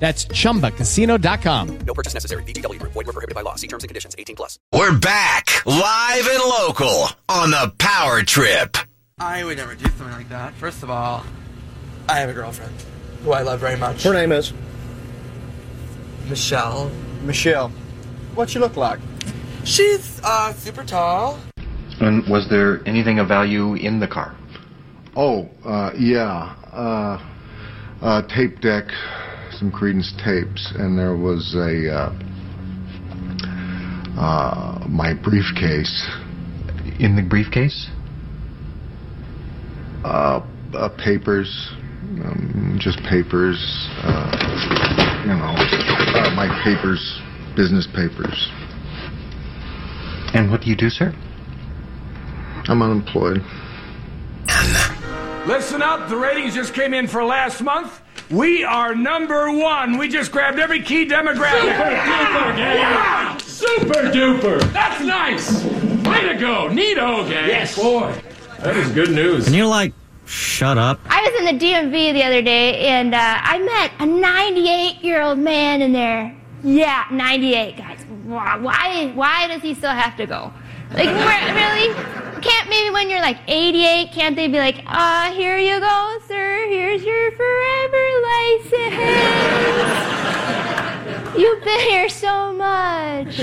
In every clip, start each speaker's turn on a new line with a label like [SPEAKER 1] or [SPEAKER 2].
[SPEAKER 1] That's chumbacasino.com.
[SPEAKER 2] No purchase necessary. VGW Group. Void were prohibited by law. See terms and conditions. 18 plus.
[SPEAKER 3] We're back, live and local, on the power trip.
[SPEAKER 4] I would never do something like that. First of all, I have a girlfriend who I love very much.
[SPEAKER 5] Her name is
[SPEAKER 4] Michelle.
[SPEAKER 5] Michelle. What she look like?
[SPEAKER 4] She's uh, super tall.
[SPEAKER 6] And was there anything of value in the car?
[SPEAKER 7] Oh, uh, yeah. Uh, uh, tape deck, some Credence tapes, and there was a uh, uh, my briefcase,
[SPEAKER 6] In the briefcase?
[SPEAKER 7] uh, uh, papers, um, just papers, uh, you know, uh, my papers, business papers.
[SPEAKER 6] And what do you do, sir?
[SPEAKER 7] I'm unemployed.
[SPEAKER 8] Listen up, the ratings just came in for last month. We are number one. We just grabbed every key demographic. Super duper, gang. Super duper. That's nice. Way to go. Neato, gang. Yes. Boy, that is good news.
[SPEAKER 9] And you're like, shut up.
[SPEAKER 10] I was in the DMV the other day and uh, I met a 98 year old man in there. Yeah, 98 guys. Why? Why, why does he still have to go? Like re- really? Can't maybe when you're like 88, can't they be like, ah, here you go, sir. Here's your forever license. You've been here so much.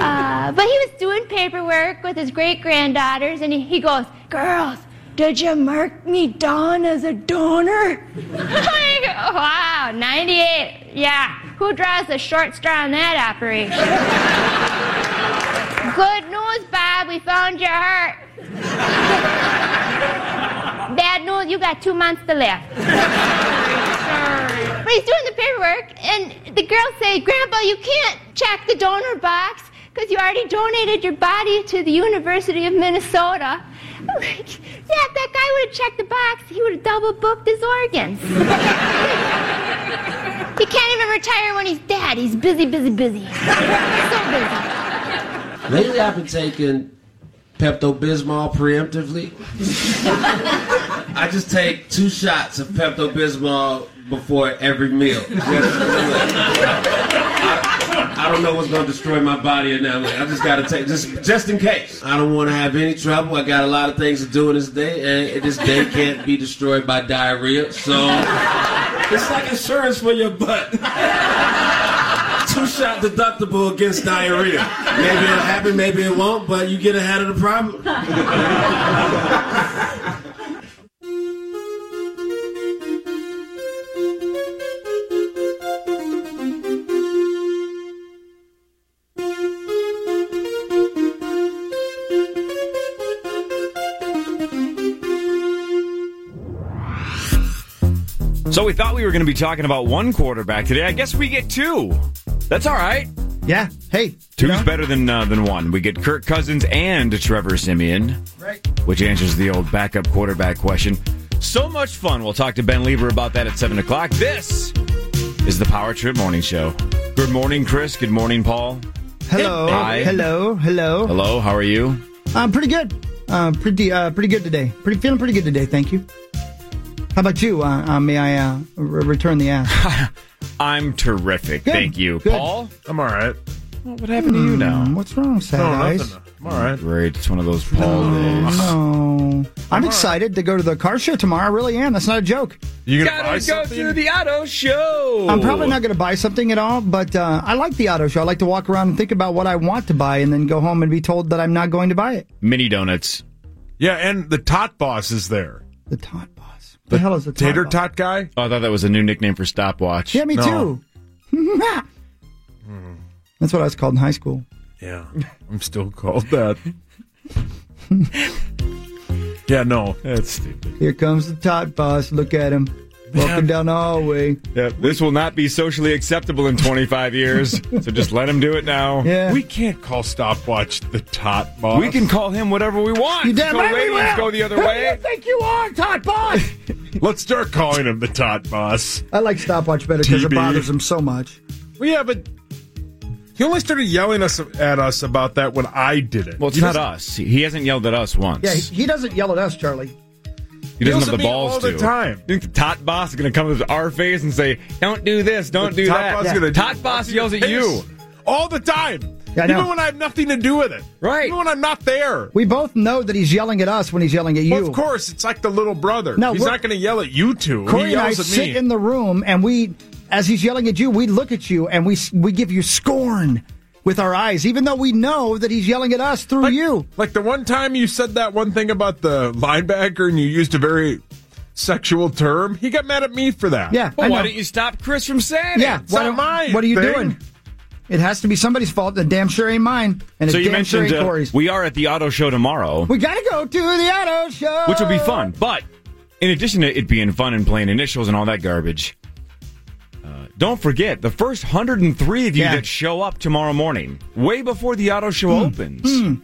[SPEAKER 10] Uh, but he was doing paperwork with his great granddaughters, and he, he goes, Girls, did you mark me down as a donor? Like, wow, 98. Yeah, who draws the short straw in that operation? Good news, Bob, we found your heart. Bad news, you got two months to live. But he's doing the paperwork, and the girls say, Grandpa, you can't check the donor box because you already donated your body to the University of Minnesota. I'm like, yeah, if that guy would have checked the box, he would have double booked his organs. he can't even retire when he's dead. He's busy, busy, busy. so busy.
[SPEAKER 11] Lately, I've been taking Pepto Bismol preemptively. I just take two shots of Pepto Bismol before every meal. Just- I, I don't know what's going to destroy my body in that way. I just got to take just just in case. I don't want to have any trouble. I got a lot of things to do in this day, and this day can't be destroyed by diarrhea. So it's like insurance for your butt. Two shot deductible against diarrhea. Maybe it'll happen, maybe it won't, but you get ahead of the problem.
[SPEAKER 12] So we thought we were going to be talking about one quarterback today. I guess we get two. That's all right.
[SPEAKER 5] Yeah. Hey.
[SPEAKER 12] Two's better than uh, than one. We get Kirk Cousins and Trevor Simeon,
[SPEAKER 5] Right.
[SPEAKER 12] which answers the old backup quarterback question. So much fun. We'll talk to Ben Lieber about that at seven o'clock. This is the Power Trip Morning Show. Good morning, Chris. Good morning, Paul.
[SPEAKER 5] Hello.
[SPEAKER 12] Hi.
[SPEAKER 5] Hello. Oh, Hello.
[SPEAKER 12] Hello. How are you?
[SPEAKER 5] I'm pretty good. Uh, pretty uh, pretty good today. Pretty feeling pretty good today. Thank you. How about you? Uh, uh, may I uh, r- return the ask?
[SPEAKER 12] I'm terrific.
[SPEAKER 5] Good.
[SPEAKER 12] Thank you,
[SPEAKER 5] Good.
[SPEAKER 12] Paul.
[SPEAKER 8] I'm all right.
[SPEAKER 12] What happened to you now?
[SPEAKER 5] Um, What's wrong, Oh, sad eyes?
[SPEAKER 8] I'm all right.
[SPEAKER 12] Great. It's one of those Paul days.
[SPEAKER 5] No. I'm excited to go to the car show tomorrow. I really am. That's not a joke.
[SPEAKER 8] You gonna buy
[SPEAKER 12] Gotta go
[SPEAKER 8] something?
[SPEAKER 12] to the auto show.
[SPEAKER 5] I'm probably not going to buy something at all, but uh, I like the auto show. I like to walk around and think about what I want to buy and then go home and be told that I'm not going to buy it.
[SPEAKER 12] mini donuts.
[SPEAKER 8] Yeah, and the tot boss is there.
[SPEAKER 5] The Tot Boss. What the, hell is the Tot
[SPEAKER 8] Tater
[SPEAKER 5] Boss?
[SPEAKER 8] tot guy.
[SPEAKER 12] Oh, I thought that was a new nickname for stopwatch.
[SPEAKER 5] Yeah, me
[SPEAKER 8] No.
[SPEAKER 5] too.
[SPEAKER 13] Hmm.
[SPEAKER 5] That's what I was called in high school.
[SPEAKER 8] Yeah, I'm still called that. yeah, no, that's stupid.
[SPEAKER 5] Here comes the Tot Boss. Look at him. Walking down the hallway.
[SPEAKER 12] Yeah, this will not be socially acceptable in 25 years, so just let him do it now.
[SPEAKER 5] Yeah.
[SPEAKER 13] We can't call Stopwatch the tot boss.
[SPEAKER 12] We can call him whatever we want.
[SPEAKER 13] You damn
[SPEAKER 12] go
[SPEAKER 13] right we will.
[SPEAKER 12] ratings go the other
[SPEAKER 13] Who do
[SPEAKER 12] way.
[SPEAKER 13] you
[SPEAKER 5] think you are, Todd Boss?
[SPEAKER 13] Let's start calling him the tot boss.
[SPEAKER 5] I like stopwatch better because it
[SPEAKER 13] TB.
[SPEAKER 5] bothers him so much.
[SPEAKER 13] Well, yeah, but he only started yelling us at us about that when I did it.
[SPEAKER 12] Well, it's
[SPEAKER 13] He
[SPEAKER 12] not
[SPEAKER 13] doesn't-
[SPEAKER 12] us. He hasn't yelled at us once.
[SPEAKER 5] Yeah, he, he doesn't yell at us, Charlie.
[SPEAKER 12] He doesn't
[SPEAKER 13] Yells
[SPEAKER 12] have
[SPEAKER 13] at
[SPEAKER 12] the
[SPEAKER 13] me
[SPEAKER 12] balls
[SPEAKER 13] all the
[SPEAKER 12] to.
[SPEAKER 13] time.
[SPEAKER 12] You think the tot boss is going to come to our face and say, "Don't do this, don't
[SPEAKER 13] The
[SPEAKER 12] do
[SPEAKER 13] tot
[SPEAKER 12] that"?
[SPEAKER 13] boss is gonna
[SPEAKER 12] tot boss yells at you.
[SPEAKER 13] all the time.
[SPEAKER 5] Yeah, I know.
[SPEAKER 13] Even when I have nothing to do with it. Right. Even when I'm not there.
[SPEAKER 5] We both know that he's yelling at us when he's yelling at you.
[SPEAKER 13] Well, of course, it's like the little brother.
[SPEAKER 5] No,
[SPEAKER 13] he's
[SPEAKER 5] we're-
[SPEAKER 13] not going to yell at you two.
[SPEAKER 5] Corey
[SPEAKER 13] he
[SPEAKER 5] and I
[SPEAKER 13] yells at
[SPEAKER 5] sit
[SPEAKER 13] me.
[SPEAKER 5] in the room, and we, as he's yelling at you, we look at you and we we give you scorn with our eyes, even though we know that he's yelling at us through you.
[SPEAKER 13] like the one time you said that one thing about the linebacker and you used a very sexual term, he got mad at me for that.
[SPEAKER 5] Yeah,
[SPEAKER 12] Well,
[SPEAKER 5] I
[SPEAKER 12] why
[SPEAKER 5] know.
[SPEAKER 12] didn't you stop Chris from saying
[SPEAKER 5] Yeah,
[SPEAKER 12] it?
[SPEAKER 5] why don't- what are you doing? It has to be somebody's fault. The damn sure ain't mine, and
[SPEAKER 12] so
[SPEAKER 5] it's
[SPEAKER 12] you
[SPEAKER 5] damn sure
[SPEAKER 12] mentioned
[SPEAKER 5] ain't
[SPEAKER 12] uh,
[SPEAKER 5] Corey's.
[SPEAKER 12] we are at the auto show tomorrow,
[SPEAKER 5] We gotta go to the auto show,
[SPEAKER 12] which will be fun. But in addition to it being fun and playing initials and all that garbage, uh, don't forget the first 103 of you
[SPEAKER 5] Yeah.
[SPEAKER 12] that show up tomorrow morning, way before the auto show opens.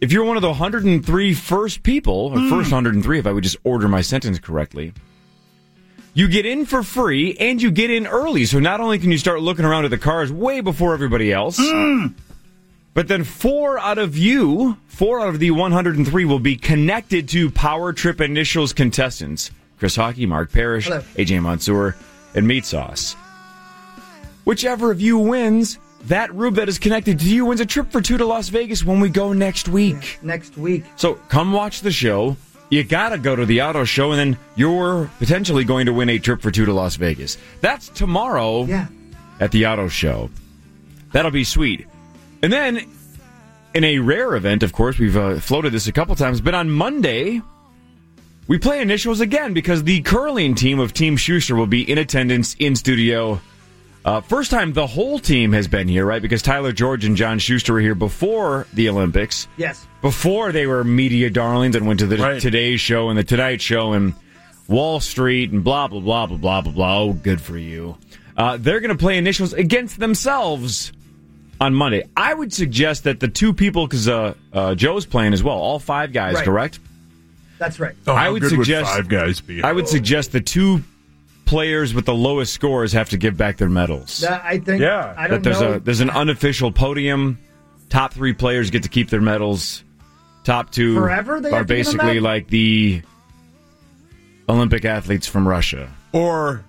[SPEAKER 12] If you're one of the 103 first people, or first 103, if I would just order my sentence correctly, you get in for free and you get in early. So not only can you start looking around at the cars way before everybody else, but then four out of you, four out of the 103 will be connected to Power Trip Initials contestants Chris Hockey, Mark Parrish,
[SPEAKER 5] Hello.
[SPEAKER 12] AJ Mansour, and Meat Sauce. Whichever of you wins, that rube that is connected to you wins a trip for two to Las Vegas when we go next week.
[SPEAKER 5] next week.
[SPEAKER 12] So come watch the show. You gotta go to the auto show, and then you're potentially going to win a trip for two to Las Vegas. That's tomorrow
[SPEAKER 5] Yeah.
[SPEAKER 12] at the auto show. That'll be sweet. And then, in a rare event, of course, we've uh, floated this a couple times, but on Monday, we play initials again because the curling team of Team Schuster will be in attendance in studio. Uh, first time the whole team has been here, right? Because Tyler George and John Schuster were here before the Olympics
[SPEAKER 5] Yes.
[SPEAKER 12] before they were media darlings and went to the
[SPEAKER 13] Right.
[SPEAKER 12] Today Show and the Tonight Show and Wall Street and blah blah blah blah blah blah blah. Oh, good for you. Uh, they're going to play initials against themselves on Monday. I would suggest that the two people, because uh, uh, Joe's playing as well, all five guys,
[SPEAKER 5] Right.
[SPEAKER 12] correct?
[SPEAKER 5] That's right.
[SPEAKER 13] Oh,
[SPEAKER 12] I
[SPEAKER 13] how
[SPEAKER 12] would
[SPEAKER 13] good
[SPEAKER 12] suggest-
[SPEAKER 13] five guys be.
[SPEAKER 12] I would suggest the two players with the lowest scores have to give back their medals.
[SPEAKER 5] That- I think.
[SPEAKER 13] Yeah.
[SPEAKER 5] I
[SPEAKER 12] that
[SPEAKER 5] don't
[SPEAKER 12] there's
[SPEAKER 5] know.
[SPEAKER 12] a there's an unofficial podium. Top three players get to keep their medals. Top two
[SPEAKER 5] Forever they
[SPEAKER 12] are
[SPEAKER 5] have to give them
[SPEAKER 12] basically
[SPEAKER 5] back?
[SPEAKER 12] like the Olympic athletes from Russia.
[SPEAKER 13] or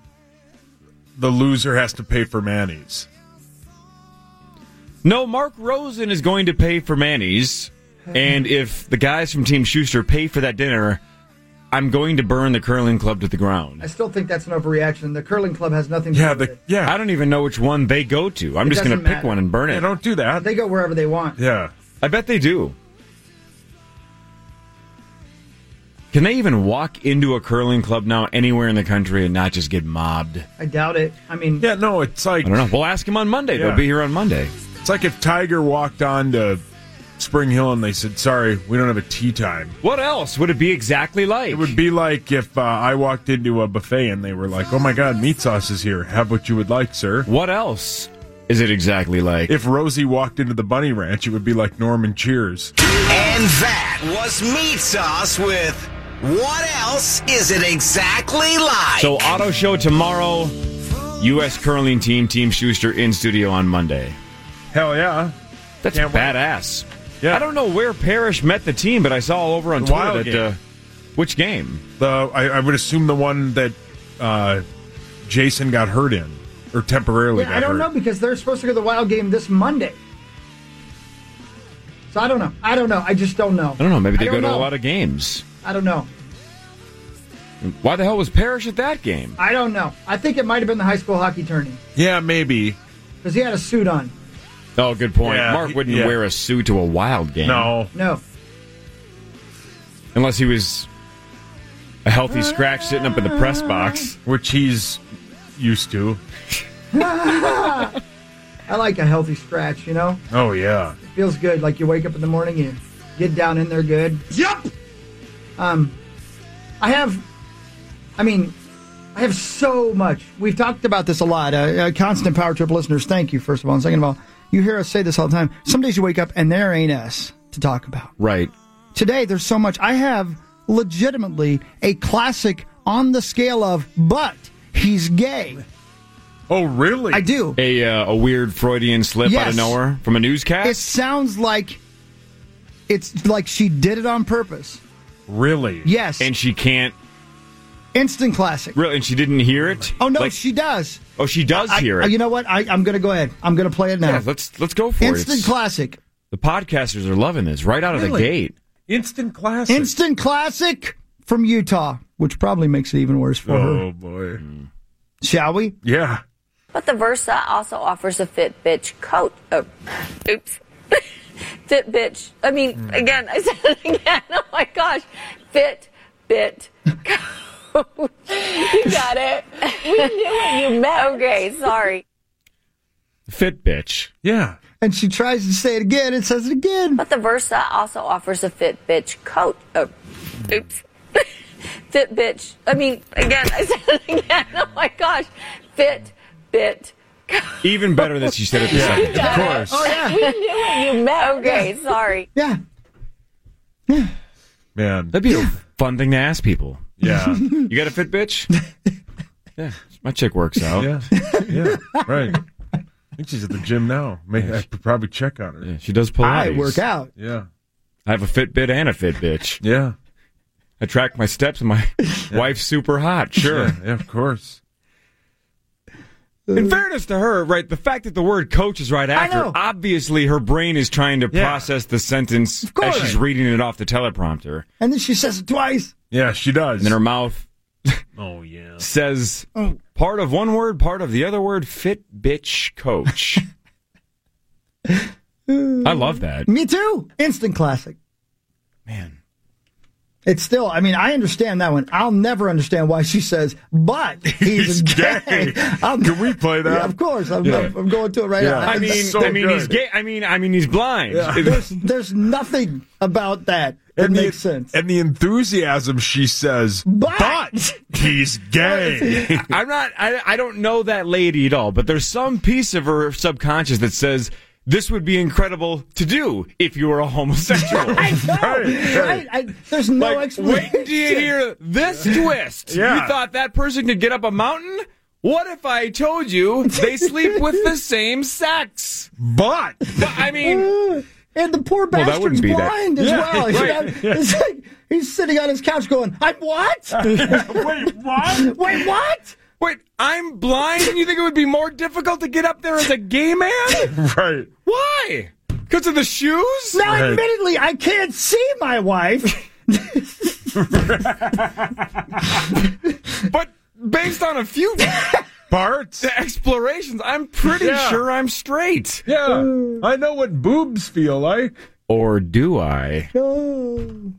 [SPEAKER 13] the loser has to pay for Manny's.
[SPEAKER 12] No, Mark Rosen is going to pay for Manny's, and if the guys from Team Schuster pay for that dinner, I'm going to burn the curling club to the
[SPEAKER 5] I
[SPEAKER 12] ground.
[SPEAKER 5] still think that's an overreaction. The curling club has nothing. To
[SPEAKER 13] Yeah,
[SPEAKER 5] do with
[SPEAKER 13] the,
[SPEAKER 5] it.
[SPEAKER 13] yeah.
[SPEAKER 12] I don't even know which one they go to. I'm
[SPEAKER 5] It
[SPEAKER 12] just going to
[SPEAKER 5] doesn't
[SPEAKER 12] pick
[SPEAKER 5] matter.
[SPEAKER 12] one and burn
[SPEAKER 13] yeah,
[SPEAKER 12] it.
[SPEAKER 13] don't do that.
[SPEAKER 5] They go wherever they want.
[SPEAKER 13] Yeah.
[SPEAKER 12] I bet they do. Can they even walk into a curling club now anywhere in the country and not just get mobbed?
[SPEAKER 5] I doubt it. I mean,
[SPEAKER 13] Yeah, no, it's like
[SPEAKER 12] I don't know. We'll ask him on Monday.
[SPEAKER 13] Yeah.
[SPEAKER 12] They'll be here on Monday.
[SPEAKER 13] it's like if Tiger walked on to Spring Hill and they said, "Sorry, we don't have a tea time."
[SPEAKER 12] What else would it be exactly like?
[SPEAKER 13] It would be like if uh, I walked into a buffet and they were like, "Oh my God, meat sauce is here. Have what you would like, sir."
[SPEAKER 12] What else is it exactly like?
[SPEAKER 13] If Rosie walked into the Bunny Ranch, it would be like Norman Cheers.
[SPEAKER 3] And that was meat sauce with What Else Is It Exactly Like?
[SPEAKER 12] so, auto show tomorrow. U.S. curling team, Team Schuster, in studio on Monday.
[SPEAKER 13] Hell yeah!
[SPEAKER 12] That's
[SPEAKER 13] Can't wait.
[SPEAKER 12] badass.
[SPEAKER 13] Yeah.
[SPEAKER 12] I don't know where Parrish met the team, but I saw all over on
[SPEAKER 13] The Wild
[SPEAKER 12] Twitter that.
[SPEAKER 13] game.
[SPEAKER 12] Uh, which game?
[SPEAKER 13] The I, I would assume the one that uh, Jason got hurt in, or temporarily.
[SPEAKER 5] Yeah,
[SPEAKER 13] got
[SPEAKER 5] I don't know
[SPEAKER 13] hurt.
[SPEAKER 5] because they're supposed to go to the wild game this Monday. So I don't know. I don't know. I just don't know.
[SPEAKER 12] I don't know. Maybe they
[SPEAKER 5] I
[SPEAKER 12] go
[SPEAKER 5] don't
[SPEAKER 12] to a
[SPEAKER 5] know.
[SPEAKER 12] lot of games.
[SPEAKER 5] I don't know.
[SPEAKER 12] Why the hell was Parrish at that game?
[SPEAKER 5] I don't know. I think it might have been the high school hockey tourney
[SPEAKER 13] Yeah, maybe.
[SPEAKER 5] because he had a suit on.
[SPEAKER 12] Oh, good point.
[SPEAKER 13] Yeah,
[SPEAKER 12] Mark wouldn't
[SPEAKER 13] yeah.
[SPEAKER 12] wear a suit to a wild game.
[SPEAKER 13] No.
[SPEAKER 5] No,
[SPEAKER 12] Unless he was a healthy scratch sitting up in the press box.
[SPEAKER 13] Which he's used to.
[SPEAKER 5] I like a healthy scratch. You know,
[SPEAKER 13] Oh yeah.
[SPEAKER 5] it feels good. Like you wake up in the morning, you get down in there good. Um,
[SPEAKER 13] Yep.
[SPEAKER 5] I have, I mean, I have so much. We've talked about this a lot. Uh, uh, constant power trip listeners, thank you, first of all. And second of all, you hear us say this all the time. Some days you wake up and there ain't us to talk about.
[SPEAKER 12] Right.
[SPEAKER 5] Today, there's so much. I have legitimately a classic on the scale of, but he's gay.
[SPEAKER 13] Oh, really?
[SPEAKER 5] I do.
[SPEAKER 12] A uh, a weird Freudian slip out
[SPEAKER 5] Yes.
[SPEAKER 12] of nowhere from a newscast.
[SPEAKER 5] It sounds like it's like she did it on purpose.
[SPEAKER 12] really?
[SPEAKER 5] Yes.
[SPEAKER 12] And she can't.
[SPEAKER 5] Instant classic.
[SPEAKER 12] Really? And she didn't hear it.
[SPEAKER 5] Oh no,
[SPEAKER 12] Like-
[SPEAKER 5] she does.
[SPEAKER 12] Oh, she does
[SPEAKER 5] I-
[SPEAKER 12] hear it.
[SPEAKER 5] You know what? I, I'm going to go ahead. I'm going to play it now.
[SPEAKER 12] Yeah, let's let's go for it.
[SPEAKER 5] Instant
[SPEAKER 12] It's-
[SPEAKER 5] classic.
[SPEAKER 12] The podcasters are loving this right out of
[SPEAKER 5] Really?
[SPEAKER 12] the gate.
[SPEAKER 13] Instant classic.
[SPEAKER 5] Instant classic from Utah, which probably makes it even worse for her.
[SPEAKER 13] Oh boy.
[SPEAKER 12] Mm.
[SPEAKER 5] Shall we?
[SPEAKER 13] Yeah.
[SPEAKER 14] But the Versa also offers a Fitbit coat. Oh, oops. Fitbit. I mean, again, I said it again. Oh my gosh. Fitbit coat. you got it. We knew what you meant. Okay, sorry.
[SPEAKER 12] Fit bitch.
[SPEAKER 13] Yeah.
[SPEAKER 5] And she tries to say it again and says it again.
[SPEAKER 14] But the Versa also offers a Fitbit coat. Oh, oops. Fitbit. I mean, again, I said it again. Oh my gosh. Fitbit.
[SPEAKER 12] Even better that she said it the
[SPEAKER 14] Yeah.
[SPEAKER 12] second.
[SPEAKER 14] Yeah.
[SPEAKER 12] Of course.
[SPEAKER 14] Oh, yeah. We knew what you meant. Okay, sorry.
[SPEAKER 5] Yeah.
[SPEAKER 13] Man.
[SPEAKER 12] That'd be a fun thing to ask people.
[SPEAKER 13] Yeah.
[SPEAKER 12] you got a fit bitch? yeah. My chick works out.
[SPEAKER 13] Yeah. Yeah. right. I think she's at the gym now. Maybe I could probably check on her.
[SPEAKER 12] She does Pilates.
[SPEAKER 5] I work out.
[SPEAKER 13] Yeah.
[SPEAKER 12] I have a Fitbit and a Fitbitch.
[SPEAKER 13] Yeah.
[SPEAKER 12] I track my steps and my wife's super hot. Sure.
[SPEAKER 13] Yeah, of course.
[SPEAKER 12] In fairness to her, right, the fact that the word coach is right after,
[SPEAKER 5] Uh, know.
[SPEAKER 12] obviously her brain is trying to
[SPEAKER 13] Yeah.
[SPEAKER 12] process the sentence
[SPEAKER 5] course.
[SPEAKER 12] as she's reading it off the teleprompter.
[SPEAKER 5] And then she says it twice.
[SPEAKER 13] Yeah, she does.
[SPEAKER 12] And then her mouth
[SPEAKER 13] Oh yeah.
[SPEAKER 12] says
[SPEAKER 5] Oh.
[SPEAKER 12] part of one word, part of the other word, fit bitch coach. I love that.
[SPEAKER 5] Me too. Instant classic.
[SPEAKER 12] Man.
[SPEAKER 5] It's still, I mean, I understand that one. I'll never understand why she says, but he's,
[SPEAKER 13] He's
[SPEAKER 5] gay.
[SPEAKER 13] gay.
[SPEAKER 5] I'm-
[SPEAKER 13] Can we play that?
[SPEAKER 5] Yeah, of course. I'm,
[SPEAKER 13] Yeah.
[SPEAKER 5] I'm, I'm going to it right
[SPEAKER 13] Yeah.
[SPEAKER 5] now.
[SPEAKER 12] I mean,
[SPEAKER 5] It's-
[SPEAKER 13] so
[SPEAKER 12] I mean, he's
[SPEAKER 13] good.
[SPEAKER 12] gay. I mean, I mean, he's blind.
[SPEAKER 13] Yeah.
[SPEAKER 5] there's, there's nothing about that that
[SPEAKER 13] the,
[SPEAKER 5] makes sense.
[SPEAKER 13] And the enthusiasm she says,
[SPEAKER 5] But-
[SPEAKER 13] but, he's gay.
[SPEAKER 12] I'm not. I, I don't know that lady at all. But there's some piece of her subconscious that says this would be incredible to do if you were a homosexual.
[SPEAKER 5] I, I, there's no
[SPEAKER 12] Like, wait
[SPEAKER 5] explanation.
[SPEAKER 12] until you hear this twist.
[SPEAKER 13] Yeah.
[SPEAKER 12] You thought that person could get up a mountain? What if I told you they sleep with the same sex?
[SPEAKER 13] But
[SPEAKER 12] But, I mean,
[SPEAKER 5] Uh, And the poor
[SPEAKER 12] that
[SPEAKER 5] bastard's
[SPEAKER 12] wouldn't be that-
[SPEAKER 5] blind as
[SPEAKER 13] Yeah,
[SPEAKER 5] well. You
[SPEAKER 12] right.
[SPEAKER 5] know, It's like he's sitting on his couch going, I'm what?
[SPEAKER 13] wait, what?
[SPEAKER 5] Wait, what?
[SPEAKER 12] wait, I'm blind and you think it would be more difficult to get up there as a gay man?
[SPEAKER 13] Right.
[SPEAKER 12] Why? Because of the shoes?
[SPEAKER 5] Now,
[SPEAKER 13] Right.
[SPEAKER 5] admittedly, I can't see my wife.
[SPEAKER 12] But based on a few
[SPEAKER 13] Parts.
[SPEAKER 12] explorations, I'm pretty
[SPEAKER 13] Yeah.
[SPEAKER 12] sure I'm straight.
[SPEAKER 13] Yeah. I know what boobs feel like.
[SPEAKER 12] Or do I?
[SPEAKER 5] Oh.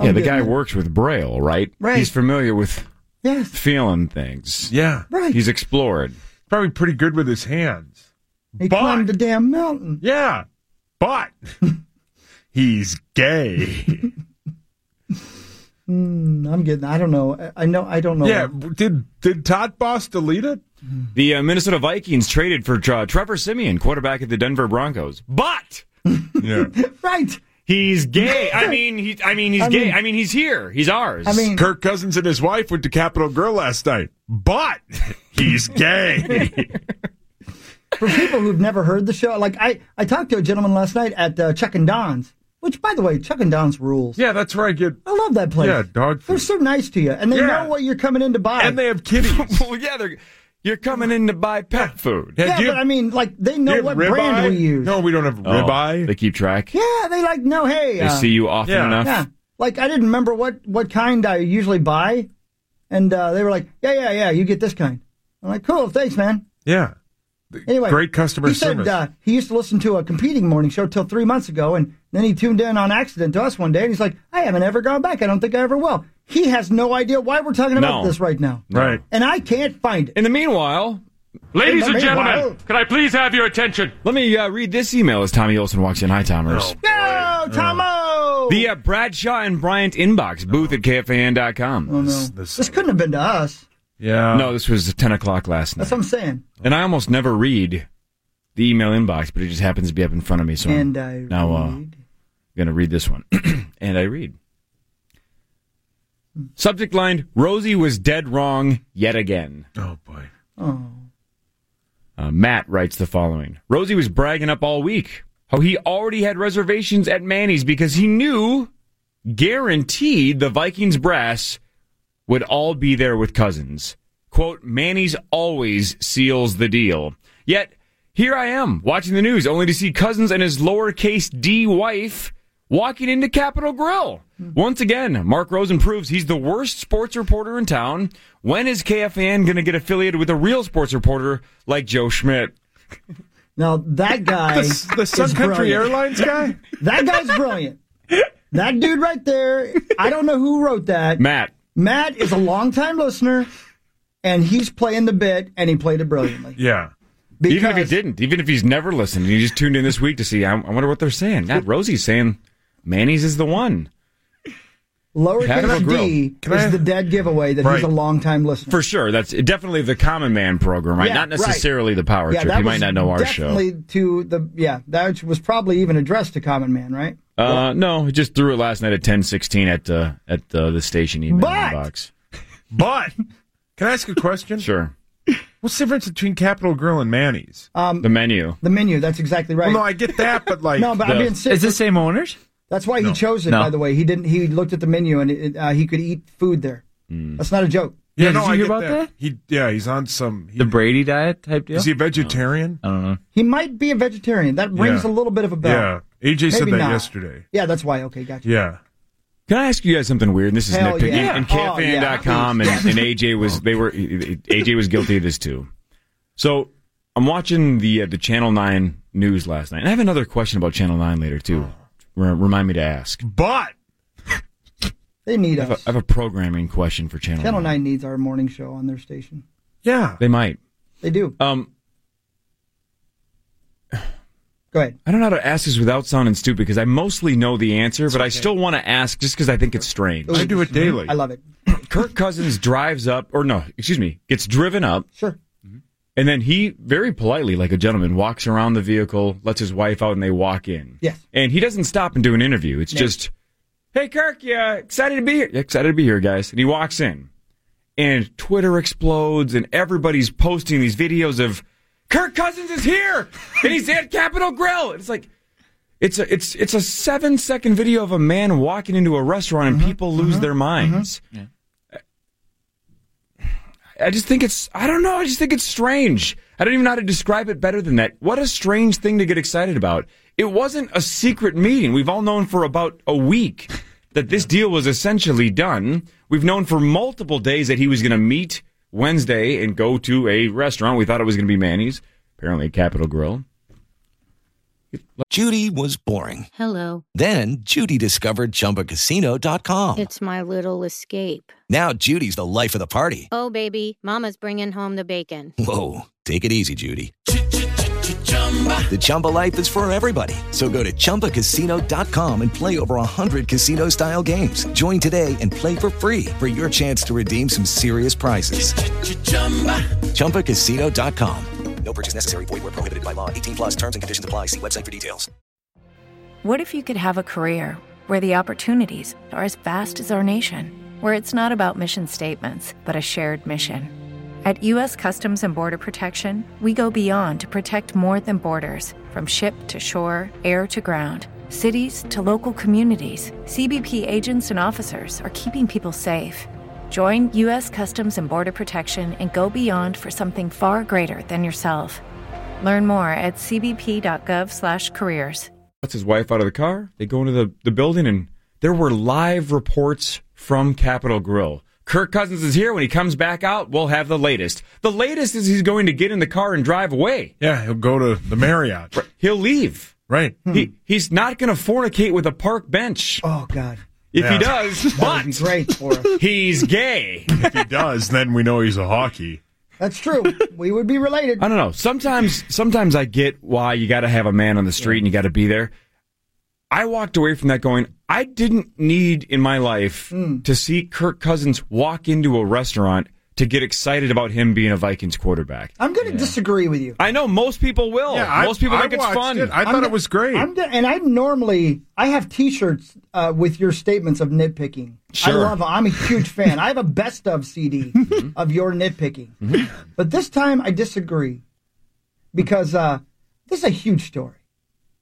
[SPEAKER 12] Yeah, the
[SPEAKER 5] getting
[SPEAKER 12] guy
[SPEAKER 5] it.
[SPEAKER 12] works with Braille, right?
[SPEAKER 5] Right.
[SPEAKER 12] He's familiar with
[SPEAKER 5] Yes,
[SPEAKER 12] feeling things.
[SPEAKER 13] Yeah.
[SPEAKER 5] right.
[SPEAKER 12] He's explored.
[SPEAKER 13] Probably pretty good with his hands.
[SPEAKER 5] he
[SPEAKER 13] but-
[SPEAKER 5] climbed the damn mountain.
[SPEAKER 13] Yeah. But he's gay.
[SPEAKER 5] Mm, I'm getting, I don't know. I- I know, I don't know.
[SPEAKER 13] yeah. Did did Todd Boss delete it?
[SPEAKER 12] The uh, Minnesota Vikings traded for uh, Trevor Simeon, quarterback of the Denver Broncos. But
[SPEAKER 13] Yeah.
[SPEAKER 5] Right.
[SPEAKER 12] he's gay. I mean, he, I mean, he's
[SPEAKER 5] I
[SPEAKER 12] gay.
[SPEAKER 5] mean-
[SPEAKER 12] I mean, he's here. He's ours.
[SPEAKER 5] I mean,
[SPEAKER 13] Kirk Cousins and his wife went to Capitol Grill last night. But he's gay.
[SPEAKER 5] for people who've never heard the show, like I, I talked to a gentleman last night at uh, Chuck and Don's, which, by the way, Chuck and Don's rules.
[SPEAKER 13] yeah, that's where I get
[SPEAKER 5] I love that place.
[SPEAKER 13] Yeah, dog
[SPEAKER 5] They're
[SPEAKER 13] food.
[SPEAKER 5] so nice to you, and they
[SPEAKER 13] Yeah.
[SPEAKER 5] know what you're coming in to buy.
[SPEAKER 13] and they have kitties.
[SPEAKER 12] well, yeah, they're, you're coming in to buy pet food.
[SPEAKER 5] yeah,
[SPEAKER 13] do you-
[SPEAKER 5] but I mean, like they
[SPEAKER 13] do you
[SPEAKER 5] know
[SPEAKER 13] have
[SPEAKER 5] what
[SPEAKER 13] ribeye?
[SPEAKER 5] brand we use.
[SPEAKER 13] No, we don't have
[SPEAKER 12] Oh,
[SPEAKER 13] ribeye.
[SPEAKER 12] They keep track.
[SPEAKER 5] Yeah, they like no. Hey,
[SPEAKER 12] They
[SPEAKER 5] uh,
[SPEAKER 12] see you often
[SPEAKER 13] Yeah.
[SPEAKER 12] enough.
[SPEAKER 5] Yeah, like I didn't remember what what kind I usually buy, and uh, they were like, yeah, yeah, yeah, you get this kind. I'm like, cool, thanks, man.
[SPEAKER 13] yeah.
[SPEAKER 5] Anyway,
[SPEAKER 13] Great customer
[SPEAKER 5] he
[SPEAKER 13] service.
[SPEAKER 5] Said, uh, he used to listen to a competing morning show till three months ago, and then he tuned in on accident to us one day, and he's like, I haven't ever gone back. I don't think I ever will. He has no idea why we're talking about
[SPEAKER 12] No.
[SPEAKER 5] this right now,
[SPEAKER 13] Right.
[SPEAKER 5] and I can't find it.
[SPEAKER 12] In the meanwhile,
[SPEAKER 8] Ladies
[SPEAKER 5] Hey,
[SPEAKER 8] and gentlemen,
[SPEAKER 5] meanwhile-
[SPEAKER 8] can I please have your attention?
[SPEAKER 12] let me uh, read this email as Tommy Olson walks in. Hi,
[SPEAKER 13] Oh,
[SPEAKER 12] Tommers.
[SPEAKER 5] No, Tomo.
[SPEAKER 12] The uh, Bradshaw and Bryant inbox, booth at KFAN.com.
[SPEAKER 5] Oh, no.
[SPEAKER 13] this-
[SPEAKER 5] This couldn't have been to us.
[SPEAKER 13] Yeah.
[SPEAKER 12] No, this was 10 o'clock last night.
[SPEAKER 5] That's what I'm saying.
[SPEAKER 12] And I almost never read the email inbox, but it just happens to be up in front of me. So I'm
[SPEAKER 5] And I
[SPEAKER 12] now uh, going to read this one. and I read. Subject line Rosie was dead wrong yet again.
[SPEAKER 13] Oh, boy.
[SPEAKER 5] Oh.
[SPEAKER 12] Uh, Matt writes the following Rosie was bragging up all week how he already had reservations at Manny's because he knew, guaranteed, the Vikings brass would all be there with Cousins. Quote, Manny's always seals the deal. Yet, here I am watching the news only to see Cousins and his lowercase d wife walking into Capitol Grill.
[SPEAKER 5] Hmm.
[SPEAKER 12] Once again, Mark Rosen proves he's the worst sports reporter in town. When is KFAN going to get affiliated with a real sports reporter like Joe Schmidt?
[SPEAKER 5] Now that guy,
[SPEAKER 12] The- the Sun
[SPEAKER 5] is
[SPEAKER 12] Country
[SPEAKER 5] brilliant.
[SPEAKER 12] Airlines guy?
[SPEAKER 5] that guy's brilliant. That dude right there. I don't know who wrote that.
[SPEAKER 12] Matt.
[SPEAKER 5] Matt is a longtime listener, and he's playing the bit, and he played it brilliantly.
[SPEAKER 12] Yeah. even if he didn't, even if he's never listened, he just tuned in this week to see. I, I wonder what they're saying. God, Rosie's saying Manny's is the one. Capital
[SPEAKER 5] Lowercase
[SPEAKER 12] Grill.
[SPEAKER 5] d
[SPEAKER 12] Can
[SPEAKER 5] is
[SPEAKER 12] I-
[SPEAKER 5] the dead giveaway that
[SPEAKER 12] Right.
[SPEAKER 5] he's a longtime listener.
[SPEAKER 12] For sure. That's definitely the Common Man program, right?
[SPEAKER 5] Yeah,
[SPEAKER 12] not necessarily
[SPEAKER 5] right.
[SPEAKER 12] the Power
[SPEAKER 5] Yeah,
[SPEAKER 12] Trip.
[SPEAKER 5] that
[SPEAKER 12] He might
[SPEAKER 5] was
[SPEAKER 12] not know our show.
[SPEAKER 5] definitely To the yeah, that was probably even addressed to Common Man, right?
[SPEAKER 12] Uh, no, he just threw it last night at ten sixteen at uh, at uh, the station email
[SPEAKER 5] But-
[SPEAKER 12] box.
[SPEAKER 13] But can I ask a question?
[SPEAKER 12] Sure.
[SPEAKER 13] What's the difference between Capitol Grill and Manny's?
[SPEAKER 5] Um,
[SPEAKER 12] the menu.
[SPEAKER 5] The menu. That's exactly right.
[SPEAKER 13] Well, no, I get that, but like
[SPEAKER 5] no, but I'm being serious.
[SPEAKER 13] same owners?
[SPEAKER 5] That's why he
[SPEAKER 13] No.
[SPEAKER 5] chose it.
[SPEAKER 13] No.
[SPEAKER 5] By the way, he didn't. He looked at the menu and it, uh, he could eat food there. That's not a joke.
[SPEAKER 13] Mm. Yeah, no, I get that. He, yeah, he's on some the Brady diet type
[SPEAKER 5] deal?
[SPEAKER 13] Is he a vegetarian?
[SPEAKER 12] I don't know.
[SPEAKER 5] He might be a vegetarian. That rings
[SPEAKER 12] Yeah.
[SPEAKER 5] a little bit of a bell.
[SPEAKER 12] Yeah. AJ said
[SPEAKER 5] Maybe
[SPEAKER 12] that
[SPEAKER 5] not.
[SPEAKER 12] yesterday.
[SPEAKER 5] Yeah, that's why. Okay, gotcha.
[SPEAKER 13] Yeah.
[SPEAKER 12] Can I ask you guys something weird? And this is
[SPEAKER 5] Hell
[SPEAKER 12] nitpicking.
[SPEAKER 5] yeah.
[SPEAKER 12] And
[SPEAKER 5] Oh, yeah.
[SPEAKER 12] KFAN.com and, and AJ was they were AJ was guilty of this too. So I'm watching the uh, the Channel Nine news last night, and I have another question about Channel Nine later too. Re- Remind me to ask.
[SPEAKER 13] But
[SPEAKER 5] They need
[SPEAKER 12] I have, a,
[SPEAKER 5] us.
[SPEAKER 12] I have a programming question for Channel
[SPEAKER 5] Channel Nine needs our morning show on their station.
[SPEAKER 13] Yeah,
[SPEAKER 12] they might.
[SPEAKER 5] They do.
[SPEAKER 12] Um,
[SPEAKER 5] Go ahead.
[SPEAKER 12] I don't know how to ask this without sounding stupid because I mostly know the answer, but I still want to ask just because I think it's strange.
[SPEAKER 13] I do it daily.
[SPEAKER 5] I love it.
[SPEAKER 12] Kirk Cousins drives up, or no, excuse me, gets driven up. Mm-hmm.
[SPEAKER 5] Sure.
[SPEAKER 12] And then he very politely, like a gentleman, walks around the vehicle, lets his wife out, and they walk in.
[SPEAKER 5] Yes.
[SPEAKER 12] And he doesn't stop and do an interview. It's just, hey, Kirk, yeah, excited to be here. "Yeah, Excited to be here, guys. And he walks in. And Twitter explodes, and everybody's posting these videos of Kirk Cousins is here, and he's at Capitol Grill. It's like, it's a it's it's a seven second video of a man walking into a restaurant
[SPEAKER 13] Mm-hmm.
[SPEAKER 12] and people lose their minds. I just think it's I don't know, I just think it's strange. I don't even know how to describe it better than that. What a strange thing to get excited about. It wasn't a secret meeting. We've all known for about a week that this deal was essentially done. We've known for multiple days that he was going to meet Wednesday and go to a restaurant. We thought it was going to be Manny's, apparently Capitol Grill.
[SPEAKER 15] Judy was boring.
[SPEAKER 16] Hello.
[SPEAKER 15] Then Judy discovered
[SPEAKER 3] Oh.
[SPEAKER 15] ChumbaCasino.com.
[SPEAKER 16] It's my little escape.
[SPEAKER 15] Now Judy's the life of the party.
[SPEAKER 16] Oh, baby, Mama's bringing home the bacon.
[SPEAKER 15] Whoa, take it easy, Judy. The Chumba life is for everybody. So go to ChumbaCasino.com and play over 100 casino style games. Join today and play for free for your chance to redeem some serious prizes. ChumbaCasino.com.
[SPEAKER 1] No purchase necessary. Void where prohibited by law. 18 plus terms and conditions apply. See website for details.
[SPEAKER 17] What if you could have a career where the opportunities are as vast as our nation, where it's not about mission statements, but a shared mission? At U.S. Customs and Border Protection, we go beyond to protect more than borders from ship to shore, air to ground. Cities to local communities, CBP agents and officers are keeping people safe. Join U.S. Customs and Border Protection and go beyond for something far greater than yourself. Learn more at cbp.gov/careers.
[SPEAKER 12] lets his wife out of the car. They go into the, the building, and there were live reports from Capitol Grill. Kirk Cousins is here. When he comes back out, we'll have the latest. The latest is he's going to get in the car and drive away.
[SPEAKER 13] Yeah, he'll go to the Marriott.
[SPEAKER 12] He'll leave.
[SPEAKER 13] Right. Hmm.
[SPEAKER 12] He, he's not going to fornicate with a park bench.
[SPEAKER 5] Oh God.
[SPEAKER 12] If
[SPEAKER 13] Yeah.
[SPEAKER 12] he does, but
[SPEAKER 5] great for us.
[SPEAKER 12] he's gay.
[SPEAKER 13] if he does, then we know he's a hockey.
[SPEAKER 5] That's true. we would be related.
[SPEAKER 12] I don't know. Sometimes, sometimes I get why you got to have a man on the street and you got to be there. I walked away from that going, I
[SPEAKER 5] Hmm.
[SPEAKER 12] didn't need in my life to see Kirk Cousins walk into a restaurant to get excited about him being a Vikings quarterback.
[SPEAKER 5] I'm going to disagree with you.
[SPEAKER 12] I know most people will. most people think it's fun.
[SPEAKER 5] I'm go- I'm go- and I normally I have T-shirts uh, with your statements of nitpicking.
[SPEAKER 12] Sure. Mm-hmm.
[SPEAKER 5] I love. 'em. I'm a huge fan. I have a best of CD of your nitpicking. But this time I disagree because uh, this is a huge story.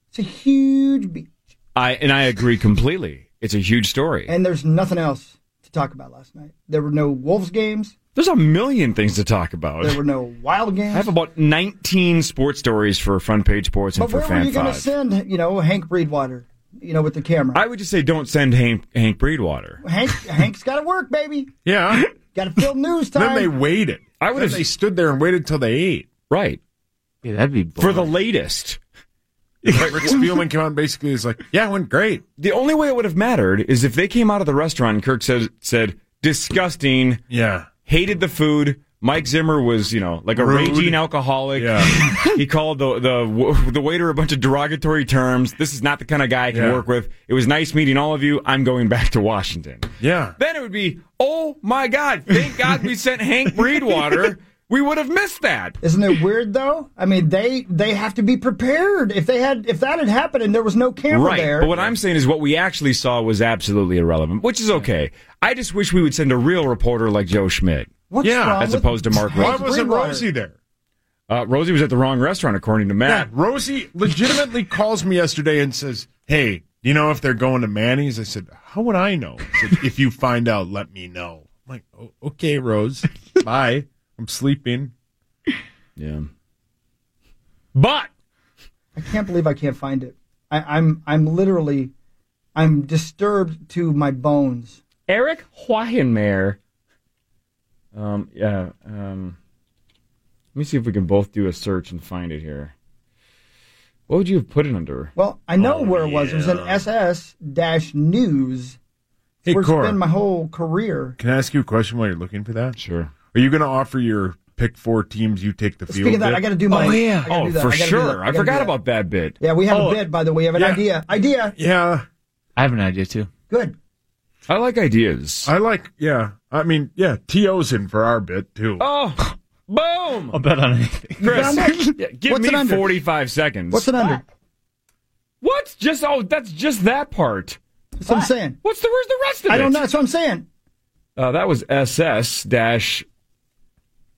[SPEAKER 5] It's a huge beat,
[SPEAKER 12] I and I agree completely. It's a huge story.
[SPEAKER 5] and there's nothing else to talk about last night. There were no Wolves games.
[SPEAKER 12] There's a million things to talk about.
[SPEAKER 5] There were no Wild
[SPEAKER 12] I
[SPEAKER 5] games.
[SPEAKER 12] have about 19 sports stories for front page sports and
[SPEAKER 5] But
[SPEAKER 12] for
[SPEAKER 5] where were
[SPEAKER 12] fan
[SPEAKER 5] you going to
[SPEAKER 12] five.
[SPEAKER 5] send, you know, Hank Breedwater, you know, with the camera?
[SPEAKER 12] I would just say don't send Hank, Hank Breedwater.
[SPEAKER 5] Hank, Hank's got to work, baby.
[SPEAKER 12] Yeah.
[SPEAKER 5] Got to fill news time.
[SPEAKER 13] Then they waited.
[SPEAKER 12] I would
[SPEAKER 13] have. They stood there and waited until they ate.
[SPEAKER 12] Right.
[SPEAKER 13] Yeah, that'd be
[SPEAKER 12] for the latest.
[SPEAKER 13] Rick Spielman came out and basically is like, "Yeah, it went great."
[SPEAKER 12] The only way it would have mattered is if they came out of the restaurant and Kirk said said disgusting.
[SPEAKER 13] Yeah.
[SPEAKER 12] Hated the food. Mike Zimmer was, you know, like a
[SPEAKER 13] Rude.
[SPEAKER 12] raging alcoholic. he called the the w- the waiter a bunch of derogatory terms. This is not the kind of guy I can
[SPEAKER 13] Yeah.
[SPEAKER 12] work with. It was nice meeting all of you. I'm going back to Washington.
[SPEAKER 13] Yeah.
[SPEAKER 12] Then it would be, "Oh my god, thank God we sent Hank Breedwater. We would have missed that."
[SPEAKER 5] Isn't it weird though? I mean, they they have to be prepared. If they had if that had happened and there was no camera
[SPEAKER 12] right.
[SPEAKER 5] there,
[SPEAKER 12] But what I'm saying is what we actually saw was absolutely irrelevant, which is okay. I just wish we would send a real reporter like Joe Schmidt.
[SPEAKER 5] What's Yeah. wrong
[SPEAKER 12] As
[SPEAKER 5] with-
[SPEAKER 12] opposed to Mark
[SPEAKER 5] Why
[SPEAKER 12] Rosen.
[SPEAKER 5] wasn't Rosie
[SPEAKER 13] there?
[SPEAKER 12] Uh, Rosie was at the wrong restaurant, according to Matt.
[SPEAKER 13] Matt Rosie legitimately calls me yesterday and says, "Hey, do you know if they're going to Manny's?" I said, "How would I know?" She said, if you find out, let me know. I'm like, oh, "Okay, Rose, bye. I'm sleeping."
[SPEAKER 12] Yeah.
[SPEAKER 13] But
[SPEAKER 5] I can't believe I can't find it. I, I'm I'm literally I'm disturbed to my bones.
[SPEAKER 12] Eric Hohenmeier. Um, yeah. Um, let me see if we can both do a search and find it here. What would you have put it under?
[SPEAKER 5] Well, I know
[SPEAKER 13] Oh,
[SPEAKER 5] where it was. It was an SS dash news.
[SPEAKER 13] Hey,
[SPEAKER 5] where it's
[SPEAKER 13] Cora.
[SPEAKER 5] been my whole career.
[SPEAKER 13] Can I ask you a question while you're looking for that?
[SPEAKER 12] Sure.
[SPEAKER 13] Are you going to offer your pick four teams? You take the field.
[SPEAKER 5] Speaking of that,
[SPEAKER 13] bit?
[SPEAKER 5] I got to do my.
[SPEAKER 13] Oh yeah.
[SPEAKER 5] I gotta do that.
[SPEAKER 12] for
[SPEAKER 5] I gotta do
[SPEAKER 12] sure.
[SPEAKER 5] that.
[SPEAKER 12] I
[SPEAKER 5] gotta
[SPEAKER 12] forgot
[SPEAKER 5] do that.
[SPEAKER 12] about that bit.
[SPEAKER 5] Yeah, we have
[SPEAKER 12] Oh,
[SPEAKER 5] a bid by the way. We have an
[SPEAKER 12] yeah.
[SPEAKER 5] idea. Idea.
[SPEAKER 13] Yeah.
[SPEAKER 18] I have an idea too.
[SPEAKER 5] Good.
[SPEAKER 12] I like ideas.
[SPEAKER 13] I like. Yeah. I mean, yeah. To's in for our bit too.
[SPEAKER 12] Oh, boom!
[SPEAKER 18] I'll bet on anything.
[SPEAKER 12] Chris,
[SPEAKER 13] found it?
[SPEAKER 12] yeah, give
[SPEAKER 13] What's it
[SPEAKER 12] me
[SPEAKER 13] under?
[SPEAKER 12] 45 seconds.
[SPEAKER 5] What's it under?
[SPEAKER 12] What? Just oh, that's just that part.
[SPEAKER 5] That's what I'm saying.
[SPEAKER 12] What's the where's the rest of
[SPEAKER 5] I
[SPEAKER 12] it?
[SPEAKER 5] don't know. That's what I'm saying.
[SPEAKER 12] Uh, that was SS dash.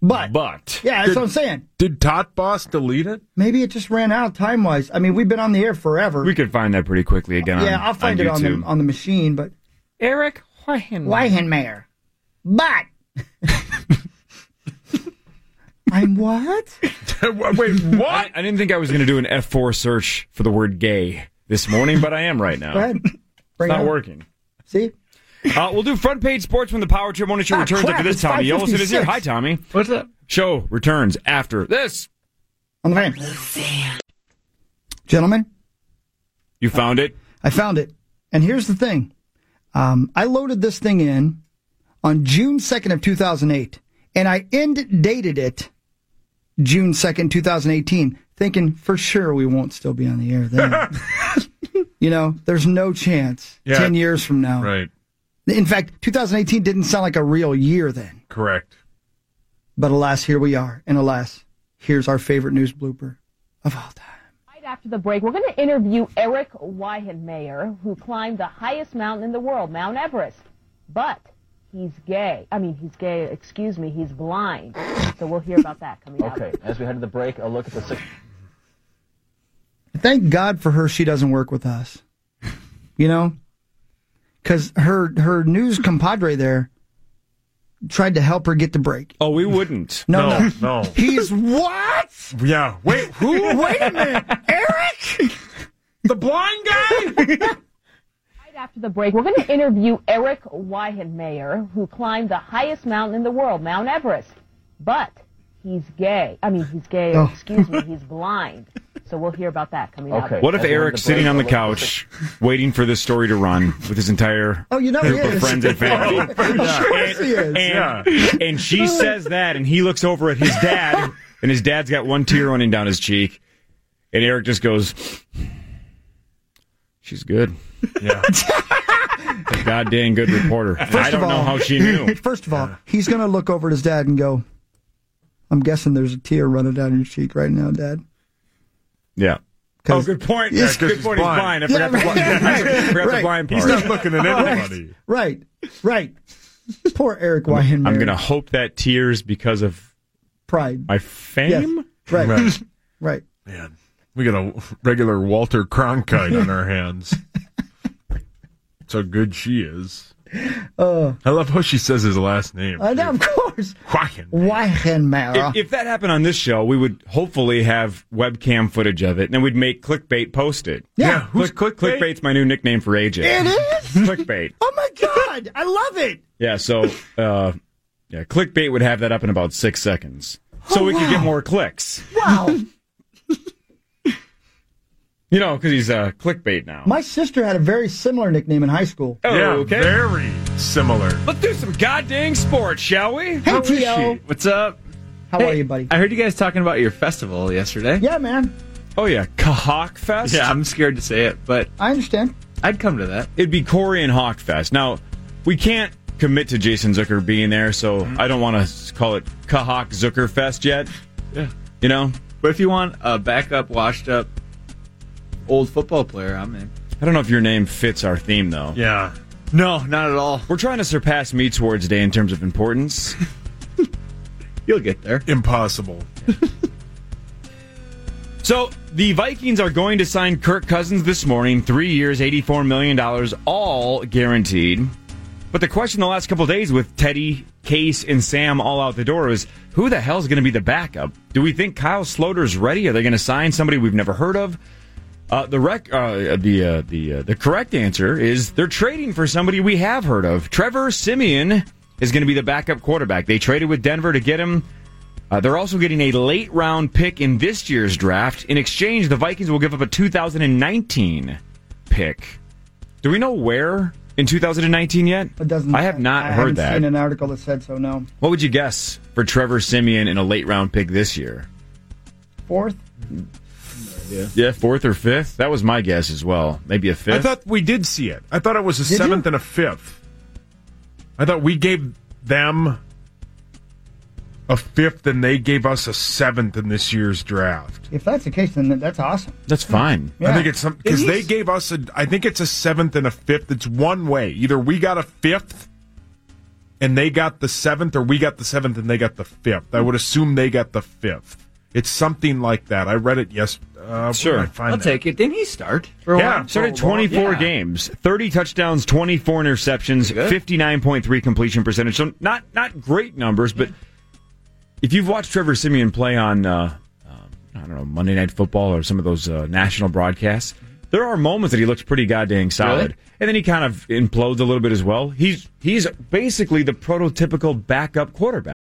[SPEAKER 5] But
[SPEAKER 12] but
[SPEAKER 5] Yeah, that's what I'm saying.
[SPEAKER 13] Did Tot Boss delete it?
[SPEAKER 5] Maybe it just ran out time wise. I mean, we've been on the air forever.
[SPEAKER 12] we could find that pretty quickly again.
[SPEAKER 5] yeah,
[SPEAKER 12] on,
[SPEAKER 5] I'll find it on
[SPEAKER 12] YouTube.
[SPEAKER 5] the on the machine, but
[SPEAKER 12] Eric Weihenmayer.
[SPEAKER 5] Weihenmayer. But I'm what?
[SPEAKER 13] Wait, what?
[SPEAKER 12] I, I didn't think I was going to do an F4 search for the word gay this morning, but I am right now.
[SPEAKER 5] Go ahead.
[SPEAKER 12] It's
[SPEAKER 5] Bring
[SPEAKER 12] not
[SPEAKER 5] it up.
[SPEAKER 12] working.
[SPEAKER 5] See?
[SPEAKER 12] Uh, we'll do front page sports when the Power Trip Morning Show
[SPEAKER 5] Ah,
[SPEAKER 12] returns
[SPEAKER 5] crap,
[SPEAKER 12] after this.
[SPEAKER 5] it's
[SPEAKER 12] Tommy Yellison is
[SPEAKER 5] 5:56.
[SPEAKER 12] here. Hi, Tommy.
[SPEAKER 18] What's up?
[SPEAKER 12] Show returns after this.
[SPEAKER 5] On the fan. Gentlemen,
[SPEAKER 12] You found it.
[SPEAKER 5] I found it. And here's the thing. Um, I loaded this thing in on June 2nd of 2008, and I end dated it June 2nd, 2018, thinking for sure we won't still be on the air then. you know, there's no chance
[SPEAKER 13] Yeah.
[SPEAKER 5] 10 years from now.
[SPEAKER 13] Right.
[SPEAKER 5] In fact, 2018 didn't sound like a real year then.
[SPEAKER 13] Correct.
[SPEAKER 5] But alas, here we are. And alas, here's our favorite news blooper of all time.
[SPEAKER 19] Right after the break, we're going to interview Eric Weihenmayer, who climbed the highest mountain in the world, Mount Everest. But he's gay. I mean, he's gay, excuse me, he's blind. So we'll hear about that coming up.
[SPEAKER 9] Okay, as we head to the break, a look at the six.
[SPEAKER 5] Thank God for her she doesn't work with us. You know? Cuz her her news compadre there tried to help her get the break.
[SPEAKER 12] Oh, we wouldn't.
[SPEAKER 5] No, no.
[SPEAKER 13] No.
[SPEAKER 5] He's what?
[SPEAKER 13] Yeah. Wait. Who?
[SPEAKER 5] Wait
[SPEAKER 12] Oh,
[SPEAKER 5] a minute. Eric?
[SPEAKER 13] The blind guy?
[SPEAKER 19] Right after the break, we're going to interview Eric Weihenmayer, who climbed the highest mountain in the world, Mount Everest. But he's gay. I mean, he's gay,
[SPEAKER 12] Oh.
[SPEAKER 19] excuse me, he's blind. So we'll hear about that coming up.
[SPEAKER 12] What if Eric's sitting on the couch, waiting for this story to run with his entire
[SPEAKER 5] Oh, you know he
[SPEAKER 12] group of
[SPEAKER 5] is.
[SPEAKER 12] friends and family?
[SPEAKER 5] Of course he is.
[SPEAKER 12] And, and she says that, and he looks over at his dad, and his dad's got one tear running down his cheek, and Eric just goes, "She's good."
[SPEAKER 13] Yeah.
[SPEAKER 12] A goddamn good reporter. I don't know how she knew.
[SPEAKER 5] First of all, he's going to look over at his dad and go, I'm guessing there's a tear running down your cheek right now, Dad.
[SPEAKER 12] Yeah. Oh, good point.
[SPEAKER 5] Yeah, 'cause
[SPEAKER 12] good
[SPEAKER 5] he's
[SPEAKER 12] point.
[SPEAKER 5] blind.
[SPEAKER 12] He's blind. I forgot,
[SPEAKER 5] Yeah,
[SPEAKER 12] the, blind. I forgot the
[SPEAKER 5] right.
[SPEAKER 12] blind part.
[SPEAKER 5] He's not looking at anybody. Right, right. Poor Eric Wyman.
[SPEAKER 12] I'm going to hope that tears because of
[SPEAKER 5] Pride.
[SPEAKER 12] my fame.
[SPEAKER 5] Yes. Right.
[SPEAKER 13] Right.
[SPEAKER 5] Right.
[SPEAKER 13] Man, we got a regular Walter Cronkite on our hands. That's how good she is.
[SPEAKER 5] Uh,
[SPEAKER 13] I love how she says his last name.
[SPEAKER 5] I know, of course. Wyhenmara.
[SPEAKER 12] If, if that happened on this show, we would hopefully have webcam footage of it, and then we'd make clickbait post it.
[SPEAKER 5] Yeah.
[SPEAKER 12] Click, click, clickbait's my new nickname for AJ.
[SPEAKER 5] It
[SPEAKER 12] is clickbait.
[SPEAKER 5] Oh my God, I love it.
[SPEAKER 12] Yeah, so uh, yeah, clickbait would have that up in about six seconds, so
[SPEAKER 5] Oh,
[SPEAKER 12] we could
[SPEAKER 5] wow.
[SPEAKER 12] get more clicks.
[SPEAKER 5] Wow.
[SPEAKER 12] You know, because he's uh, clickbait now.
[SPEAKER 5] My sister had a very similar nickname in high school.
[SPEAKER 13] Oh,
[SPEAKER 12] Yeah, okay.
[SPEAKER 13] very similar.
[SPEAKER 12] Let's do some goddamn sports, shall we?
[SPEAKER 5] Hey, T.O.
[SPEAKER 12] What's up?
[SPEAKER 5] How are you, buddy?
[SPEAKER 18] I heard you guys talking about your festival yesterday.
[SPEAKER 5] Yeah, man.
[SPEAKER 12] Oh yeah, Kahawk Fest.
[SPEAKER 18] Yeah, I'm scared to say it, but
[SPEAKER 5] I understand.
[SPEAKER 18] I'd come to that.
[SPEAKER 12] It'd be Corey and Hawkfest. Now, we can't commit to Jason Zucker being there, so
[SPEAKER 18] Mm-hmm.
[SPEAKER 12] I don't want to call it Kahawk Zucker Fest yet.
[SPEAKER 18] Yeah.
[SPEAKER 12] You know?
[SPEAKER 18] But if you want a backup, washed up, old football player, I'm in.
[SPEAKER 12] I don't know if your name fits our theme, though.
[SPEAKER 13] Yeah.
[SPEAKER 12] No, not at all. We're trying to surpass Meat Swords Day in terms of importance. You'll get there.
[SPEAKER 13] Impossible.
[SPEAKER 12] so, the Vikings are going to sign Kirk Cousins this morning. Three years, $84 million, all guaranteed. But the question the last couple of days with Teddy, Case, and Sam all out the door is who the hell's going to be the backup? Do we think Kyle Sloter's ready? Are they going to sign somebody we've never heard of? Uh, the rec- uh, the uh, the uh, the correct answer is they're trading for somebody we have heard of. Trevor Simeon is going to be the backup quarterback. They traded with Denver to get him. Uh, they're also getting a late round pick in this year's draft. In exchange, the Vikings will give up a 2019 pick. Do we know where in 2019 yet? It doesn't. I have not
[SPEAKER 5] I
[SPEAKER 12] heard
[SPEAKER 5] haven't
[SPEAKER 12] that.
[SPEAKER 5] seen an article that said so. No,
[SPEAKER 12] What would you guess for Trevor Simeon in a late round pick this year?
[SPEAKER 5] fourth.
[SPEAKER 12] Yeah, fourth or fifth. That was my guess as well. Maybe a fifth.
[SPEAKER 13] I thought we did see it. I thought it was a seventh and a fifth. I thought we gave them a fifth and they gave us a seventh in this year's draft.
[SPEAKER 5] If that's the case, then that's awesome.
[SPEAKER 12] That's fine.
[SPEAKER 13] I
[SPEAKER 5] Yeah.
[SPEAKER 13] think it's something because
[SPEAKER 5] It
[SPEAKER 13] they
[SPEAKER 5] is.
[SPEAKER 13] gave us a. I think it's a seventh and a fifth. It's one way. Either we got a fifth, and they got the seventh, or we got the seventh and they got the fifth. I would assume they got the fifth. It's something like that. I read it yes. Uh,
[SPEAKER 12] Sure. I'll take
[SPEAKER 18] it. Didn't he start?
[SPEAKER 13] yeah,
[SPEAKER 12] started 24 games, 30 touchdowns, 24 interceptions, 59.3 completion percentage. So not not great numbers, but if you've watched Trevor Simeon play on, uh, um, I don't know, Monday Night Football or some of those uh, national broadcasts, there are moments that he looks pretty goddamn solid,
[SPEAKER 18] Really?
[SPEAKER 12] and then he kind of implodes a little bit as well. He's he's basically the prototypical backup quarterback.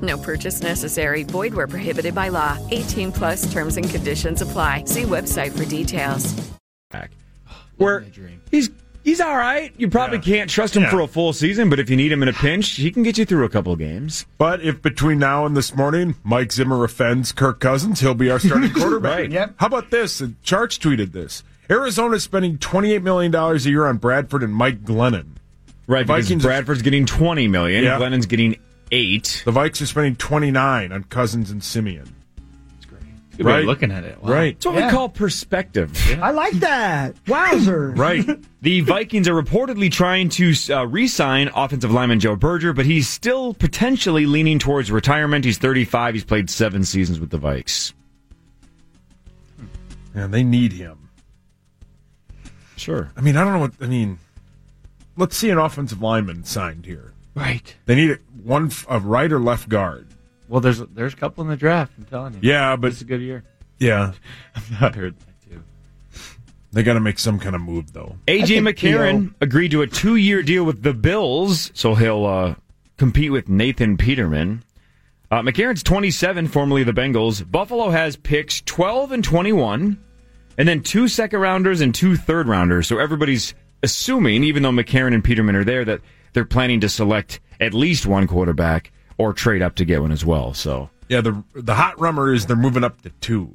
[SPEAKER 20] No purchase necessary. Void where prohibited by law. 18 plus terms and conditions apply. See website for details.
[SPEAKER 12] Where he's he's all right. You probably can't trust him
[SPEAKER 13] Yeah.
[SPEAKER 12] for a full season, but if you need him in a pinch, he can get you through a couple of games.
[SPEAKER 13] But if between now and this morning Mike Zimmer offends Kirk Cousins, he'll be our starting quarterback.
[SPEAKER 12] Right.
[SPEAKER 13] Yep. How about this? And Charge tweeted this. Arizona's spending $28 million a year on Bradford and Mike Glennon.
[SPEAKER 12] Right, because Bradford's getting 20 million,
[SPEAKER 13] Yeah.
[SPEAKER 12] Glennon's getting 8.
[SPEAKER 13] The Vikes are spending 29 on Cousins and Simeon. That's
[SPEAKER 18] Good
[SPEAKER 13] great.
[SPEAKER 18] way
[SPEAKER 13] right.
[SPEAKER 18] of looking at it. Wow.
[SPEAKER 13] Right.
[SPEAKER 12] That's what we call perspective.
[SPEAKER 5] I like that. Wowzer.
[SPEAKER 12] Right. the Vikings are reportedly trying to uh, re sign offensive lineman Joe Berger, but he's still potentially leaning towards retirement. He's 35. He's played seven seasons with the Vikes.
[SPEAKER 13] And they need him.
[SPEAKER 12] Sure.
[SPEAKER 13] I mean, I don't know what. I mean, let's see an offensive lineman signed here.
[SPEAKER 18] Right.
[SPEAKER 13] They need one, f- a right or left guard.
[SPEAKER 18] Well, there's there's a couple in the draft. I'm telling you.
[SPEAKER 13] Yeah, but-
[SPEAKER 18] it's a good year.
[SPEAKER 13] Yeah.
[SPEAKER 18] I've not heard that too.
[SPEAKER 13] They got to make some kind of move, though.
[SPEAKER 12] A.J. McCarron agreed to a two year deal with the Bills, so he'll uh, compete with Nathan Peterman. Uh, McCarron's 27, formerly the Bengals. Buffalo has picks 12 and 21, and then two second rounders and two third rounders. So everybody's assuming, even though McCarron and Peterman are there, that they're planning to select at least one quarterback or trade up to get one as well. So
[SPEAKER 13] Yeah, the the hot rumor is they're moving up to two.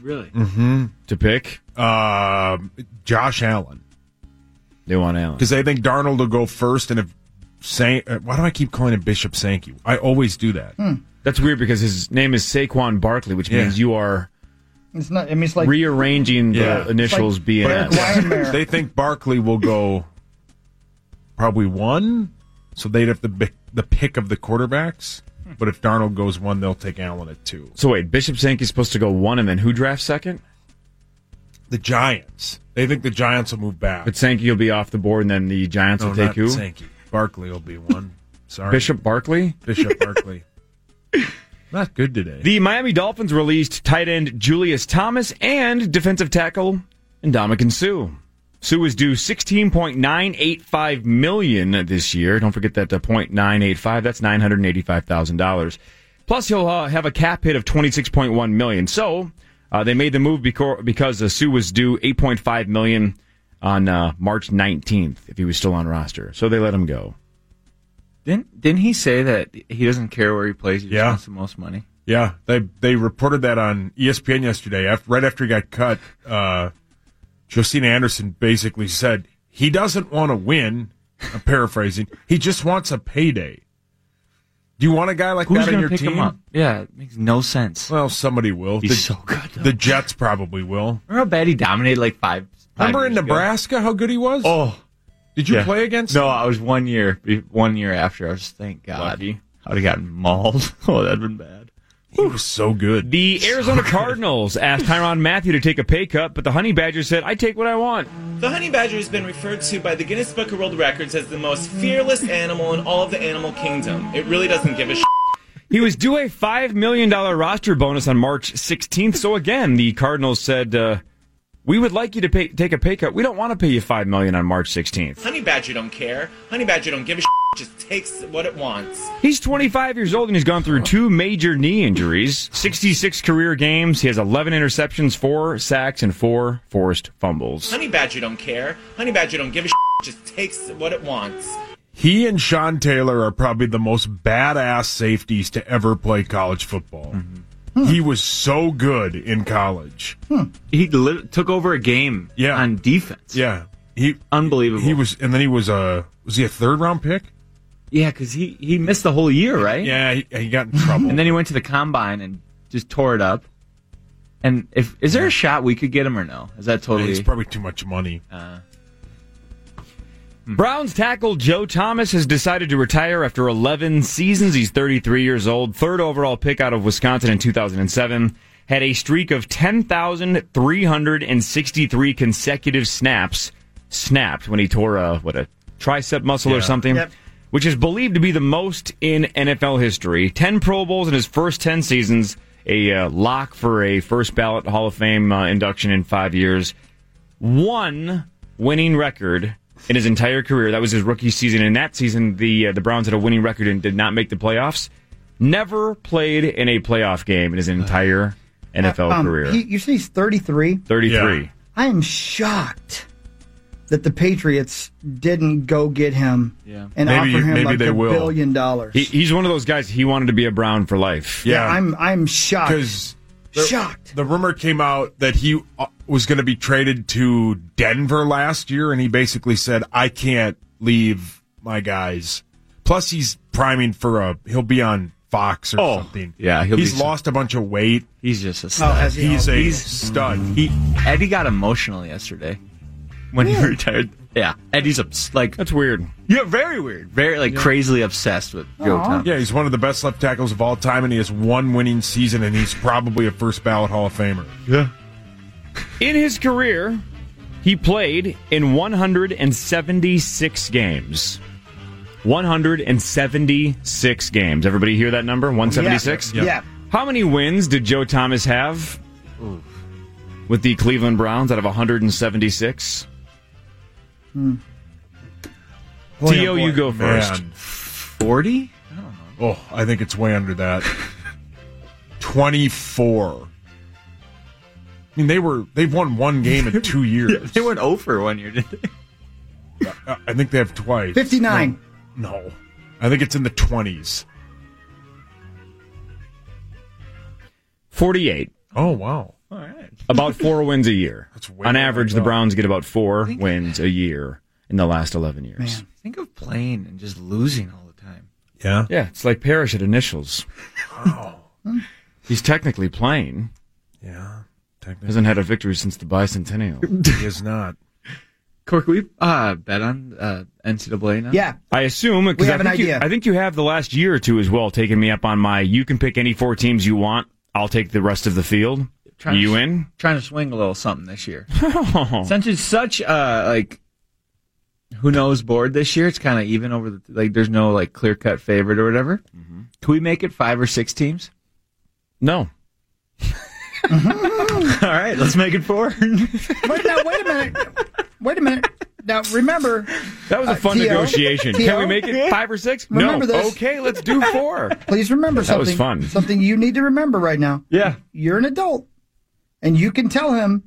[SPEAKER 18] Really?
[SPEAKER 13] Mm-hmm.
[SPEAKER 12] To pick
[SPEAKER 13] Um Josh Allen
[SPEAKER 12] they want Allen
[SPEAKER 13] because they think Darnold will go first, and if San- uh, why do I keep calling him Bishop Sankey? I always do that.
[SPEAKER 12] that's weird because his name is Saquon Barkley, which
[SPEAKER 13] Yeah.
[SPEAKER 12] means you are
[SPEAKER 5] It's not. I mean, it's like
[SPEAKER 12] rearranging the
[SPEAKER 13] Yeah.
[SPEAKER 12] initials
[SPEAKER 13] It's
[SPEAKER 12] BS.
[SPEAKER 13] But they think Barkley will go probably one, so they'd have the bi- the pick of the quarterbacks. But if Darnold goes one, they'll take Allen at two.
[SPEAKER 12] So wait, Bishop Sankey's supposed to go one, and then who drafts second?
[SPEAKER 13] The Giants. They think the Giants will move back.
[SPEAKER 12] But Sankey will be off the board, and then the Giants
[SPEAKER 13] No,
[SPEAKER 12] will take
[SPEAKER 13] not
[SPEAKER 12] who?
[SPEAKER 13] Sankey. Barkley will be one. Sorry,
[SPEAKER 12] Bishop Barkley.
[SPEAKER 13] Bishop Barkley. Not good today.
[SPEAKER 12] The Miami Dolphins released tight end Julius Thomas and defensive tackle Indomitian Sue. Sue is due sixteen point nine eight five million this year. Don't forget that uh, point nine eight five. That's nine hundred eighty five thousand dollars. Plus, he'll uh, have a cap hit of twenty six point one million. So uh, they made the move because because uh, Sue was due eight point five million on uh, March nineteenth if he was still on roster. So they let him go.
[SPEAKER 18] Didn't didn't he say that he doesn't care where he plays? He just
[SPEAKER 13] Yeah.
[SPEAKER 18] wants the most money.
[SPEAKER 13] Yeah, they they reported that on E ESPN yesterday. After, right after he got cut, uh, Josina Anderson basically said he doesn't want to win. I'm paraphrasing. He just wants a payday. Do you want a guy like
[SPEAKER 18] Who's
[SPEAKER 13] that on
[SPEAKER 18] gonna
[SPEAKER 13] your
[SPEAKER 18] pick him
[SPEAKER 13] team?
[SPEAKER 18] up? Yeah, it makes no sense.
[SPEAKER 13] Well, somebody will.
[SPEAKER 18] He's
[SPEAKER 13] the,
[SPEAKER 18] so good.
[SPEAKER 13] The Jets probably will.
[SPEAKER 18] Remember how bad he dominated like five. five
[SPEAKER 13] Remember in
[SPEAKER 18] years ago?
[SPEAKER 13] Nebraska how good he was?
[SPEAKER 18] Oh,
[SPEAKER 13] did you
[SPEAKER 18] Yeah.
[SPEAKER 13] play against?
[SPEAKER 18] No, I was one year. be- One year after, I was thank God. I would have gotten mauled. oh, that'd been bad.
[SPEAKER 13] He was so good.
[SPEAKER 12] The Arizona Cardinals asked Tyron Matthew to take a pay cut, but the Honey Badger said, I take what I want.
[SPEAKER 21] The honey badger has been referred to by the Guinness Book of World Records as the most fearless animal in all of the animal kingdom. It really doesn't give a sh-
[SPEAKER 12] He was due a $5 million roster bonus on March 16th. So again, the Cardinals said, uh, we would like you to pay, take a pay cut. We don't want to pay you $5 million on March 16th.
[SPEAKER 21] Honey badger don't care. Honey badger don't give a sh- just takes what it wants.
[SPEAKER 12] He's 25 years old and he's gone through two major knee injuries, 66 career games. He has 11 interceptions, four sacks, and four forced fumbles.
[SPEAKER 21] Honey badger don't care. Honey badger don't give a sh- just takes what it wants.
[SPEAKER 13] He and Sean Taylor are probably the most badass safeties to ever play college football. He was so good in college.
[SPEAKER 18] He li- took over a game.
[SPEAKER 13] Yeah.
[SPEAKER 18] on defense.
[SPEAKER 13] Yeah, he
[SPEAKER 18] unbelievable.
[SPEAKER 13] He was, and then he was a was he a third round pick?
[SPEAKER 18] Yeah, because he he missed the whole year, right?
[SPEAKER 13] Yeah, he, he got in trouble,
[SPEAKER 18] and then he went to the combine and just tore it up. And if is there a shot we could get him or no? Is that totally?
[SPEAKER 13] It's probably too much money. Oh,
[SPEAKER 18] Uh,
[SPEAKER 12] Browns tackle Joe Thomas has decided to retire after 11 seasons. He's 33 years old, third overall pick out of Wisconsin in 2007. Had a streak of 10,363 consecutive snaps snapped when he tore a, what, a tricep muscle or
[SPEAKER 18] Yeah.
[SPEAKER 12] something,
[SPEAKER 18] Yep.
[SPEAKER 12] which is believed to be the most in NFL history. 10 Pro Bowls in his first 10 seasons, a uh, lock for a first ballot Hall of Fame uh, induction in five years one winning record in his entire career. That was his rookie season. In that season, the uh, the Browns had a winning record and did not make the playoffs. Never played in a playoff game in his entire NFL
[SPEAKER 5] Uh, Um,
[SPEAKER 12] career.
[SPEAKER 5] he- you said he's 33.
[SPEAKER 12] 33.
[SPEAKER 5] I am shocked that the Patriots didn't go get him and
[SPEAKER 12] Maybe-
[SPEAKER 5] offer him
[SPEAKER 12] maybe
[SPEAKER 5] like
[SPEAKER 12] they
[SPEAKER 5] a
[SPEAKER 12] will.
[SPEAKER 5] billion dollars.
[SPEAKER 12] He, he's one of those guys. He wanted to be a Brown for life.
[SPEAKER 5] I'm I'm shocked.
[SPEAKER 13] Because shocked. The rumor came out that he uh, was going to be traded to Denver last year, and he basically said, "I can't leave my guys." Plus, he's priming for a. He'll be on Fox or something.
[SPEAKER 18] Oh. yeah, he'll be
[SPEAKER 13] he's
[SPEAKER 18] some-
[SPEAKER 13] lost a bunch of weight.
[SPEAKER 18] He's just a
[SPEAKER 5] Oh,
[SPEAKER 13] stud.
[SPEAKER 18] stud.
[SPEAKER 13] he's a stud.
[SPEAKER 18] He Eddie got emotional yesterday when he retired. Yeah, Eddie's obs- like
[SPEAKER 12] that's weird.
[SPEAKER 18] Yeah, very weird. Very like crazily obsessed with Joe Thomas.
[SPEAKER 13] Yeah, he's one of the best left tackles of all time, and he has one winning season, and he's probably a first ballot Hall of Famer.
[SPEAKER 18] Yeah.
[SPEAKER 12] In his career, he played in 176 games. 176 games. Everybody hear that number? 176?
[SPEAKER 18] Yeah. Yeah.
[SPEAKER 12] How many wins did Joe Thomas have with the Cleveland Browns out of 176?
[SPEAKER 5] Hmm.
[SPEAKER 12] T.O., you go first.
[SPEAKER 18] 40? I don't know.
[SPEAKER 13] Oh, I think it's way under that. 24. I mean, they were they've won one game in two years. they went over one year, did they? I, I think they have twice.
[SPEAKER 5] 59.
[SPEAKER 13] No, no. I think it's in the twenties.
[SPEAKER 12] Forty-eight.
[SPEAKER 13] Oh wow!
[SPEAKER 12] All right. About four wins a year. On average, the Browns get about four wins a year in the last eleven years.
[SPEAKER 18] Think of playing and just losing all the time.
[SPEAKER 13] Yeah.
[SPEAKER 12] Yeah. It's like Parrish at initials.
[SPEAKER 18] Hmm.
[SPEAKER 12] He's technically playing.
[SPEAKER 13] Yeah. Technically.
[SPEAKER 12] Hasn't had a victory since the bicentennial.
[SPEAKER 13] he is not.
[SPEAKER 18] Cork, we uh, bet on uh, NCAA now.
[SPEAKER 12] I assume because
[SPEAKER 18] We
[SPEAKER 12] I
[SPEAKER 18] have an
[SPEAKER 12] think you-
[SPEAKER 18] idea.
[SPEAKER 12] I think you have the last year or two as well taking me up on my you can pick any four teams you want. I'll take the rest of the field.
[SPEAKER 18] Trying to
[SPEAKER 12] you
[SPEAKER 18] s-
[SPEAKER 12] in?
[SPEAKER 18] Trying to swing a little something this year. Since it's such uh like who knows board this year, it's kind of even over the like. There's no like clear cut favorite or whatever. Can we make it five or six teams?
[SPEAKER 12] Mm-hmm. No.
[SPEAKER 5] Mm-hmm.
[SPEAKER 18] All right, let's make it four.
[SPEAKER 5] Wait, now, wait a minute. Wait a minute. Now, remember.
[SPEAKER 12] That was a
[SPEAKER 5] uh,
[SPEAKER 12] fun
[SPEAKER 5] T.O.,
[SPEAKER 12] negotiation.
[SPEAKER 5] T.O.,
[SPEAKER 12] Can we make it five or six?
[SPEAKER 5] Remember
[SPEAKER 12] no.
[SPEAKER 5] this.
[SPEAKER 12] Okay, let's do four.
[SPEAKER 5] Please remember
[SPEAKER 12] That
[SPEAKER 5] something.
[SPEAKER 12] was fun.
[SPEAKER 5] Something you need to remember right now.
[SPEAKER 12] Yeah.
[SPEAKER 5] You're an adult, and you can tell him,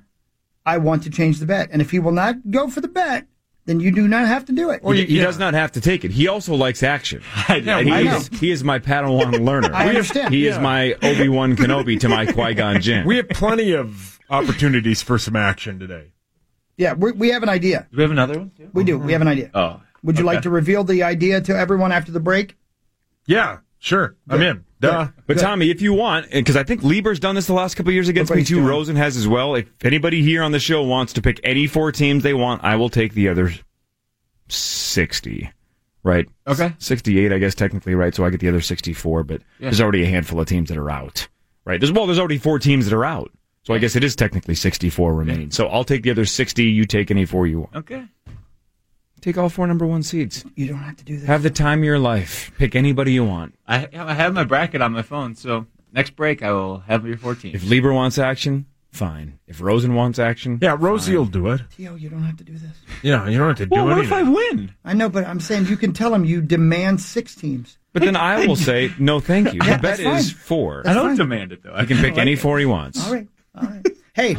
[SPEAKER 5] I want to change the bet. And if he will not go for the bet, then you do not have to do it.
[SPEAKER 12] Well, he, he does not have to take it. He also likes action.
[SPEAKER 5] I
[SPEAKER 12] he,
[SPEAKER 5] know.
[SPEAKER 12] is, he is my Padawan learner.
[SPEAKER 5] I understand.
[SPEAKER 12] He is
[SPEAKER 5] Yeah.
[SPEAKER 12] my Obi Wan Kenobi to my Qui Gon Jinn.
[SPEAKER 13] We have plenty of opportunities for some action today.
[SPEAKER 5] Yeah, we, we have an idea.
[SPEAKER 18] Do we have another one?
[SPEAKER 5] We do. We have an idea.
[SPEAKER 18] Oh.
[SPEAKER 5] Would you
[SPEAKER 13] Okay.
[SPEAKER 5] like to reveal the idea to everyone after the break?
[SPEAKER 13] Yeah, sure. I'm in. Duh.
[SPEAKER 12] But Tommy, if you want, because I think Lieber's done this the last couple of years against me too. Rosen has as well. If anybody here on the show wants to pick any four teams they want, I will take the other sixty. Right. Okay. Sixty-eight, I guess technically, right? So I get the other sixty-four. But
[SPEAKER 18] Yeah.
[SPEAKER 12] there's already a handful of teams that are out. Right. There's well, there's already four teams that are out. So I guess it is technically sixty-four remaining. So I'll take the other sixty. You take any four you want.
[SPEAKER 18] Okay.
[SPEAKER 12] Take all four number one seeds.
[SPEAKER 5] You don't have to do that.
[SPEAKER 12] Have the time of your life. Pick anybody you want.
[SPEAKER 18] I I have my bracket on my phone, so next break I will have your four teams.
[SPEAKER 12] If Lieber wants action, fine. If Rosen wants action,
[SPEAKER 13] yeah, Rosie will do it.
[SPEAKER 5] Yo, you don't have to do this.
[SPEAKER 13] Yeah, you don't have to do
[SPEAKER 12] Well, what if
[SPEAKER 13] anything.
[SPEAKER 12] I win?
[SPEAKER 5] I know, but I'm saying you can tell him you demand six teams.
[SPEAKER 12] But then I will say no, thank you.
[SPEAKER 5] Yeah,
[SPEAKER 12] the bet
[SPEAKER 5] that's fine.
[SPEAKER 12] is four.
[SPEAKER 5] That's I don't fine.
[SPEAKER 18] demand it though.
[SPEAKER 12] He can pick any four he wants.
[SPEAKER 5] All right. All right. Hey.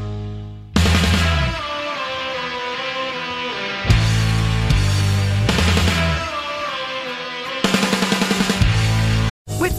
[SPEAKER 20] With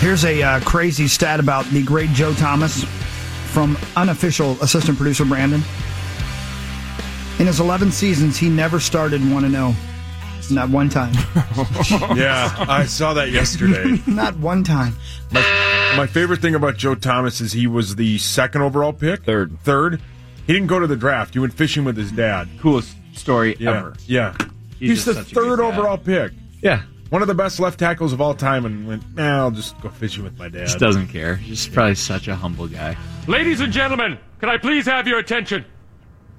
[SPEAKER 5] Here's a uh, crazy stat about the great Joe Thomas from unofficial assistant producer Brandon. In his 11 seasons, he never started 1 and 0. Not one time.
[SPEAKER 13] yeah, I saw that yesterday.
[SPEAKER 5] Not one time.
[SPEAKER 13] My, my favorite thing about Joe Thomas is he was the second overall pick. Third. Third. He didn't go to the draft. He went fishing with his dad.
[SPEAKER 18] Coolest story
[SPEAKER 13] yeah.
[SPEAKER 18] ever.
[SPEAKER 13] Yeah. He's,
[SPEAKER 18] He's just
[SPEAKER 13] the
[SPEAKER 18] such a
[SPEAKER 13] third
[SPEAKER 18] good guy.
[SPEAKER 13] overall pick.
[SPEAKER 18] Yeah.
[SPEAKER 13] One of the best left tackles of all time and went, nah, I'll just go fishing with my dad.
[SPEAKER 18] Just doesn't care. He's probably such a humble guy.
[SPEAKER 8] Ladies and gentlemen, can I please have your attention?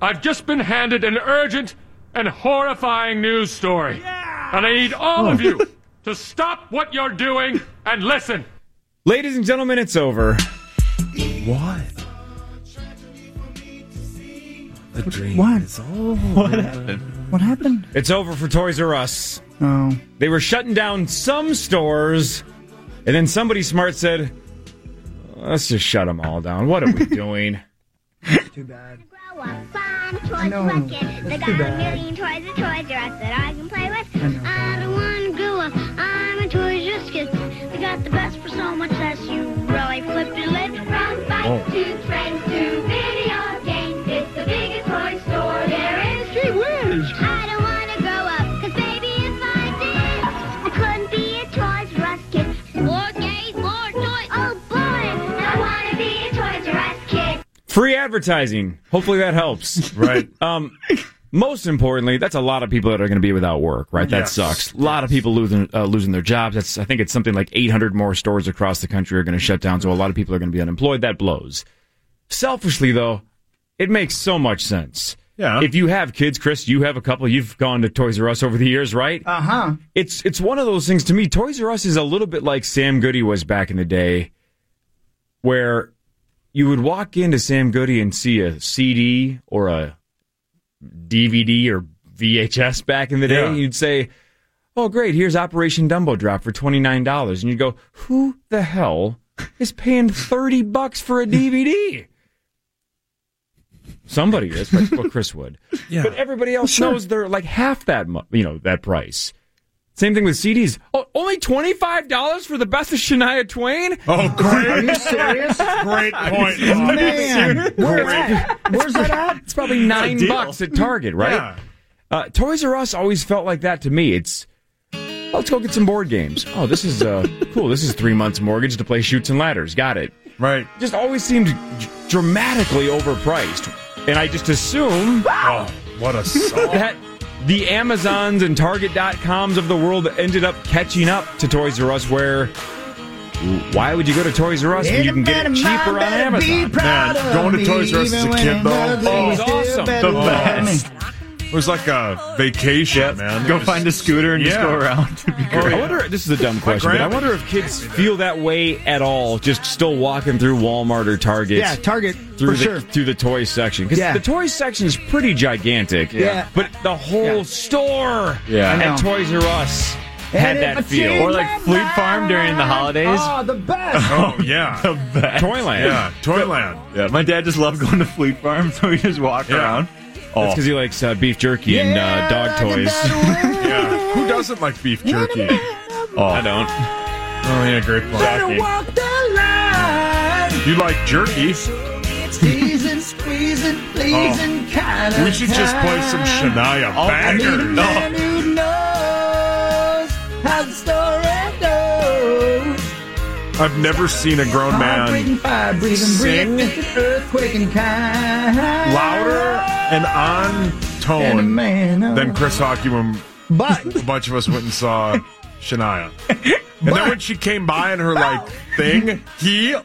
[SPEAKER 8] I've just been handed an urgent and horrifying news story. And I need all of you to stop what you're doing and listen.
[SPEAKER 12] Ladies and gentlemen, it's over. What?
[SPEAKER 13] The dream.
[SPEAKER 5] What?
[SPEAKER 13] What
[SPEAKER 12] happened?
[SPEAKER 5] What happened?
[SPEAKER 12] It's over for Toys R Us.
[SPEAKER 5] Oh.
[SPEAKER 12] They were shutting down some stores, and then somebody smart said, "Let's just shut them all down. What are we doing?"
[SPEAKER 5] Too bad.
[SPEAKER 7] I'm towards
[SPEAKER 5] No,
[SPEAKER 7] Bucket. The
[SPEAKER 5] that's
[SPEAKER 7] guy
[SPEAKER 5] too
[SPEAKER 7] I'm
[SPEAKER 5] bad.
[SPEAKER 7] million toys a Toys R Us that I can play with.
[SPEAKER 5] I know.
[SPEAKER 7] I don't want to go up. I'm a Toys R Us kid. They got the best for so much less. You really flip your lid. From bikes
[SPEAKER 22] Oh.
[SPEAKER 7] to trends to video games, it's the biggest toy store there is. Gee whiz! I don't want to grow up, cause baby, if I did, I couldn't be a Toys R Us kid. More games, more toys. Oh boy, I want to be a Toys R Us kid.
[SPEAKER 12] Free advertising. Hopefully that helps. right. Um, most importantly, that's a lot of people that are going to be without work. Right. That
[SPEAKER 18] Yes.
[SPEAKER 12] sucks. A lot of people losing uh, losing their jobs. That's I think it's something like 800 more stores across the country are going to shut down. So a lot of people are going to be unemployed. That blows. Selfishly though, it makes so much sense. Yeah. If you have kids, Chris, you have a couple. You've gone to Toys R Us over the years, right? Uh huh. It's it's one of those things to me. Toys R Us is a little bit like Sam Goody was back in the day where you would walk into Sam Goody and see a CD or a DVD or VHS back in the day,
[SPEAKER 18] Yeah.
[SPEAKER 12] and you'd say, "Oh, great! Here's Operation Dumbo Drop for twenty nine dollars," and you'd go, "Who the hell is paying thirty bucks for a DVD?" Somebody is, but well, Chris would. But everybody else knows they're like half that, mu- you know, that price. Same thing with CDs. Oh, only twenty five dollars for the best of Shania Twain.
[SPEAKER 13] Oh,
[SPEAKER 5] great. Are you serious?
[SPEAKER 13] Great point.
[SPEAKER 5] Man, where's
[SPEAKER 12] that? Where's that at? It's probably nine bucks at Target, right?
[SPEAKER 5] Yeah.
[SPEAKER 12] Uh, Toys R Us always felt like that to me. It's let's go get some board games. Oh, this is uh, cool. This is three months mortgage to play shoots and ladders. Got it. Right. Just always seemed d- dramatically overpriced, and I just assume. Oh, what a that the Amazons and Target.coms of the world ended up catching up to Toys R Us, where why would you go to Toys R Us when you can get it cheaper on Amazon?
[SPEAKER 13] Man, going to Toys R Us as a kid though,
[SPEAKER 12] oh, it's awesome.
[SPEAKER 13] The best. It was like a vacation, man.
[SPEAKER 12] Go find
[SPEAKER 13] a scooter
[SPEAKER 12] and just go
[SPEAKER 13] around.
[SPEAKER 12] Or I wonder. This is a dumb question, but I
[SPEAKER 13] grandpa
[SPEAKER 12] wonder if kids feel that way at all. Just still walking through Walmart or Target.
[SPEAKER 5] Yeah, Target,
[SPEAKER 12] through
[SPEAKER 5] for
[SPEAKER 12] the
[SPEAKER 5] sure.
[SPEAKER 12] through the toy section because
[SPEAKER 5] Yeah.
[SPEAKER 12] the toy section is pretty gigantic.
[SPEAKER 5] Yeah.
[SPEAKER 12] but the whole store
[SPEAKER 5] Yeah. I know.
[SPEAKER 12] at Toys R Us had
[SPEAKER 5] And
[SPEAKER 12] that
[SPEAKER 5] if a
[SPEAKER 12] feel,
[SPEAKER 5] team Or like
[SPEAKER 12] Fleet Farm during the holidays.
[SPEAKER 5] Oh, the best.
[SPEAKER 13] yeah,
[SPEAKER 9] the best.
[SPEAKER 12] Toyland.
[SPEAKER 13] Yeah, Toyland.
[SPEAKER 9] Yeah, my dad just loved going to Fleet Farm, so we just walk around. Oh,
[SPEAKER 12] That's because he likes uh, beef jerky and uh, dog toys.
[SPEAKER 13] yeah, who doesn't like beef jerky?
[SPEAKER 12] Oh, I don't.
[SPEAKER 13] Oh yeah, great point.
[SPEAKER 5] walk the line.
[SPEAKER 13] You like jerky?
[SPEAKER 5] Squeezing, squeezing, pleasing,
[SPEAKER 12] Oh.
[SPEAKER 5] kind of.
[SPEAKER 13] We should just play some Shania
[SPEAKER 5] Oh,
[SPEAKER 13] bangers.
[SPEAKER 5] Man who knows how the story goes.
[SPEAKER 13] I've never seen a
[SPEAKER 12] Oh,
[SPEAKER 13] grown
[SPEAKER 5] Heartbreaking,
[SPEAKER 13] man
[SPEAKER 5] fire breathing,
[SPEAKER 13] sing
[SPEAKER 5] breathing, earthquake and kind.
[SPEAKER 13] louder and on
[SPEAKER 5] And a
[SPEAKER 13] tone
[SPEAKER 5] man of-
[SPEAKER 13] than Chris Hockey when
[SPEAKER 5] but
[SPEAKER 13] a bunch of us went and saw Shania. And then when she came by in her like thing, he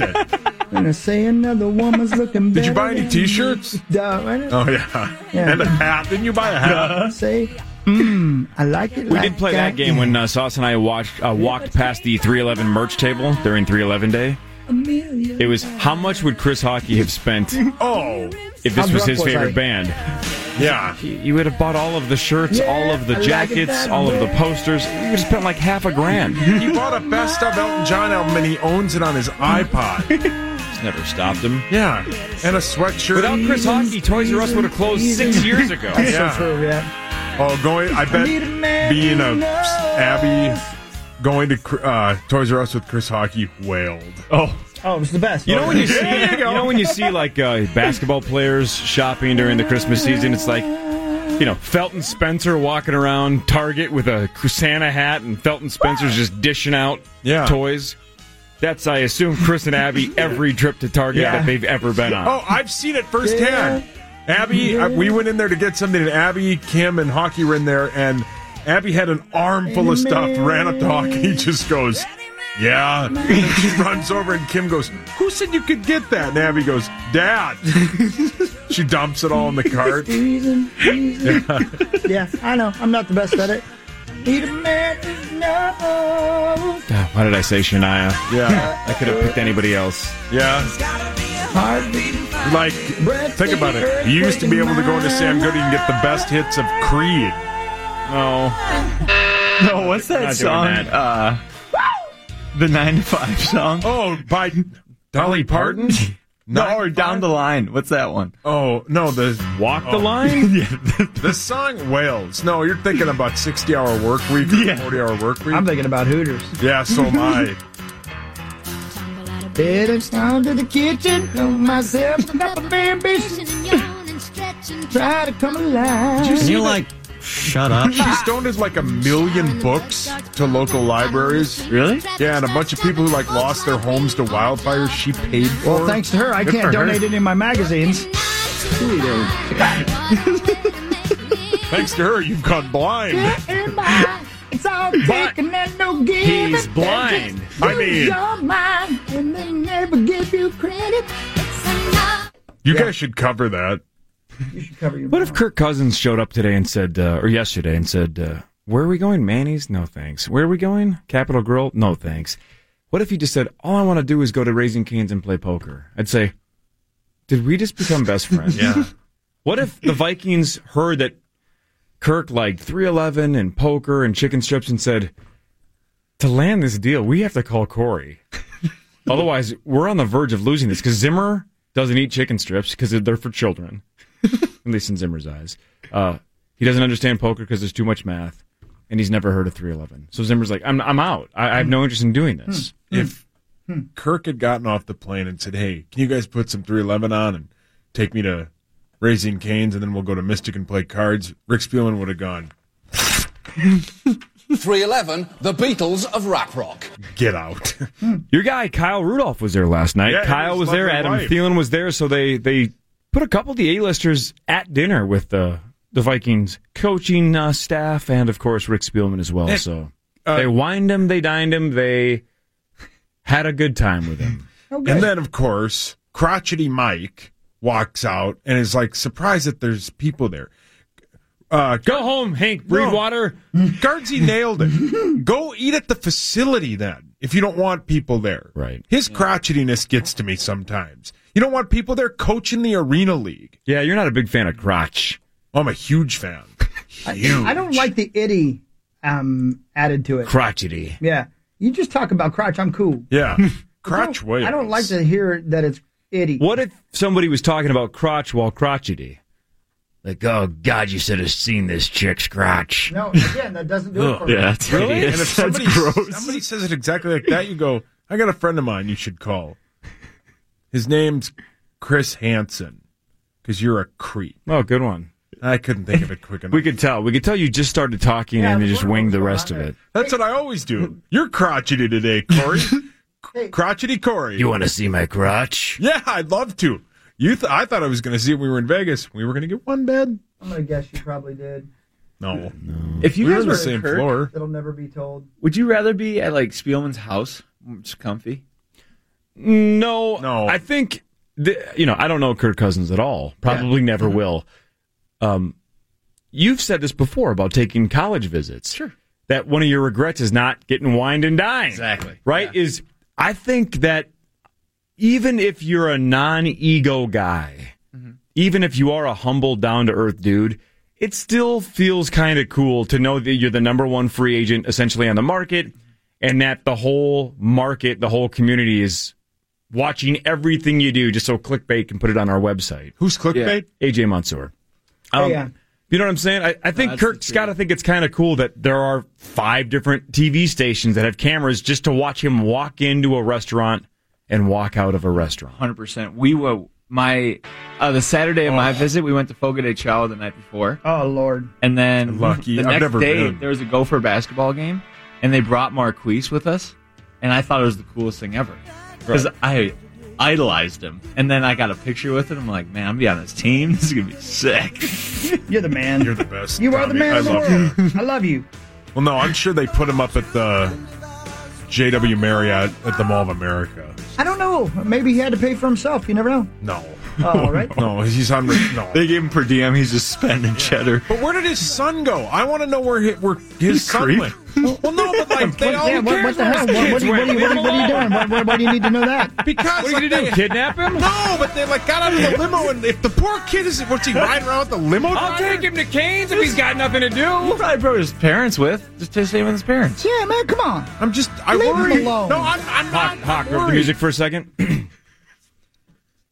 [SPEAKER 13] it.
[SPEAKER 5] I'm gonna say another woman's looking.
[SPEAKER 13] Did you
[SPEAKER 5] better
[SPEAKER 13] buy any
[SPEAKER 5] than
[SPEAKER 13] T-shirts?
[SPEAKER 5] you. Duh, I don't-
[SPEAKER 13] Oh yeah,
[SPEAKER 5] Yeah.
[SPEAKER 13] and a hat. Didn't you buy a hat?
[SPEAKER 5] Say, mmm, I like it.
[SPEAKER 12] We
[SPEAKER 5] like
[SPEAKER 12] did play that game when uh, Sauce and I watched, uh, walked past the 311 merch table during 311 day.
[SPEAKER 5] Amelia.
[SPEAKER 12] It was how much would Chris Hockey have spent
[SPEAKER 13] Oh,
[SPEAKER 12] if
[SPEAKER 5] How
[SPEAKER 12] this was
[SPEAKER 5] drunk
[SPEAKER 12] his
[SPEAKER 5] was
[SPEAKER 12] favorite
[SPEAKER 5] I?
[SPEAKER 12] band?
[SPEAKER 13] Yeah,
[SPEAKER 12] you would have bought all of the shirts, all of the
[SPEAKER 13] I like
[SPEAKER 12] jackets,
[SPEAKER 13] that
[SPEAKER 12] all of the
[SPEAKER 13] band.
[SPEAKER 12] posters. You would have spent like half a grand.
[SPEAKER 13] he bought a best of Elton John album and he owns it on his iPod.
[SPEAKER 12] It's never stopped him.
[SPEAKER 13] Yeah, and a sweatshirt.
[SPEAKER 12] Without Chris Hockey, Toys R Us would have closed six years ago.
[SPEAKER 13] That's so true, Oh, going. I bet being a Abby going to uh, Toys R Us with Chris Hockey wailed. Oh,
[SPEAKER 5] Oh, it was the best.
[SPEAKER 12] You know when you see,
[SPEAKER 13] There you
[SPEAKER 12] you
[SPEAKER 13] go.
[SPEAKER 12] know when you see like uh, basketball players shopping during the Christmas season, it's like, you know, Felton Spencer walking around Target with a Santa hat, and Felton Spencer's just dishing out toys. That's I assume Chris and Abby every trip to Target
[SPEAKER 13] Yeah.
[SPEAKER 12] that they've ever been on.
[SPEAKER 13] Oh, I've seen it firsthand. Abby, uh, we went in there to get something, and Abby, Kim, and Hockey were in there, and Abby had an armful of stuff, ran up to Hockey, he just goes, Yeah. And then she runs over, and Kim goes, Who said you could get that? And Abby goes, Dad. she dumps it all in the cart.
[SPEAKER 5] Reason, reason. yeah, I know. I'm not the best at it. Need a man who knows.
[SPEAKER 12] God, why did I say Shania?
[SPEAKER 13] Yeah.
[SPEAKER 12] I could have picked anybody else.
[SPEAKER 13] Yeah. Like, think about it. You used to be able to go into Sam Goody and get the best hits of Creed.
[SPEAKER 12] No.
[SPEAKER 9] no, what's that
[SPEAKER 13] Not doing
[SPEAKER 9] song?
[SPEAKER 13] that.
[SPEAKER 9] Uh, the nine to five song.
[SPEAKER 13] Oh, by Dolly Parton.
[SPEAKER 12] No, or down the line. What's that one? Oh no, the walk the line.
[SPEAKER 13] Oh. the song Wales. No, you're thinking about 60 hour work week or 40 hour work week.
[SPEAKER 5] I'm thinking about Hooters.
[SPEAKER 13] Yeah, so am I.
[SPEAKER 5] Bed and down to the kitchen, throw myself up a ambition, try to come alive.
[SPEAKER 13] shut up. She's donated like a million books to local libraries. Really? Yeah, and a bunch of people who like lost their homes to wildfires. She paid for.
[SPEAKER 5] Well, thanks to her, I
[SPEAKER 13] Good
[SPEAKER 5] can't
[SPEAKER 13] for her.
[SPEAKER 5] donate any of my magazines.
[SPEAKER 13] Thanks to her, you've gone blind.
[SPEAKER 5] It's all taken and no giving.
[SPEAKER 13] he's blind. I
[SPEAKER 5] Use
[SPEAKER 13] mean-
[SPEAKER 5] your mind and they never give you credit.
[SPEAKER 13] You guys should cover that.
[SPEAKER 12] What if Kirk Cousins showed up today and said, uh, or yesterday and said, uh, "Where are we going, Manny's? No thanks. Where are we going, Capital Grill? No thanks." What if he just said, "All I want to do is go to Raising Cane's and play poker"? I'd say, "Did we just become best friends?"
[SPEAKER 13] Yeah.
[SPEAKER 12] What if the Vikings heard that Kirk liked 311 and poker and chicken strips and said, "To land this deal, we have to call Corey." Otherwise, we're on the verge of losing this because Zimmer doesn't eat chicken strips because they're for children, at least in Zimmer's eyes. Uh, he doesn't understand poker because there's too much math, and he's never heard of 311. So Zimmer's like, I'm, I'm out. I, I have no interest in doing this.
[SPEAKER 5] Hmm.
[SPEAKER 13] If Kirk had gotten off the plane and said, "Hey, can you guys put some 311 on and take me to Raising Canes, and then we'll go to Mystic and play cards," Rick Spielman would have gone,
[SPEAKER 22] 311, the Beatles of rap rock.
[SPEAKER 13] "Get out."
[SPEAKER 12] Your guy Kyle Rudolph was there last night.
[SPEAKER 13] Yeah, and
[SPEAKER 12] Kyle
[SPEAKER 13] his
[SPEAKER 12] was there.
[SPEAKER 13] lovely
[SPEAKER 12] Adam
[SPEAKER 13] wife.
[SPEAKER 12] Thielen was there. So they they put a couple of the A-listers at dinner with the the Vikings coaching uh, staff and of course Rick Spielman as well.
[SPEAKER 13] Eh,
[SPEAKER 12] so
[SPEAKER 13] uh,
[SPEAKER 12] they wined him, they dined him, they had a good time with him.
[SPEAKER 5] Oh,
[SPEAKER 13] And then, of course, crotchety Mike walks out and is like surprised that there's people there. Uh,
[SPEAKER 12] Go home, Hank Breedwater.
[SPEAKER 13] Guardsy nailed it. Go eat at the facility then if you don't want people there.
[SPEAKER 12] Right.
[SPEAKER 13] His crotchetiness gets to me sometimes. You don't want people there coaching the arena league.
[SPEAKER 12] Yeah, you're not a big fan of crotch.
[SPEAKER 13] I'm a huge fan. Huge.
[SPEAKER 5] I don't like the itty um, added to it.
[SPEAKER 12] Crotchety.
[SPEAKER 5] Yeah. You just talk about crotch. I'm cool.
[SPEAKER 13] Yeah.
[SPEAKER 5] I don't- I don't like to hear that it's itty.
[SPEAKER 12] What if somebody was talking about crotch while crotchety? Like, oh God, you should have seen this chick's crotch.
[SPEAKER 5] No, again, that doesn't do it for me.
[SPEAKER 13] really? And if
[SPEAKER 12] Oh, That's
[SPEAKER 13] somebody,
[SPEAKER 12] gross.
[SPEAKER 13] somebody says it exactly like that, you go, I got a friend of mine you should call. His name's Chris Hansen because you're a creep.
[SPEAKER 12] Oh, good one.
[SPEAKER 13] I couldn't think of it quick enough.
[SPEAKER 12] We could tell. We could tell you just started talking and you just winged the rest of it.
[SPEAKER 13] That's what I always do. You're crotchety today, Corey. crotchety Corey.
[SPEAKER 12] You wanna see my crotch?
[SPEAKER 13] Yeah, I'd love to. You, th- I thought I was going to see it when we were in Vegas. We were going to get one bed.
[SPEAKER 5] I'm going to guess you probably did.
[SPEAKER 13] No.
[SPEAKER 18] If you
[SPEAKER 13] we
[SPEAKER 18] guys
[SPEAKER 13] were on the
[SPEAKER 18] were
[SPEAKER 13] same
[SPEAKER 18] Kirk-
[SPEAKER 13] floor,
[SPEAKER 5] It'll never be told.
[SPEAKER 18] Would you rather be at like Spielman's house? It's comfy.
[SPEAKER 12] No, no. I think th- you know. I don't know Kirk Cousins at all. Probably never will. Um, you've said this before about taking college visits. Sure. That one of your regrets is not getting wined and dined. Exactly. Right? Is I think that even if you're a non-ego guy, even if you are a humble, down-to-earth dude. It still feels kind of cool to know that you're the number one free agent essentially on the market and that the whole market, the whole community is watching everything you do just so clickbait can put it on our website.
[SPEAKER 13] Who's clickbait?
[SPEAKER 12] AJ Mansour.
[SPEAKER 5] Oh,
[SPEAKER 13] Um,
[SPEAKER 5] yeah.
[SPEAKER 12] You know what I'm saying? I, I think Kirk's got to think it's kind of cool that there are five different TV stations that have cameras just to watch him walk into a restaurant and walk out of a restaurant.
[SPEAKER 18] Hundred percent. We were my uh, the Saturday of
[SPEAKER 13] Oh.
[SPEAKER 18] my visit. We went to Fogo de Chao the night before.
[SPEAKER 5] Oh Lord!
[SPEAKER 18] And then
[SPEAKER 13] Lucky.
[SPEAKER 18] the
[SPEAKER 13] I've
[SPEAKER 18] next
[SPEAKER 13] never
[SPEAKER 18] day
[SPEAKER 13] been.
[SPEAKER 18] there was a Gopher basketball game, and they brought Marquise with us, and I thought it was the coolest thing ever because I idolized him, and then I got a picture with him. I'm like, man, I'm gonna be on this team. This is gonna be sick.
[SPEAKER 5] You're the man. You're
[SPEAKER 13] the best.
[SPEAKER 5] You are the
[SPEAKER 13] Tommy.
[SPEAKER 5] man
[SPEAKER 13] I
[SPEAKER 5] of the
[SPEAKER 13] love
[SPEAKER 5] world. I love you.
[SPEAKER 13] well, no, I'm sure they put him up at the JW Marriott at the Mall of America.
[SPEAKER 5] I don't know. Maybe he had to pay for himself. You never know.
[SPEAKER 13] No.
[SPEAKER 5] Oh, all right.
[SPEAKER 13] No, he's on. No.
[SPEAKER 9] They gave him per diem. He's just spending cheddar.
[SPEAKER 13] But where did his son go? I want to know where his, where his son
[SPEAKER 9] creep.
[SPEAKER 13] went. Well, no, but like they all
[SPEAKER 5] Yeah, what, what the hell? What, what, do you- what, do you- what, do you- what are you doing? What, what, what do you need to know that?
[SPEAKER 13] Because
[SPEAKER 5] What are you
[SPEAKER 13] like,
[SPEAKER 5] gonna do,
[SPEAKER 13] they-
[SPEAKER 5] kidnap
[SPEAKER 12] him?
[SPEAKER 13] No, but they like got out of the limo, and if the poor kid is what's he riding around with the limo?
[SPEAKER 12] I'll
[SPEAKER 13] driver?
[SPEAKER 12] take him to Canes if he's got nothing to do.
[SPEAKER 18] probably brought his parents with. Just to stay with his parents.
[SPEAKER 5] Yeah, man, come on.
[SPEAKER 13] I'm just. I
[SPEAKER 5] Leave him
[SPEAKER 13] worry.
[SPEAKER 5] alone.
[SPEAKER 13] No, I'm. I'm not.
[SPEAKER 12] Hawk, Hawk,
[SPEAKER 13] I'm
[SPEAKER 12] rip the
[SPEAKER 13] worried.
[SPEAKER 12] music for a second.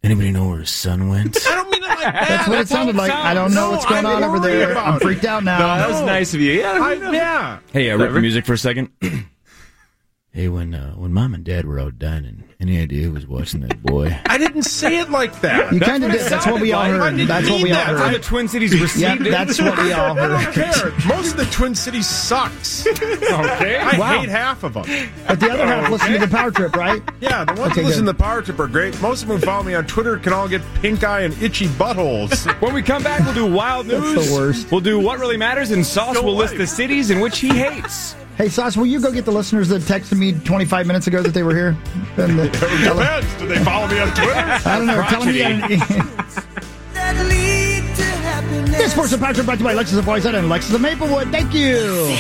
[SPEAKER 10] Anybody know where his son went?
[SPEAKER 5] I don't mean it like that. That's what it sounded like. I don't know what's going on over there. I'm freaked out now.
[SPEAKER 18] of you. Yeah,
[SPEAKER 13] I, yeah.
[SPEAKER 10] Hey, uh, rip
[SPEAKER 13] Clever.
[SPEAKER 10] the music for a second. hey, when uh, when mom and dad were out dining, any idea who was watching that boy?
[SPEAKER 13] I didn't say it like that.
[SPEAKER 10] You
[SPEAKER 13] That's
[SPEAKER 10] kinda
[SPEAKER 13] what
[SPEAKER 10] did.
[SPEAKER 13] it
[SPEAKER 10] That's what we
[SPEAKER 13] sounded
[SPEAKER 10] all
[SPEAKER 13] like.
[SPEAKER 10] heard.
[SPEAKER 13] I didn't
[SPEAKER 10] That's what
[SPEAKER 13] mean
[SPEAKER 10] we all
[SPEAKER 13] that.
[SPEAKER 10] heard.
[SPEAKER 13] How the Twin Cities
[SPEAKER 10] Yep,
[SPEAKER 13] received it.
[SPEAKER 10] that's what we all
[SPEAKER 13] I don't
[SPEAKER 10] heard.
[SPEAKER 13] care. Most of the Twin Cities sucks. Okay, I
[SPEAKER 5] Wow.
[SPEAKER 13] hate half of them.
[SPEAKER 5] But the other half listened to the power trip, right?
[SPEAKER 13] Yeah, the ones
[SPEAKER 5] Okay,
[SPEAKER 13] who listen
[SPEAKER 5] good.
[SPEAKER 13] to Power Trip are great. Most of them who follow me on Twitter can all get pink eye and itchy buttholes.
[SPEAKER 12] when we come back, we'll do wild
[SPEAKER 13] That's
[SPEAKER 12] news.
[SPEAKER 13] the worst.
[SPEAKER 12] We'll do what really matters, and Sauce
[SPEAKER 13] Go
[SPEAKER 12] will list
[SPEAKER 13] away.
[SPEAKER 12] the cities in which he hates.
[SPEAKER 5] Hey, Sauce, will you go get the listeners that texted me 25 minutes ago that they were here? And the- tell them-
[SPEAKER 13] Depends. Do they follow me on Twitter?
[SPEAKER 5] I don't know. Tell them you got
[SPEAKER 13] Crotchety.
[SPEAKER 5] an- This portion of Power Trip brought to you by Lexus of Boise and Lexus of Maplewood. Thank you.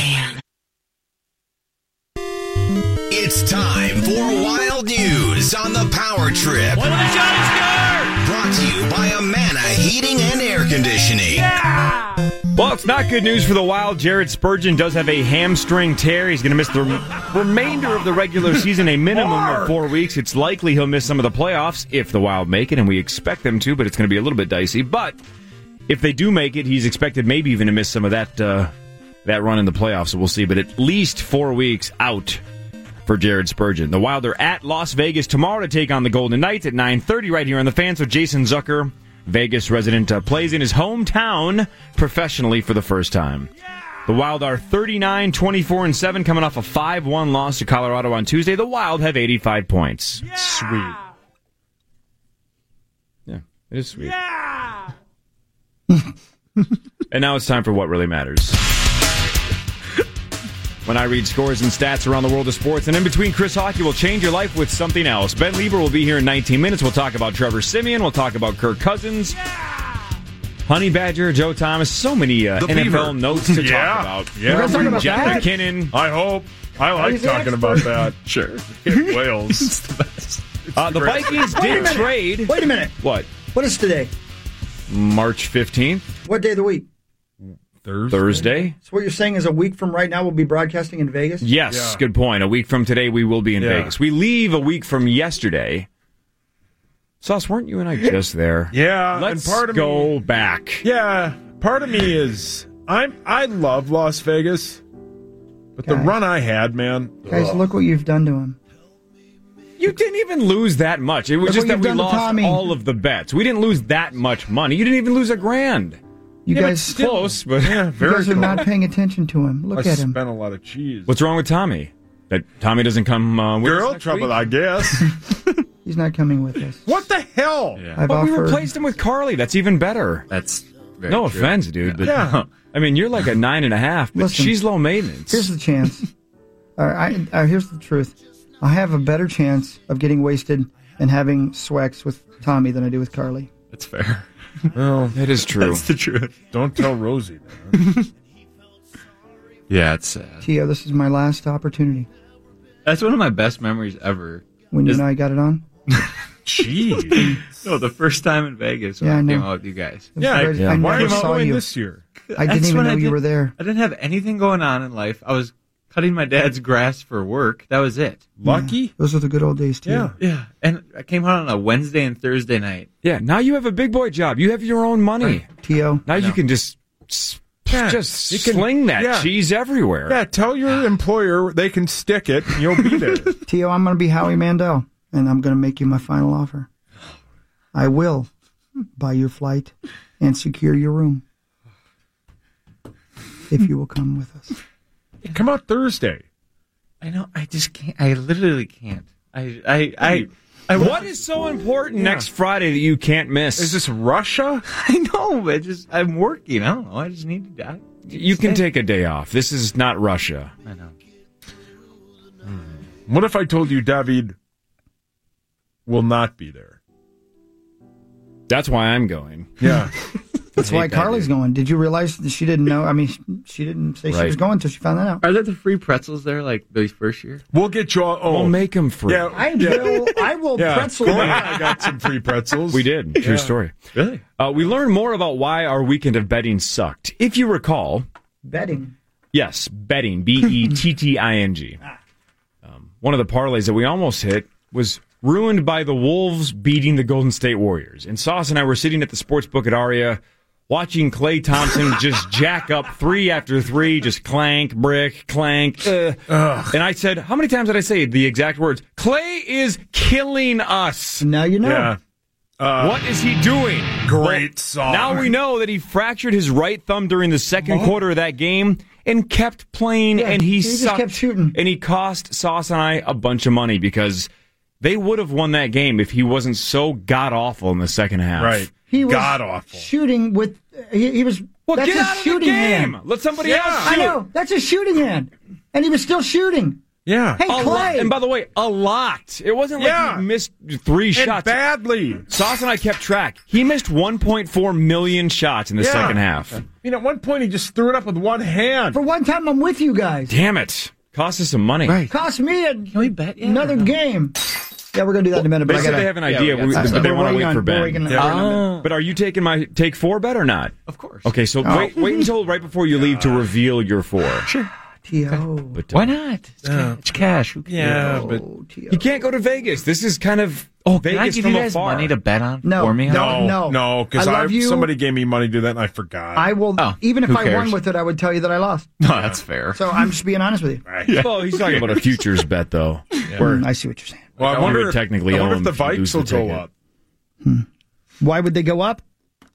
[SPEAKER 3] It's time for Wild News on the Power Trip. What the Brought to you by Amana Heating and Air Conditioning.
[SPEAKER 12] Well, it's not good news for the Wild. Jared Spurgeon does have a hamstring tear. He's going to miss the rem- remainder of the regular season, a minimum of four weeks. It's likely he'll miss some of the playoffs if the Wild make it, and we expect them to, but it's going to be a little bit dicey. But if they do make it, he's expected maybe even to miss some of that uh, that run in the playoffs. So we'll see. But at least four weeks out for Jared Spurgeon. The Wild are at Las Vegas tomorrow to take on the Golden Knights at 9:30 right here on the Fan. So Jason Zucker, Vegas resident, uh, plays in his hometown professionally for the first time. The Wild are 39, 24, and 7, coming off a 5 1 loss to Colorado on Tuesday. The Wild have 85 points. Sweet. Yeah, it is sweet. and now it's time for what really matters. When I read scores and stats around the world of sports, and in between, Chris Hockey will change your life with something else. Ben Lieber will be here in 19 minutes. We'll talk about Trevor Simeon. We'll talk about Kirk Cousins, Honey Badger, Joe Thomas. So many uh,
[SPEAKER 13] The
[SPEAKER 12] NFL
[SPEAKER 13] Beaver.
[SPEAKER 12] notes to
[SPEAKER 13] Yeah.
[SPEAKER 12] talk about.
[SPEAKER 13] Yeah. We're gonna talk about
[SPEAKER 12] Jeff
[SPEAKER 13] that?
[SPEAKER 12] McKinnon. I hope. I
[SPEAKER 13] like He's the talking about expert. that.
[SPEAKER 12] sure.
[SPEAKER 13] Wales.
[SPEAKER 12] Uh, the
[SPEAKER 13] great.
[SPEAKER 12] Vikings
[SPEAKER 13] Wait a
[SPEAKER 12] did
[SPEAKER 13] minute.
[SPEAKER 12] trade.
[SPEAKER 5] Wait a minute.
[SPEAKER 12] What?
[SPEAKER 5] What is today?
[SPEAKER 12] March 15th,
[SPEAKER 5] What day of the week?
[SPEAKER 12] Thursday.
[SPEAKER 5] So what you're saying is a week from right now we'll be broadcasting in Vegas?
[SPEAKER 12] Yes, good point. A week from today, we will be in
[SPEAKER 5] Yeah.
[SPEAKER 12] Vegas. We leave a week from yesterday. Sauce, weren't you and I just there?
[SPEAKER 13] Yeah,
[SPEAKER 12] Let's
[SPEAKER 13] and part of
[SPEAKER 12] go
[SPEAKER 13] me,
[SPEAKER 12] back.
[SPEAKER 13] Yeah, part of me is I'm I love Las Vegas, but the
[SPEAKER 5] Guys.
[SPEAKER 13] run I had, man.
[SPEAKER 5] Guys,
[SPEAKER 13] ugh.
[SPEAKER 5] look what you've done to him.
[SPEAKER 12] You didn't even lose that much. It was
[SPEAKER 5] Look
[SPEAKER 12] just
[SPEAKER 5] what
[SPEAKER 12] that
[SPEAKER 5] you've
[SPEAKER 12] we
[SPEAKER 5] done to
[SPEAKER 12] lost
[SPEAKER 5] Tommy.
[SPEAKER 12] all of the bets. We didn't lose that much money. You didn't even lose a grand.
[SPEAKER 5] You
[SPEAKER 12] Yeah, but
[SPEAKER 5] guys
[SPEAKER 12] still- close, but
[SPEAKER 5] You guys are not paying attention to him. Look
[SPEAKER 12] I
[SPEAKER 5] at him.
[SPEAKER 13] spent a lot of cheese.
[SPEAKER 12] What's wrong with Tommy? That Tommy doesn't come uh, with
[SPEAKER 13] Girl
[SPEAKER 12] us next
[SPEAKER 13] trouble,
[SPEAKER 12] week?
[SPEAKER 13] I guess.
[SPEAKER 5] He's not coming with us.
[SPEAKER 13] what the hell?
[SPEAKER 5] I've
[SPEAKER 12] but we
[SPEAKER 5] offered-
[SPEAKER 12] replaced him with Carly. That's even better. That's no
[SPEAKER 5] true.
[SPEAKER 12] offense, dude. But
[SPEAKER 5] Yeah.
[SPEAKER 12] I mean, you're like a nine and a half, but
[SPEAKER 5] Listen.
[SPEAKER 12] she's low maintenance.
[SPEAKER 5] Here's the chance. All right, I, I, here's the truth. I have a better chance of getting wasted and having swex with Tommy than I do with Carly.
[SPEAKER 12] That's fair. Well, it is true.
[SPEAKER 13] That's the
[SPEAKER 12] truth.
[SPEAKER 13] Don't tell Rosie. That.
[SPEAKER 9] Yeah, it's sad.
[SPEAKER 5] Tio, this is my last opportunity.
[SPEAKER 9] That's one of my best memories ever.
[SPEAKER 5] When you
[SPEAKER 9] Is-
[SPEAKER 5] and I got it on,
[SPEAKER 9] Jeez. no, the first time in Vegas when
[SPEAKER 5] Yeah, I
[SPEAKER 9] I, came
[SPEAKER 5] know.
[SPEAKER 9] out with you guys.
[SPEAKER 5] It was Yeah, great. I Yeah. never saw you. I didn't
[SPEAKER 9] That's
[SPEAKER 5] even
[SPEAKER 9] when
[SPEAKER 5] know you
[SPEAKER 9] did-
[SPEAKER 5] were there.
[SPEAKER 9] I didn't have anything going on in life. I was cutting my dad's grass for work. That was it.
[SPEAKER 5] Yeah, those are the good old days, too.
[SPEAKER 9] Yeah. Yeah. And I came out on a Wednesday and Thursday night.
[SPEAKER 12] Yeah, now you have a big boy job. You have your own money.
[SPEAKER 5] Tio.
[SPEAKER 12] Now you can just
[SPEAKER 13] Yeah,
[SPEAKER 12] just
[SPEAKER 13] you can-
[SPEAKER 12] sling that
[SPEAKER 13] yeah.
[SPEAKER 12] cheese everywhere.
[SPEAKER 13] Yeah, tell your employer they can stick it. And you'll be there.
[SPEAKER 5] Tio, I'm going to be Howie Mandel, and I'm going to make you my final offer. I will buy your flight and secure your room if you will come with us.
[SPEAKER 13] Come out Thursday.
[SPEAKER 9] I know. I just can't. I literally can't. I, I, I, I
[SPEAKER 12] what is so important next Friday that you can't miss? Is
[SPEAKER 13] this Russia?
[SPEAKER 9] I know. I just, I'm working. I don't know. I just need to die.
[SPEAKER 12] You can take a day off. This is not Russia.
[SPEAKER 9] I know.
[SPEAKER 13] What if I told you David will not be there?
[SPEAKER 12] That's why I'm going.
[SPEAKER 13] Yeah.
[SPEAKER 5] That's why Carly's going. Did you realize that she didn't know? I mean, she- she didn't say she
[SPEAKER 9] Right.
[SPEAKER 5] was going until she found that out.
[SPEAKER 9] Are there the free pretzels there like the first year?
[SPEAKER 13] We'll get you all.
[SPEAKER 12] We'll make them free.
[SPEAKER 13] Yeah,
[SPEAKER 5] I will. I will
[SPEAKER 12] Yeah.
[SPEAKER 5] pretzel.
[SPEAKER 12] Go
[SPEAKER 5] that.
[SPEAKER 12] ahead.
[SPEAKER 13] I got some free pretzels.
[SPEAKER 12] We did. True
[SPEAKER 13] Yeah.
[SPEAKER 12] story. Really? Uh, we learned more about why our weekend of betting sucked. If you recall,
[SPEAKER 5] Betting.
[SPEAKER 12] yes, betting, B E T T I N G. Um, One of the parlays that we almost hit was ruined by the Wolves beating the Golden State Warriors. And Sauce and I were sitting at the sports book at Aria watching Clay Thompson just jack up three after three, just clank, brick, clank. uh. And I said, How many times did I say the exact words? Clay is killing us.
[SPEAKER 5] Now you
[SPEAKER 13] know. Yeah. Uh,
[SPEAKER 12] what is he doing?
[SPEAKER 13] Great song.
[SPEAKER 12] Now we know that he fractured his right thumb during the second quarter of that game and kept playing,
[SPEAKER 5] Yeah,
[SPEAKER 12] and he,
[SPEAKER 5] he just
[SPEAKER 12] sucked,
[SPEAKER 5] kept shooting.
[SPEAKER 12] and he cost Sauce and I a bunch of money because they would have won that game if he wasn't so god awful in the second half.
[SPEAKER 13] Right,
[SPEAKER 5] He was shooting with. He, he was. Well, that's
[SPEAKER 12] get
[SPEAKER 5] his
[SPEAKER 12] out of the
[SPEAKER 5] shooting
[SPEAKER 12] game.
[SPEAKER 5] hand.
[SPEAKER 12] Let somebody else
[SPEAKER 5] I
[SPEAKER 12] shoot.
[SPEAKER 5] know. That's his shooting hand, and he was still shooting.
[SPEAKER 13] Yeah.
[SPEAKER 5] Hey,
[SPEAKER 12] A lot-
[SPEAKER 5] Clay.
[SPEAKER 12] and by the way, a lot. It wasn't like
[SPEAKER 13] Yeah.
[SPEAKER 12] he missed three
[SPEAKER 13] And
[SPEAKER 12] shots
[SPEAKER 13] badly.
[SPEAKER 12] Sauce and I kept track. He missed 1.4 million shots in the
[SPEAKER 13] Yeah.
[SPEAKER 12] second half.
[SPEAKER 13] I mean, at one point he just threw it up with one hand.
[SPEAKER 5] For one time, I'm with you guys.
[SPEAKER 12] Damn it! Cost us some money.
[SPEAKER 5] Cost me a, Can we bet another game. Yeah, we're gonna do that in a minute.
[SPEAKER 12] They
[SPEAKER 5] But I
[SPEAKER 12] said
[SPEAKER 5] gotta,
[SPEAKER 12] they have an idea, but we- but they
[SPEAKER 5] We're
[SPEAKER 12] want to
[SPEAKER 5] waiting
[SPEAKER 12] wait
[SPEAKER 5] on-
[SPEAKER 12] for
[SPEAKER 5] we're
[SPEAKER 12] Ben.
[SPEAKER 5] waiting on-
[SPEAKER 13] Ah.
[SPEAKER 12] But are you taking my take four bet or not? Of course. Okay, so
[SPEAKER 5] Oh.
[SPEAKER 12] wait, wait until right before you leave to reveal your four. Sure.
[SPEAKER 5] T.O.
[SPEAKER 12] But why not? It's,
[SPEAKER 5] ca-
[SPEAKER 12] cash. yeah, but you can't go to Vegas. This is kind of oh,
[SPEAKER 18] can I
[SPEAKER 12] Vegas
[SPEAKER 18] give
[SPEAKER 12] from
[SPEAKER 18] you guys
[SPEAKER 12] afar.
[SPEAKER 18] money to bet on
[SPEAKER 5] No,
[SPEAKER 18] for me?
[SPEAKER 5] no, no.
[SPEAKER 13] No, because
[SPEAKER 5] I love you.
[SPEAKER 13] somebody gave me money to do that and I forgot.
[SPEAKER 5] I will.
[SPEAKER 18] Oh,
[SPEAKER 5] even if
[SPEAKER 13] who
[SPEAKER 5] I won
[SPEAKER 13] cares?
[SPEAKER 5] with it, I would tell you that I lost.
[SPEAKER 12] No, that's fair.
[SPEAKER 5] So I'm just being honest with you.
[SPEAKER 12] Well, he's talking about a futures bet though. Where
[SPEAKER 5] I see what you're saying.
[SPEAKER 13] Well, I
[SPEAKER 12] You
[SPEAKER 13] wonder
[SPEAKER 12] would
[SPEAKER 13] if-
[SPEAKER 12] technically
[SPEAKER 13] I wonder
[SPEAKER 12] own
[SPEAKER 13] if the
[SPEAKER 12] if you lose
[SPEAKER 13] Vikes will
[SPEAKER 12] the
[SPEAKER 13] go
[SPEAKER 12] ticket.
[SPEAKER 13] up
[SPEAKER 5] Hmm. Why would they go up?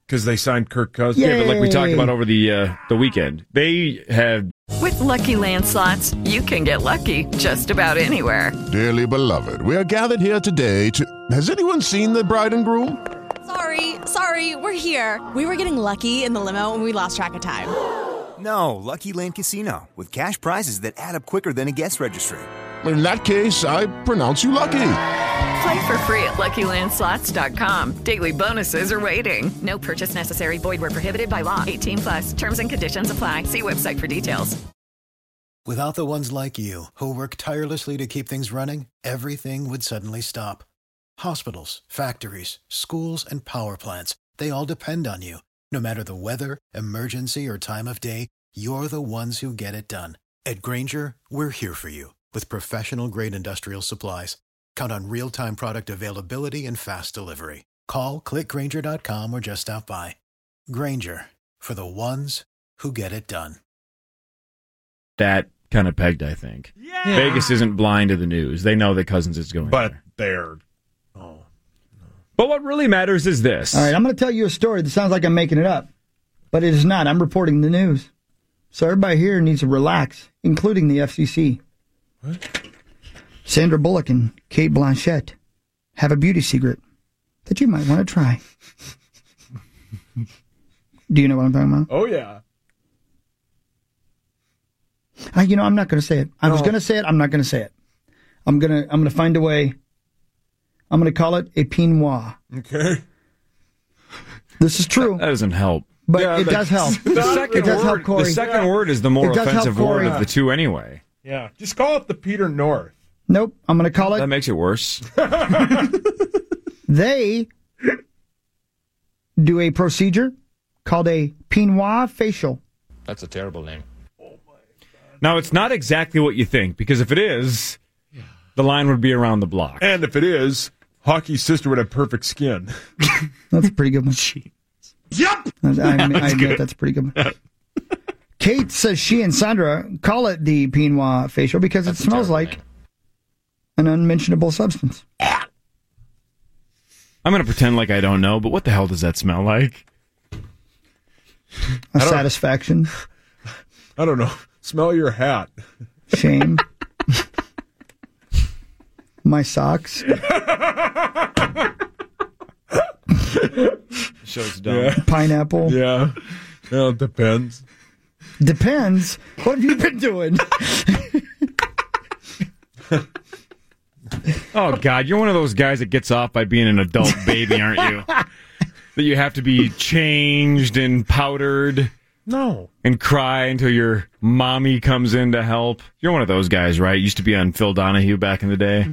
[SPEAKER 13] because they signed Kirk Cousins.
[SPEAKER 12] Yeah, but like we talked
[SPEAKER 13] Yay.
[SPEAKER 12] about over the uh, the weekend, they had
[SPEAKER 20] With Lucky Land slots, you can get lucky just about anywhere.
[SPEAKER 23] Dearly beloved, we are gathered here today to. Has anyone seen the bride and groom?
[SPEAKER 24] Sorry, sorry, we're here. We were getting lucky in the limo and we lost track of time.
[SPEAKER 1] No, Lucky Land Casino, with cash prizes that add up quicker than a guest registry.
[SPEAKER 23] In that case, I pronounce you lucky.
[SPEAKER 20] Play for free at LuckyLandSlots.com. Daily bonuses are waiting. No purchase necessary. Void were prohibited by law. 18 plus. Terms and conditions apply. See website for details.
[SPEAKER 25] Without the ones like you, who work tirelessly to keep things running, everything would suddenly stop. Hospitals, factories, schools, and power plants, they all depend on you. No matter the weather, emergency, or time of day, you're the ones who get it done. At Granger, we're here for you with professional grade industrial supplies. Count on real time product availability and fast delivery. Call clickgranger.com or just stop by. Granger for the ones who get it done.
[SPEAKER 12] that kind of pegged. I think Vegas isn't blind to the news. They know that Cousins is going.
[SPEAKER 13] But they're
[SPEAKER 12] But what really matters is this.
[SPEAKER 5] All right, I'm going to tell you a story that sounds like I'm making it up, but it is not. I'm reporting the news. So everybody here needs to relax, including the FCC. Sandra Bullock and Kate Blanchett have a beauty secret that you might want to try. Do you know what I'm talking about?
[SPEAKER 13] Oh yeah.
[SPEAKER 5] Uh, you know, I'm not going to say it. I was
[SPEAKER 13] No.
[SPEAKER 5] going to say it. I'm not going to say it. I'm going to I'm going to find a way. I'm going to call it a peignoir.
[SPEAKER 13] Okay.
[SPEAKER 5] This is true.
[SPEAKER 12] That doesn't help.
[SPEAKER 5] But it does help.
[SPEAKER 12] The second
[SPEAKER 5] it does
[SPEAKER 12] word,
[SPEAKER 5] help, Corey.
[SPEAKER 12] The second word is the more
[SPEAKER 5] It does help
[SPEAKER 12] offensive word
[SPEAKER 5] Corey.
[SPEAKER 12] of the two, anyway.
[SPEAKER 13] Yeah. Just call it the Peter North.
[SPEAKER 5] Nope. I'm going to call it.
[SPEAKER 12] That makes it worse.
[SPEAKER 5] They do a procedure called a peignoir facial.
[SPEAKER 12] That's a terrible name. Now it's not exactly what you think because if it is, the line would be around the block.
[SPEAKER 13] And if it is, Hockey's sister would have perfect skin.
[SPEAKER 5] That's a pretty good one.
[SPEAKER 13] Yep.
[SPEAKER 5] I, I, admit- I
[SPEAKER 13] That's
[SPEAKER 5] admit
[SPEAKER 13] good.
[SPEAKER 5] that's a pretty good one. Kate says she and Sandra call it the peignoir facial because it smells like an unmentionable substance.
[SPEAKER 12] I'm going to pretend like I don't know, but what the hell does that smell like?
[SPEAKER 5] A satisfaction,
[SPEAKER 13] I don't know. Smell your hat.
[SPEAKER 5] shame. My socks.
[SPEAKER 12] Show's
[SPEAKER 5] Pineapple.
[SPEAKER 13] Yeah. Well, it depends.
[SPEAKER 5] Depends. What have you been doing?
[SPEAKER 12] Oh God, you're one of those guys that gets off by being an adult baby, aren't you? that you have to be changed and powdered.
[SPEAKER 13] No.
[SPEAKER 12] And cry until your mommy comes in to help. You're one of those guys, right? Used to be on Phil Donahue back in the day.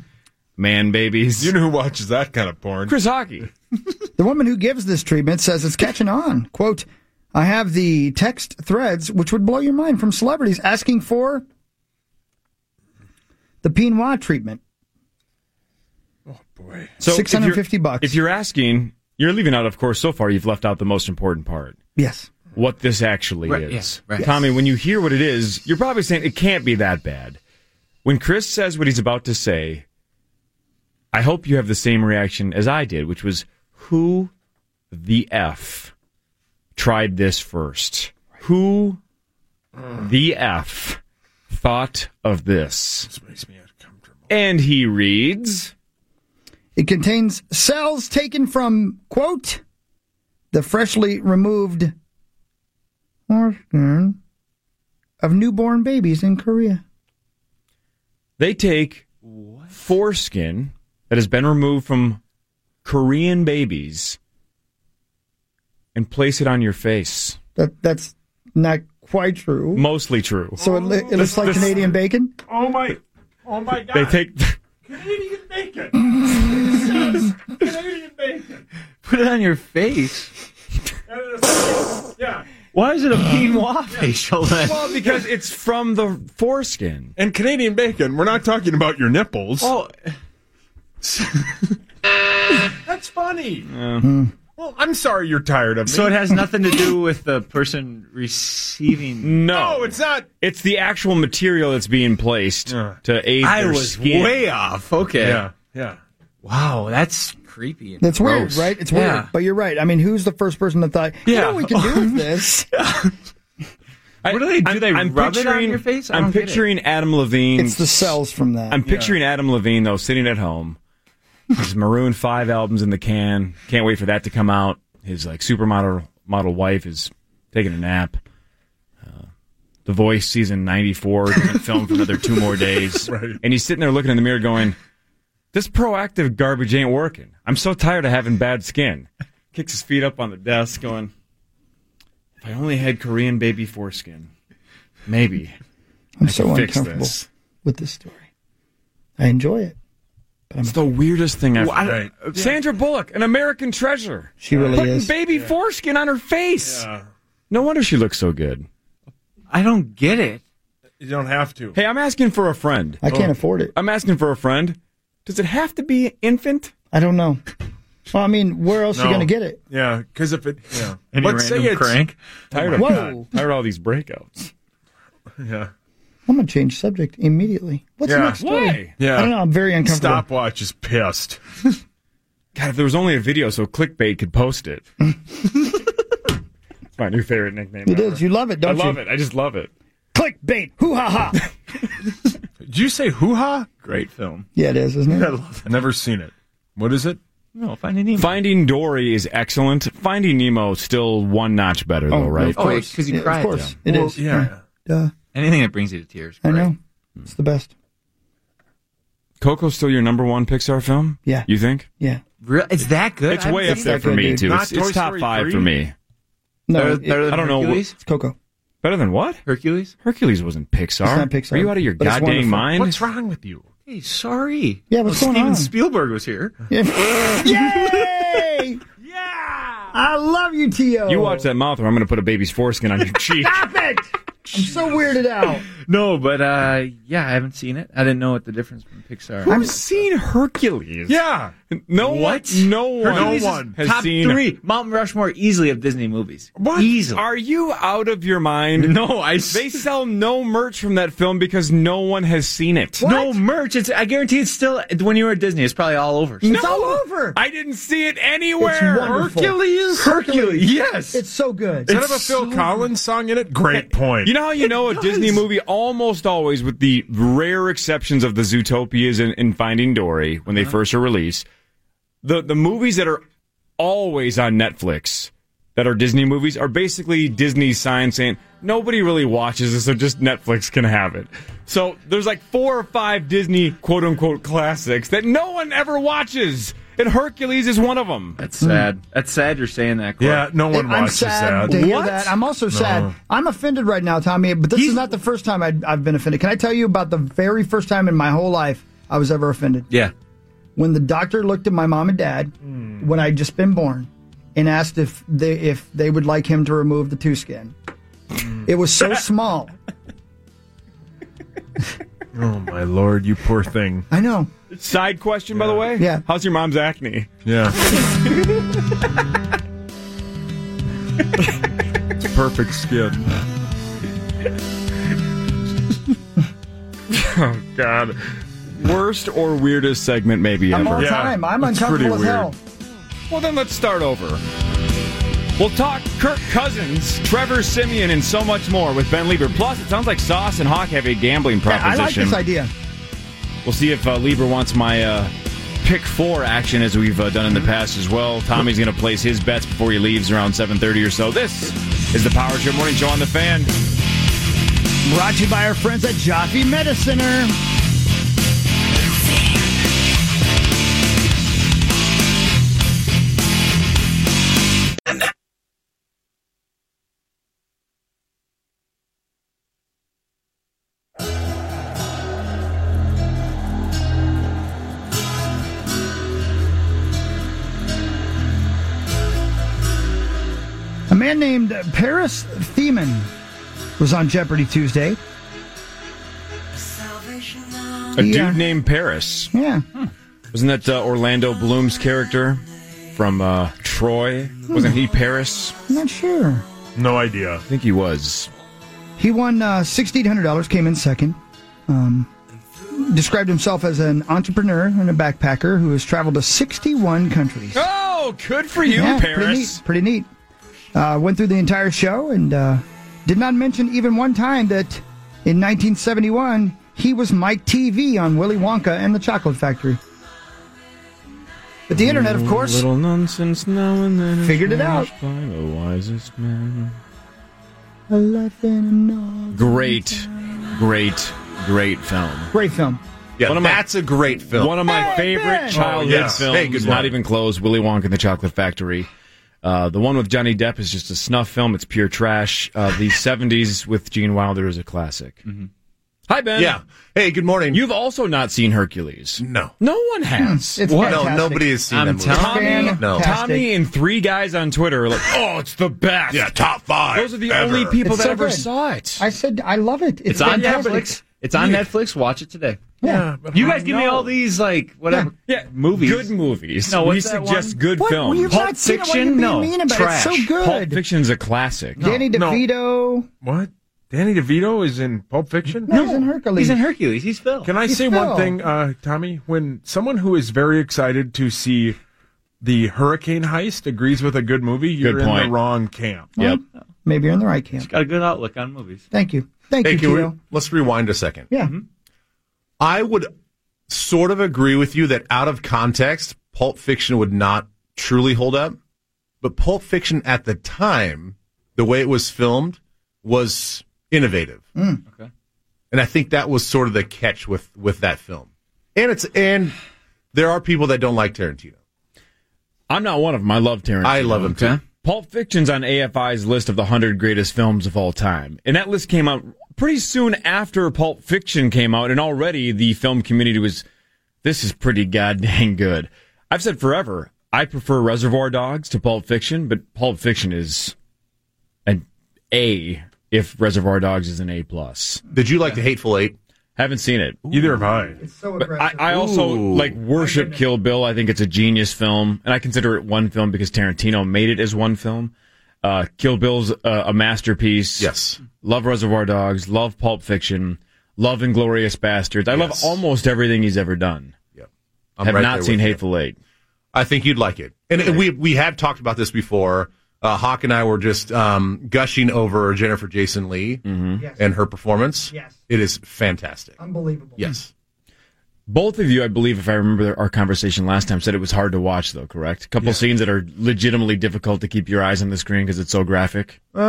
[SPEAKER 12] Man babies. You
[SPEAKER 13] know who watches that kind of porn?
[SPEAKER 12] Chris Hockey.
[SPEAKER 5] The woman who gives this treatment says it's catching on. Quote, I have the text threads, which would blow your mind from celebrities asking for the peignoir treatment. Boy.
[SPEAKER 12] So if you're-
[SPEAKER 5] 650 bucks.
[SPEAKER 12] If you're asking, you're leaving out, of course, so far you've left out the most important part.
[SPEAKER 5] Yes.
[SPEAKER 12] What this actually
[SPEAKER 5] Right,
[SPEAKER 12] is.
[SPEAKER 5] yeah, right.
[SPEAKER 12] Tommy, when you hear what it is, you're probably saying it can't be that bad. When Chris says what he's about to say, I hope you have the same reaction as I did, which was who the F tried this first? Who the F thought of this? This makes me uncomfortable. And he reads.
[SPEAKER 5] It contains cells taken from, quote, the freshly removed organ of newborn babies in Korea.
[SPEAKER 12] They take foreskin that has been removed from Korean babies and place it on your face.
[SPEAKER 5] That That's not quite true.
[SPEAKER 12] Mostly true.
[SPEAKER 5] So it, li- it
[SPEAKER 12] This-
[SPEAKER 5] looks like
[SPEAKER 12] this-
[SPEAKER 5] Canadian bacon?
[SPEAKER 8] Oh my! Oh my God!
[SPEAKER 12] They take
[SPEAKER 8] Canadian bacon. This is Canadian bacon.
[SPEAKER 9] Put it on your face.
[SPEAKER 8] And it's- Yeah.
[SPEAKER 9] Why is it a quinoa facial then?
[SPEAKER 12] Well, because it's from the foreskin.
[SPEAKER 13] And Canadian bacon, we're not talking about your nipples.
[SPEAKER 9] Oh.
[SPEAKER 13] That's funny.
[SPEAKER 9] Mhm.
[SPEAKER 13] Well, I'm sorry you're tired of me.
[SPEAKER 9] So it has nothing to do with the person receiving.
[SPEAKER 12] No.
[SPEAKER 13] No, it's not.
[SPEAKER 12] It's the actual material that's being placed to aid
[SPEAKER 9] I
[SPEAKER 12] their
[SPEAKER 9] was
[SPEAKER 12] skin.
[SPEAKER 9] way off. Okay.
[SPEAKER 12] Yeah.
[SPEAKER 13] Yeah.
[SPEAKER 9] Wow, that's creepy. and
[SPEAKER 5] That's weird,
[SPEAKER 9] gross.
[SPEAKER 5] right? It's weird.
[SPEAKER 9] Yeah.
[SPEAKER 5] But you're right. I mean, who's the first person that thought, you
[SPEAKER 9] Yeah.
[SPEAKER 5] know what we can do with this?
[SPEAKER 12] what do they do?
[SPEAKER 9] they rub it on your face? I
[SPEAKER 12] I'm
[SPEAKER 9] don't get it.
[SPEAKER 12] picturing Adam Levine.
[SPEAKER 5] It's the cells from that.
[SPEAKER 12] I'm picturing Adam Levine though sitting at home. His Maroon Five albums in the can. Can't wait for that to come out. His like supermodel model wife is taking a nap. Uh, the Voice season '94 doesn't film for another two more days, and he's sitting there looking in the mirror, going, "This proactive garbage ain't working. I'm so tired of having bad skin." Kicks his feet up on the desk, going, "If I only had Korean baby foreskin, maybe."
[SPEAKER 5] I'm
[SPEAKER 12] I
[SPEAKER 5] so
[SPEAKER 12] can fix
[SPEAKER 5] uncomfortable
[SPEAKER 12] this.
[SPEAKER 5] with this story. I enjoy it.
[SPEAKER 12] It's the weirdest thing I've
[SPEAKER 5] Well, I
[SPEAKER 12] heard.
[SPEAKER 5] don't-
[SPEAKER 12] Right. Sandra Bullock, an American treasure.
[SPEAKER 5] She really
[SPEAKER 12] Putting
[SPEAKER 5] is.
[SPEAKER 12] baby foreskin on her face. No wonder she looks so good.
[SPEAKER 9] I don't get it.
[SPEAKER 13] You don't have to.
[SPEAKER 12] Hey, I'm asking for a friend.
[SPEAKER 5] I can't afford it.
[SPEAKER 12] I'm asking for a friend. Does it have to be infant?
[SPEAKER 5] I don't know. Well, I mean, where else are you
[SPEAKER 13] No.
[SPEAKER 5] going to get it?
[SPEAKER 13] Yeah, because if it, yeah.
[SPEAKER 12] Any random crank? Tired of
[SPEAKER 5] Whoa.
[SPEAKER 12] God, tired of all these breakouts.
[SPEAKER 13] Yeah.
[SPEAKER 5] I'm going to change subject immediately. What's
[SPEAKER 13] Yeah.
[SPEAKER 5] the next story?
[SPEAKER 13] Why? Yeah.
[SPEAKER 5] I don't know. I'm very uncomfortable.
[SPEAKER 13] Stopwatch is pissed.
[SPEAKER 12] God, if there was only a video so clickbait could post it. it's my new favorite nickname.
[SPEAKER 5] It
[SPEAKER 12] ever.
[SPEAKER 5] is. You love it, don't
[SPEAKER 12] I love
[SPEAKER 5] you?
[SPEAKER 12] it. I just love it.
[SPEAKER 5] Clickbait. Hoo ha ha.
[SPEAKER 13] Did you say hoo ha?
[SPEAKER 9] Great film.
[SPEAKER 5] Yeah, it is, isn't it?
[SPEAKER 13] Never seen it. What is it?
[SPEAKER 9] No, Finding Nemo.
[SPEAKER 12] Finding Dory is excellent. Finding Nemo still one notch better, though, right?
[SPEAKER 9] Oh, wait, because you
[SPEAKER 5] Yeah,
[SPEAKER 9] cried.
[SPEAKER 5] Of course.
[SPEAKER 9] though.
[SPEAKER 5] It is.
[SPEAKER 9] Yeah.
[SPEAKER 5] Duh.
[SPEAKER 9] Anything that brings you to tears.
[SPEAKER 5] I know. It's the best.
[SPEAKER 12] Coco's still your number one Pixar film?
[SPEAKER 5] Yeah.
[SPEAKER 12] You think?
[SPEAKER 5] Yeah.
[SPEAKER 9] Real, it's that good.
[SPEAKER 12] It's
[SPEAKER 9] I haven't
[SPEAKER 12] way up
[SPEAKER 9] seen
[SPEAKER 12] there
[SPEAKER 9] that
[SPEAKER 12] for
[SPEAKER 9] good,
[SPEAKER 12] me,
[SPEAKER 9] dude.
[SPEAKER 12] too. It's, it's top five for me.
[SPEAKER 5] No,
[SPEAKER 9] Better-
[SPEAKER 5] it-
[SPEAKER 9] better than
[SPEAKER 12] I don't know.
[SPEAKER 9] Hercules?
[SPEAKER 5] It's Coco.
[SPEAKER 12] Better than what?
[SPEAKER 9] Hercules?
[SPEAKER 12] Hercules wasn't Pixar.
[SPEAKER 5] It's not Pixar,
[SPEAKER 12] Are you out of your
[SPEAKER 5] but it's
[SPEAKER 12] goddamn
[SPEAKER 5] wonderful.
[SPEAKER 12] mind?
[SPEAKER 13] What's wrong with you? Oh,
[SPEAKER 9] Hey, sorry.
[SPEAKER 5] Yeah, what's
[SPEAKER 9] well,
[SPEAKER 5] going
[SPEAKER 9] Oh, Steven
[SPEAKER 5] on?
[SPEAKER 9] Spielberg was here.
[SPEAKER 5] Yeah. Yay! yeah! I love you, T.O.
[SPEAKER 12] You watch that mouth, or I'm going to put a baby's foreskin on your cheek.
[SPEAKER 5] Stop it! I'm so weirded out.
[SPEAKER 9] No, but uh, yeah, I haven't seen it. I didn't know what the difference from Pixar.
[SPEAKER 12] I've seen Hercules.
[SPEAKER 13] Yeah.
[SPEAKER 12] No
[SPEAKER 9] What?
[SPEAKER 12] one. No one.
[SPEAKER 9] Hercules
[SPEAKER 12] no
[SPEAKER 9] is
[SPEAKER 12] one has
[SPEAKER 9] top
[SPEAKER 12] seen.
[SPEAKER 9] three. Mount Rushmore easily of Disney movies.
[SPEAKER 12] What?
[SPEAKER 9] Easily.
[SPEAKER 12] Are you out of your mind?
[SPEAKER 9] No, I-
[SPEAKER 12] They sell no merch from that film because no one has seen it.
[SPEAKER 9] No merch. It's I guarantee it's still when you were at Disney, it's probably all over.
[SPEAKER 12] No.
[SPEAKER 9] It's all over.
[SPEAKER 12] I didn't see it anywhere.
[SPEAKER 5] It's wonderful.
[SPEAKER 9] Hercules. Hercules. Yes.
[SPEAKER 5] It's so good.
[SPEAKER 13] Instead of a Phil Collins song in it, great point.
[SPEAKER 12] You know how you know a Disney movie almost always, with the rare exceptions of the Zootopias and, and Finding Dory when
[SPEAKER 13] Uh-huh.
[SPEAKER 12] they first are released, the the movies that are always on Netflix that are Disney movies are basically Disney signs saying nobody really watches this, so just Netflix can have it. So there's like four or five Disney quote unquote classics that no one ever watches, and Hercules is one of them.
[SPEAKER 9] That's sad. That's sad. You're saying that.
[SPEAKER 13] Yeah,
[SPEAKER 9] Clark.
[SPEAKER 13] no one
[SPEAKER 5] I'm
[SPEAKER 13] watches
[SPEAKER 5] sad
[SPEAKER 13] that.
[SPEAKER 5] to hear that. I'm also
[SPEAKER 13] No.
[SPEAKER 5] sad. I'm offended right now, Tommy, but this is not the first time i I've been offended. Can I tell you about the very first time in my whole life I was ever offended?
[SPEAKER 9] Yeah.
[SPEAKER 5] When the doctor looked at my mom and dad
[SPEAKER 13] Hmm.
[SPEAKER 5] when I'd just been born and asked if they, if they would like him to remove the
[SPEAKER 13] Hmm.
[SPEAKER 5] two skin. It was so small.
[SPEAKER 13] Oh my lord, you poor thing.
[SPEAKER 5] I know.
[SPEAKER 12] Side question, by the way. Yeah. How's your mom's acne?
[SPEAKER 13] Yeah. It's perfect skin.
[SPEAKER 12] oh God. Worst or weirdest segment maybe
[SPEAKER 5] I'm
[SPEAKER 12] ever.
[SPEAKER 5] on time. I'm uncomfortable as hell.
[SPEAKER 12] Well, then let's start over. We'll talk Kirk Cousins, Trevor Simeon, and so much more with Ben Lieber. Plus, it sounds like Sauce and Hawk have a gambling
[SPEAKER 5] Yeah, I
[SPEAKER 12] proposition.
[SPEAKER 5] like this idea.
[SPEAKER 12] We'll see if uh, Lieber wants my uh, pick four action as we've uh, done
[SPEAKER 14] Mm-hmm.
[SPEAKER 12] in the past as well. Tommy's going to place his bets before he leaves around 7.30 or so. This is the Power Trip Morning Show on the Fan.
[SPEAKER 14] Brought to you by our friends at Jaffe Mediciner.
[SPEAKER 5] A man named Paris Theman was on Jeopardy Tuesday.
[SPEAKER 12] A
[SPEAKER 5] Yeah.
[SPEAKER 12] dude named Paris.
[SPEAKER 5] Yeah.
[SPEAKER 12] Wasn't that uh, Orlando Bloom's character from uh, Troy?
[SPEAKER 14] Hmm.
[SPEAKER 12] Wasn't he Paris?
[SPEAKER 5] I'm not sure.
[SPEAKER 12] No idea. I think he was.
[SPEAKER 5] He won uh, $1,600, came in second. Um, described himself as an entrepreneur and a backpacker who has traveled to 61 countries.
[SPEAKER 12] Oh, good for you,
[SPEAKER 5] Yeah, Pretty
[SPEAKER 12] Paris.
[SPEAKER 5] neat. Pretty neat. Uh, went through the entire show and uh, did not mention even one time that in 1971 he was Mike TV on Willy Wonka and the Chocolate Factory. But the internet, of course,
[SPEAKER 12] Little nonsense now and then. is
[SPEAKER 5] Figured it
[SPEAKER 12] managed by the wisest man. Great, great, great film.
[SPEAKER 5] Great film.
[SPEAKER 12] Yeah, one of
[SPEAKER 16] that's a great film.
[SPEAKER 12] One of my
[SPEAKER 16] Hey,
[SPEAKER 12] favorite
[SPEAKER 16] Ben!
[SPEAKER 12] childhood
[SPEAKER 16] Oh, yes.
[SPEAKER 12] films.
[SPEAKER 16] Hey, good
[SPEAKER 12] not
[SPEAKER 16] one.
[SPEAKER 12] even close. Willy Wonka and the Chocolate Factory. Uh, the one with Johnny Depp is just a snuff film. It's pure trash. Uh, the '70s with Gene Wilder is a classic. Hi, Ben. Yeah.
[SPEAKER 16] Mm-hmm. Hey, good morning.
[SPEAKER 12] You've also not seen Hercules.
[SPEAKER 16] No.
[SPEAKER 12] No one has.
[SPEAKER 16] Hmm, it's What? No, fantastic. nobody has seen
[SPEAKER 12] I'm
[SPEAKER 16] that movie.
[SPEAKER 12] telling you.
[SPEAKER 16] Fantastic. No.
[SPEAKER 12] Tommy and three guys on Twitter are like, oh, it's the best.
[SPEAKER 16] Yeah, top five
[SPEAKER 12] Those are the
[SPEAKER 16] ever.
[SPEAKER 12] only people
[SPEAKER 16] It's
[SPEAKER 12] that
[SPEAKER 16] so
[SPEAKER 12] ever
[SPEAKER 16] good.
[SPEAKER 12] saw it.
[SPEAKER 5] I said I love it.
[SPEAKER 9] It's, on
[SPEAKER 5] fantastic.
[SPEAKER 9] Netflix. It's on
[SPEAKER 12] Yeah.
[SPEAKER 9] Netflix. Watch it today.
[SPEAKER 5] Yeah,
[SPEAKER 12] but
[SPEAKER 9] you
[SPEAKER 12] I
[SPEAKER 9] guys give me
[SPEAKER 12] know.
[SPEAKER 9] all these like whatever.
[SPEAKER 12] Yeah, movies. Good movies.
[SPEAKER 9] No,
[SPEAKER 12] we
[SPEAKER 9] what's that
[SPEAKER 12] suggest
[SPEAKER 9] one?
[SPEAKER 12] good
[SPEAKER 9] What?
[SPEAKER 12] films.
[SPEAKER 9] Well, you've
[SPEAKER 12] Pulp
[SPEAKER 9] not seen it. Why are you
[SPEAKER 12] Fiction,
[SPEAKER 9] being
[SPEAKER 12] no.
[SPEAKER 9] mean about it? It's
[SPEAKER 12] Trash.
[SPEAKER 5] so good.
[SPEAKER 12] Pulp Fiction's a classic.
[SPEAKER 5] Danny
[SPEAKER 13] No.
[SPEAKER 5] DeVito.
[SPEAKER 13] What? Danny DeVito is in Pulp Fiction?
[SPEAKER 5] No, he's in Hercules. He's in
[SPEAKER 13] Hercules. He's Phil. Can I
[SPEAKER 5] He's
[SPEAKER 13] say
[SPEAKER 5] Phil.
[SPEAKER 13] one thing, uh, Tommy? When someone who is very excited to see the hurricane heist agrees with a good movie, you're
[SPEAKER 5] Good
[SPEAKER 13] in
[SPEAKER 5] point.
[SPEAKER 13] the wrong camp.
[SPEAKER 5] Yep. Maybe you're in the right camp.
[SPEAKER 16] got a good outlook on movies.
[SPEAKER 5] Thank you. Thank
[SPEAKER 16] hey,
[SPEAKER 5] you,
[SPEAKER 16] can we-
[SPEAKER 5] Tito.
[SPEAKER 16] Let's rewind a second.
[SPEAKER 5] Yeah.
[SPEAKER 9] Mm-hmm.
[SPEAKER 16] I would sort of agree with you that out of context, Pulp Fiction would not truly hold up. But Pulp Fiction at the time, the way it was filmed, was innovative.
[SPEAKER 12] Mm.
[SPEAKER 9] Okay.
[SPEAKER 16] And I think that was sort of the catch with, with that film. And it's and there are people that don't like Tarantino.
[SPEAKER 12] I'm not one of them. I love Tarantino.
[SPEAKER 16] I love him too.
[SPEAKER 12] Pulp Fiction's on AFI's list of the 100 greatest films of all time. And that list came out pretty soon after Pulp Fiction came out, and already the film community was, this is pretty goddamn good. I've said forever, I prefer Reservoir Dogs to Pulp Fiction, but Pulp Fiction is an A if Reservoir Dogs is an A plus.
[SPEAKER 16] Did you like The Hateful Eight?
[SPEAKER 12] Haven't seen it.
[SPEAKER 13] Either have I.
[SPEAKER 5] It's so
[SPEAKER 12] But I, I also
[SPEAKER 16] Ooh.
[SPEAKER 12] like worship Kill Bill. I think it's a genius film, and I consider it one film because Tarantino made it as one film. Uh, Kill Bill's uh, a masterpiece.
[SPEAKER 16] Yes,
[SPEAKER 12] love Reservoir Dogs. Love Pulp Fiction. Love Inglorious Bastards. I
[SPEAKER 16] Yes.
[SPEAKER 12] love almost everything he's ever done.
[SPEAKER 16] Yep,
[SPEAKER 12] have not
[SPEAKER 16] there
[SPEAKER 12] seen
[SPEAKER 16] with you.
[SPEAKER 12] Hateful Eight.
[SPEAKER 16] I think you'd like it. And we we have talked about this before. Uh, Hawk and I were just um, gushing over Jennifer Jason Lee
[SPEAKER 12] Mm-hmm.
[SPEAKER 5] Yes.
[SPEAKER 16] and her performance.
[SPEAKER 5] Yes.
[SPEAKER 16] It is fantastic.
[SPEAKER 5] Unbelievable.
[SPEAKER 16] Yes.
[SPEAKER 12] Both of you, I believe, if I remember our conversation last time, said it was hard to watch, though. Correct? A couple scenes that are legitimately difficult to keep your eyes on the screen because it's so graphic.
[SPEAKER 5] Uh,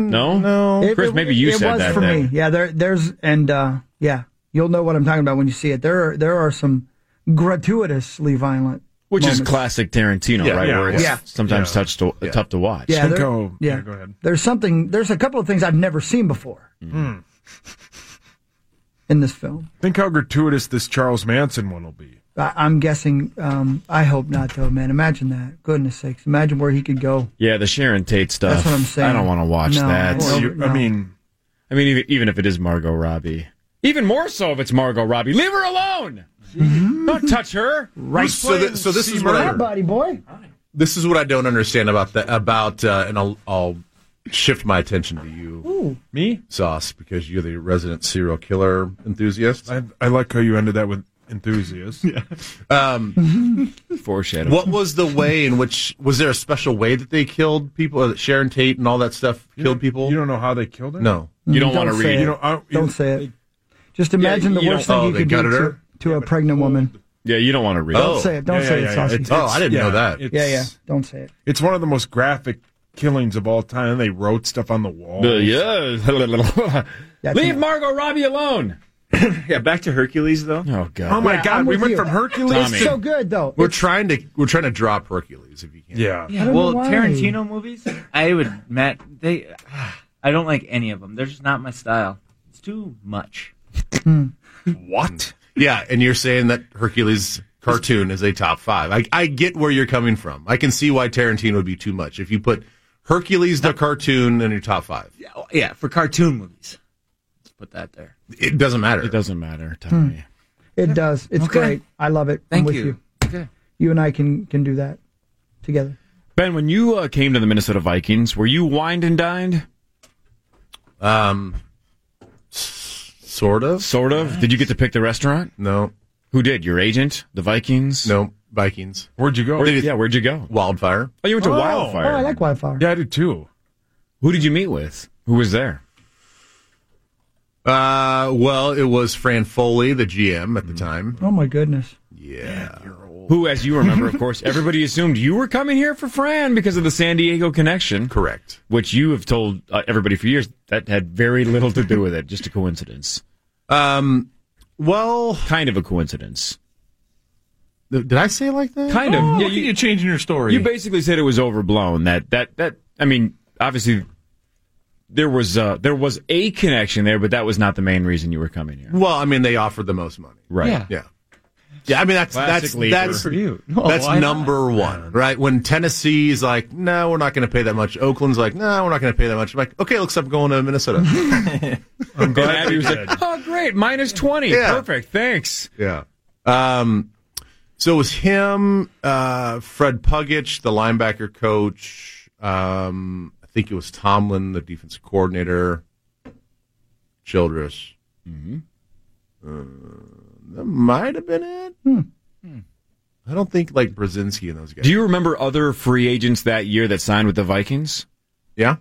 [SPEAKER 16] Mm,
[SPEAKER 12] No? no. Chris, maybe you
[SPEAKER 5] it
[SPEAKER 12] said
[SPEAKER 5] was
[SPEAKER 12] that
[SPEAKER 5] for
[SPEAKER 12] then.
[SPEAKER 5] me. Yeah, there, there's and uh, yeah, you'll know what I'm talking about when you see it. There, are, there are some gratuitously violent,
[SPEAKER 12] Which is
[SPEAKER 5] moments.
[SPEAKER 12] classic Tarantino,
[SPEAKER 5] Yeah,
[SPEAKER 12] right?
[SPEAKER 5] yeah,
[SPEAKER 12] Where it's
[SPEAKER 5] yeah.
[SPEAKER 12] sometimes
[SPEAKER 5] Yeah.
[SPEAKER 12] touch to, tough to watch.
[SPEAKER 5] Yeah, there- yeah. There's something. There's a couple of things I've never seen before in this film.
[SPEAKER 13] Hmm. Think how gratuitous this Charles Manson one will be.
[SPEAKER 5] I, I'm guessing. Um, I hope not, though, man. Imagine that. Goodness sakes, imagine where he could go.
[SPEAKER 12] Yeah, the Sharon Tate stuff.
[SPEAKER 5] That's what I'm saying.
[SPEAKER 12] I don't want to watch
[SPEAKER 5] No,
[SPEAKER 12] that.
[SPEAKER 5] I don't- Well, you- I no.
[SPEAKER 12] mean, I mean, even, even if it is Margot Robbie, Even more so if it's Margot Robbie. Leave her alone.
[SPEAKER 5] Mm-hmm.
[SPEAKER 12] Don't touch her.
[SPEAKER 16] Right. So th- so this is what I- Hi,
[SPEAKER 5] buddy boy.
[SPEAKER 16] This is what I don't understand about that. About uh, and I'll, I'll shift my attention to you,
[SPEAKER 5] Ooh.
[SPEAKER 12] me,
[SPEAKER 16] Sauce, because you're the resident serial killer enthusiast.
[SPEAKER 13] I, I like how you ended that with enthusiast. yeah.
[SPEAKER 16] Um,
[SPEAKER 12] Foreshadow.
[SPEAKER 16] what was the way in which was there a special way that they killed people? Uh, Sharon Tate and all that stuff killed people. You
[SPEAKER 13] don't know how they killed her.
[SPEAKER 16] No,
[SPEAKER 5] say it.
[SPEAKER 13] You know, I,
[SPEAKER 5] don't say it. Just imagine
[SPEAKER 13] Yeah,
[SPEAKER 5] the
[SPEAKER 13] you
[SPEAKER 5] worst
[SPEAKER 13] don't-
[SPEAKER 5] thing
[SPEAKER 13] oh,
[SPEAKER 5] you
[SPEAKER 13] they
[SPEAKER 5] could do
[SPEAKER 13] gutted
[SPEAKER 5] to,
[SPEAKER 13] her?
[SPEAKER 5] to a pregnant woman.
[SPEAKER 12] Yeah, you don't want to read.
[SPEAKER 5] Don't say it. Don't say it, Saucy.
[SPEAKER 16] Oh, I didn't know that.
[SPEAKER 5] yeah, yeah. Don't say it.
[SPEAKER 13] It's one of the most graphic killings of all time. And they wrote stuff on the wall.
[SPEAKER 12] Uh, yeah. Leave Margot Robbie alone.
[SPEAKER 9] yeah, back to Hercules though.
[SPEAKER 12] Oh god.
[SPEAKER 16] Oh my God,
[SPEAKER 5] I'm
[SPEAKER 16] we
[SPEAKER 5] with
[SPEAKER 16] went
[SPEAKER 5] you.
[SPEAKER 16] from Hercules Tommy.
[SPEAKER 5] It's so good though.
[SPEAKER 16] We're trying to we're trying to drop Hercules if you can.
[SPEAKER 13] Yeah.
[SPEAKER 5] I don't know
[SPEAKER 9] well,
[SPEAKER 5] why.
[SPEAKER 9] Tarantino movies, I would Matt. They, I don't like any of them. They're just not my style. It's too much.
[SPEAKER 16] What? Yeah, and you're saying that Hercules cartoon is a top five. I, I get where you're coming from. I can see why Tarantino would be too much. If you put Hercules the cartoon in your top five,
[SPEAKER 9] Oh, Yeah, for cartoon movies. Let's put that there.
[SPEAKER 16] it doesn't matter. It
[SPEAKER 12] doesn't matter.
[SPEAKER 5] Hmm.
[SPEAKER 9] Hmm.
[SPEAKER 5] It does. It's
[SPEAKER 9] Okay.
[SPEAKER 5] great. I love it. I'm
[SPEAKER 9] Thank
[SPEAKER 5] with you.
[SPEAKER 9] you.
[SPEAKER 5] Okay. You and I can can do that together.
[SPEAKER 12] Ben, when you uh, came to the Minnesota Vikings, were you wined and dined?
[SPEAKER 16] Um, sort of.
[SPEAKER 12] Sort of. Did you get to pick the restaurant?
[SPEAKER 16] No.
[SPEAKER 12] Who did? Your agent? The Vikings?
[SPEAKER 16] No, Vikings.
[SPEAKER 12] Where'd you go? yeah, where'd you go?
[SPEAKER 16] Wildfire.
[SPEAKER 12] Oh, you went to
[SPEAKER 5] Oh.
[SPEAKER 12] Wildfire.
[SPEAKER 5] Oh, I like Wildfire.
[SPEAKER 12] Yeah, I did too. Who did you meet with? Who was there?
[SPEAKER 16] Uh, well, it was Fran Foley, the GM
[SPEAKER 12] Hmm.
[SPEAKER 16] at the time.
[SPEAKER 5] Oh my goodness.
[SPEAKER 16] Yeah.
[SPEAKER 12] Who, as you remember, of course, everybody assumed you were coming here for Fran because of the San Diego connection.
[SPEAKER 16] Correct.
[SPEAKER 12] Which you have told uh, everybody for years that had very little to do with it, just a coincidence.
[SPEAKER 16] Um, well,
[SPEAKER 12] kind of a coincidence.
[SPEAKER 16] Did I say it like that?
[SPEAKER 12] Kind of.
[SPEAKER 16] Oh,
[SPEAKER 12] yeah,
[SPEAKER 16] look
[SPEAKER 12] you,
[SPEAKER 16] at you changing your story.
[SPEAKER 12] You basically said it was overblown. That that that. I mean, obviously, there was uh, there was a connection there, but that was not the main reason you were coming here.
[SPEAKER 16] Well, I mean, they offered the most money.
[SPEAKER 12] Right.
[SPEAKER 16] Yeah. Yeah. Yeah, I mean that's
[SPEAKER 12] Classic
[SPEAKER 16] that's
[SPEAKER 12] leader.
[SPEAKER 16] that's
[SPEAKER 12] Good for you. No,
[SPEAKER 16] that's
[SPEAKER 12] why not?
[SPEAKER 16] number one, right? When Tennessee's like, no, we're not going to pay that much. Oakland's like, no, we're not going to pay that much. I'm like, okay, looks like I'm going to Minnesota.
[SPEAKER 12] I'm glad Abby was like, oh, great, minus twenty,
[SPEAKER 16] Yeah.
[SPEAKER 12] perfect, thanks.
[SPEAKER 16] yeah. Um, so it was him, uh, Fred Puggich, the linebacker coach. Um, I think it was Tomlin, the defensive coordinator. Childress.
[SPEAKER 12] Mm-hmm.
[SPEAKER 16] Uh, that might have been it.
[SPEAKER 12] Hmm.
[SPEAKER 16] I don't think like Brzezinski and those guys.
[SPEAKER 12] Do you remember other free agents that year that signed with the Vikings?
[SPEAKER 16] Yeah.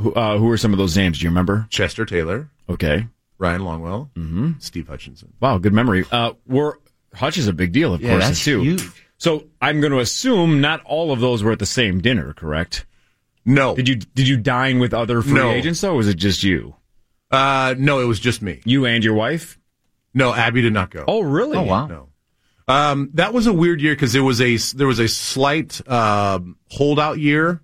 [SPEAKER 12] Who, uh, who were some of those names? Do you remember?
[SPEAKER 16] Chester Taylor.
[SPEAKER 12] Okay.
[SPEAKER 16] Ryan Longwell.
[SPEAKER 12] Mm-hmm.
[SPEAKER 16] Steve Hutchinson.
[SPEAKER 12] Wow, good memory. Uh, we're Hutch is a big deal, of
[SPEAKER 16] Yeah,
[SPEAKER 12] course,
[SPEAKER 16] that's
[SPEAKER 12] too.
[SPEAKER 16] huge.
[SPEAKER 12] So I'm going to assume not all of those were at the same dinner, correct?
[SPEAKER 16] No.
[SPEAKER 12] Did you did you dine with other free
[SPEAKER 16] No.
[SPEAKER 12] agents? Though, or was it just you?
[SPEAKER 16] Uh, no, it was just me.
[SPEAKER 12] You and your wife?
[SPEAKER 16] No, Abby did not go.
[SPEAKER 12] Oh, really?
[SPEAKER 16] No. Um, that was a weird year because there was a there was a slight um, holdout year.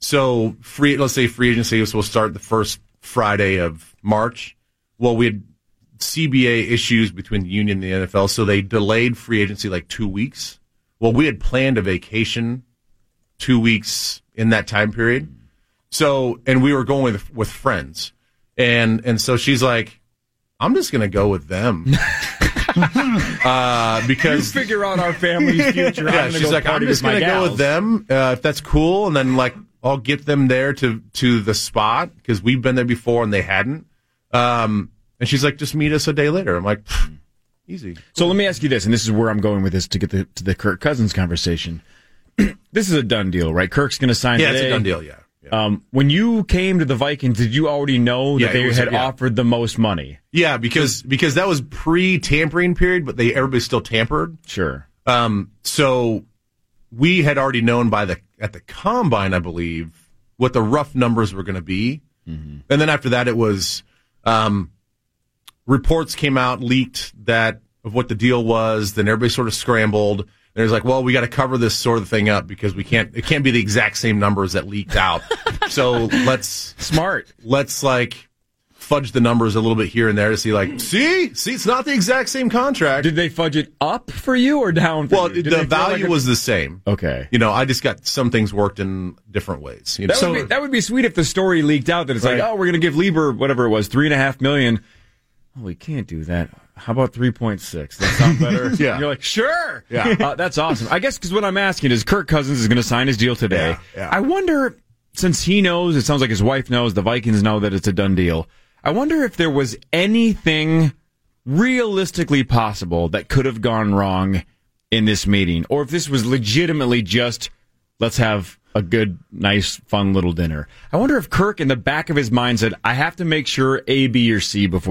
[SPEAKER 16] So free, let's say free agency was supposed to start the first Friday of March. Well, we had CBA issues between the union and the NFL, so they delayed free agency like two weeks. Well, we had planned a vacation two weeks in that time period. So, and we were going with, with friends, and and so she's like, "I'm just gonna go with them," uh, because
[SPEAKER 12] Figure out our family's future. I'm
[SPEAKER 16] yeah,
[SPEAKER 12] gonna
[SPEAKER 16] she's
[SPEAKER 12] go
[SPEAKER 16] like,
[SPEAKER 12] party
[SPEAKER 16] I'm
[SPEAKER 12] with
[SPEAKER 16] just
[SPEAKER 12] my
[SPEAKER 16] gonna
[SPEAKER 12] gals."
[SPEAKER 16] go with them uh, if that's cool, and then like I'll get them there to to the spot because we've been there before and they hadn't. Um, and she's like, just meet us a day later. I'm like, "Pfft, easy.
[SPEAKER 12] So let me ask you this, and this is where I'm going with this to get the, to the Kirk Cousins conversation. this is a done deal, right? Kirk's going to sign.
[SPEAKER 16] Yeah, it's a
[SPEAKER 12] today.
[SPEAKER 16] done deal, yeah.
[SPEAKER 12] Um, when you came to the Vikings, did you already know that
[SPEAKER 16] Yeah, it
[SPEAKER 12] they
[SPEAKER 16] was-
[SPEAKER 12] had
[SPEAKER 16] yeah.
[SPEAKER 12] offered the most money?
[SPEAKER 16] Yeah, because because that was pre tampering period, but they everybody still tampered.
[SPEAKER 12] Sure.
[SPEAKER 16] Um, so we had already known by the at the combine, I believe, what the rough numbers were going to be,
[SPEAKER 12] Mm-hmm.
[SPEAKER 16] and then after that, it was um, reports came out leaked that of what the deal was. Then everybody sort of scrambled. And it was like, well, we got to cover this sort of thing up because we can't. It can't be the exact same numbers that leaked out. so let's
[SPEAKER 12] smart.
[SPEAKER 16] Let's like fudge the numbers a little bit here and there to see, like, see, see, it's not the exact same contract.
[SPEAKER 12] Did they fudge it up for you or down? For
[SPEAKER 16] well,
[SPEAKER 12] you? Did they
[SPEAKER 16] the
[SPEAKER 12] feel
[SPEAKER 16] value
[SPEAKER 12] like a-
[SPEAKER 16] was the same.
[SPEAKER 12] Okay.
[SPEAKER 16] You know, I just got some things worked in different ways. You know,
[SPEAKER 12] That would, be, that would be sweet if the story leaked out that it's like,
[SPEAKER 16] Right.
[SPEAKER 12] oh, we're going to give Lieber whatever it was, three and a half million. Oh, we can't do that. How about 3.6? That sounds better.
[SPEAKER 13] Yeah.
[SPEAKER 12] You're like, sure.
[SPEAKER 13] Yeah.
[SPEAKER 12] Uh, that's awesome. I guess because what I'm asking is Kirk Cousins is going to sign his deal today. I wonder, since he knows, it sounds like his wife knows, the Vikings know that it's a done deal. I wonder if there was anything realistically possible that could have gone wrong in this meeting, or if this was legitimately just let's have a good, nice, fun little dinner. I wonder if Kirk, in the back of his mind, said, I have to make sure A, B, or C before.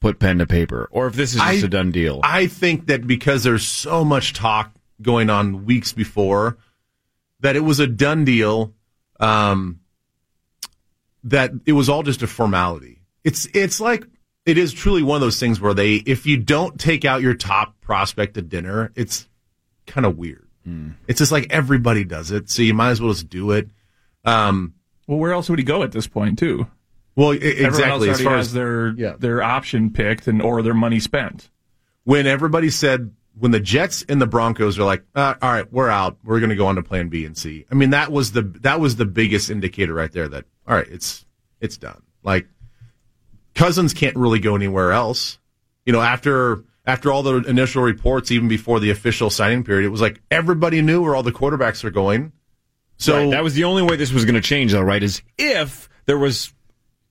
[SPEAKER 12] put pen to paper, or if this is just
[SPEAKER 16] I-
[SPEAKER 12] a done deal.
[SPEAKER 16] I think that because there's so much talk going on weeks before, that it was a done deal. Um, that it was all just a formality. It's it's like it is truly one of those things where they, if you don't take out your top prospect to dinner, it's kind of weird.
[SPEAKER 12] Hmm.
[SPEAKER 16] It's just like everybody does it, so you might as well just do it. Um,
[SPEAKER 26] Well, where else would he go at this point, too?
[SPEAKER 16] Well, e-
[SPEAKER 26] Everyone else
[SPEAKER 16] exactly. As
[SPEAKER 26] already
[SPEAKER 16] far
[SPEAKER 26] has
[SPEAKER 16] as
[SPEAKER 26] their their option picked and or their money spent.
[SPEAKER 16] when everybody said when the Jets and the Broncos are like, uh, all right, we're out. We're going to go on to Plan B and C. I mean, that was the that was the biggest indicator right there that all right, it's it's done. Like Cousins can't really go anywhere else. You know, after after all the initial reports, even before the official signing period, it was like everybody knew where all the quarterbacks are going. So
[SPEAKER 12] Right, that was the only way this was going to change, though, right? Is if there was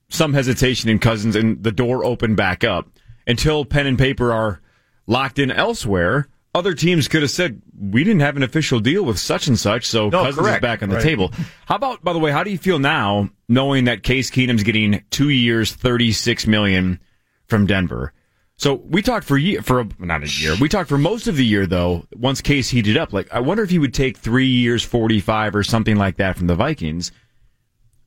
[SPEAKER 12] some hesitation in Cousins and the door opened back up until pen and paper are locked in elsewhere. Other teams could have said we didn't have an official deal with such and such, so
[SPEAKER 16] No,
[SPEAKER 12] Cousins
[SPEAKER 16] correct,
[SPEAKER 12] is back on the
[SPEAKER 16] right.
[SPEAKER 12] table. How about, by the way, how do you feel now knowing that Case Keenum's getting two years, thirty-six million from Denver? So we talked for year for a, not a year. We talked for most of the year though. Once Case heated up, like I wonder if he would take three years, forty-five or something like that from the Vikings.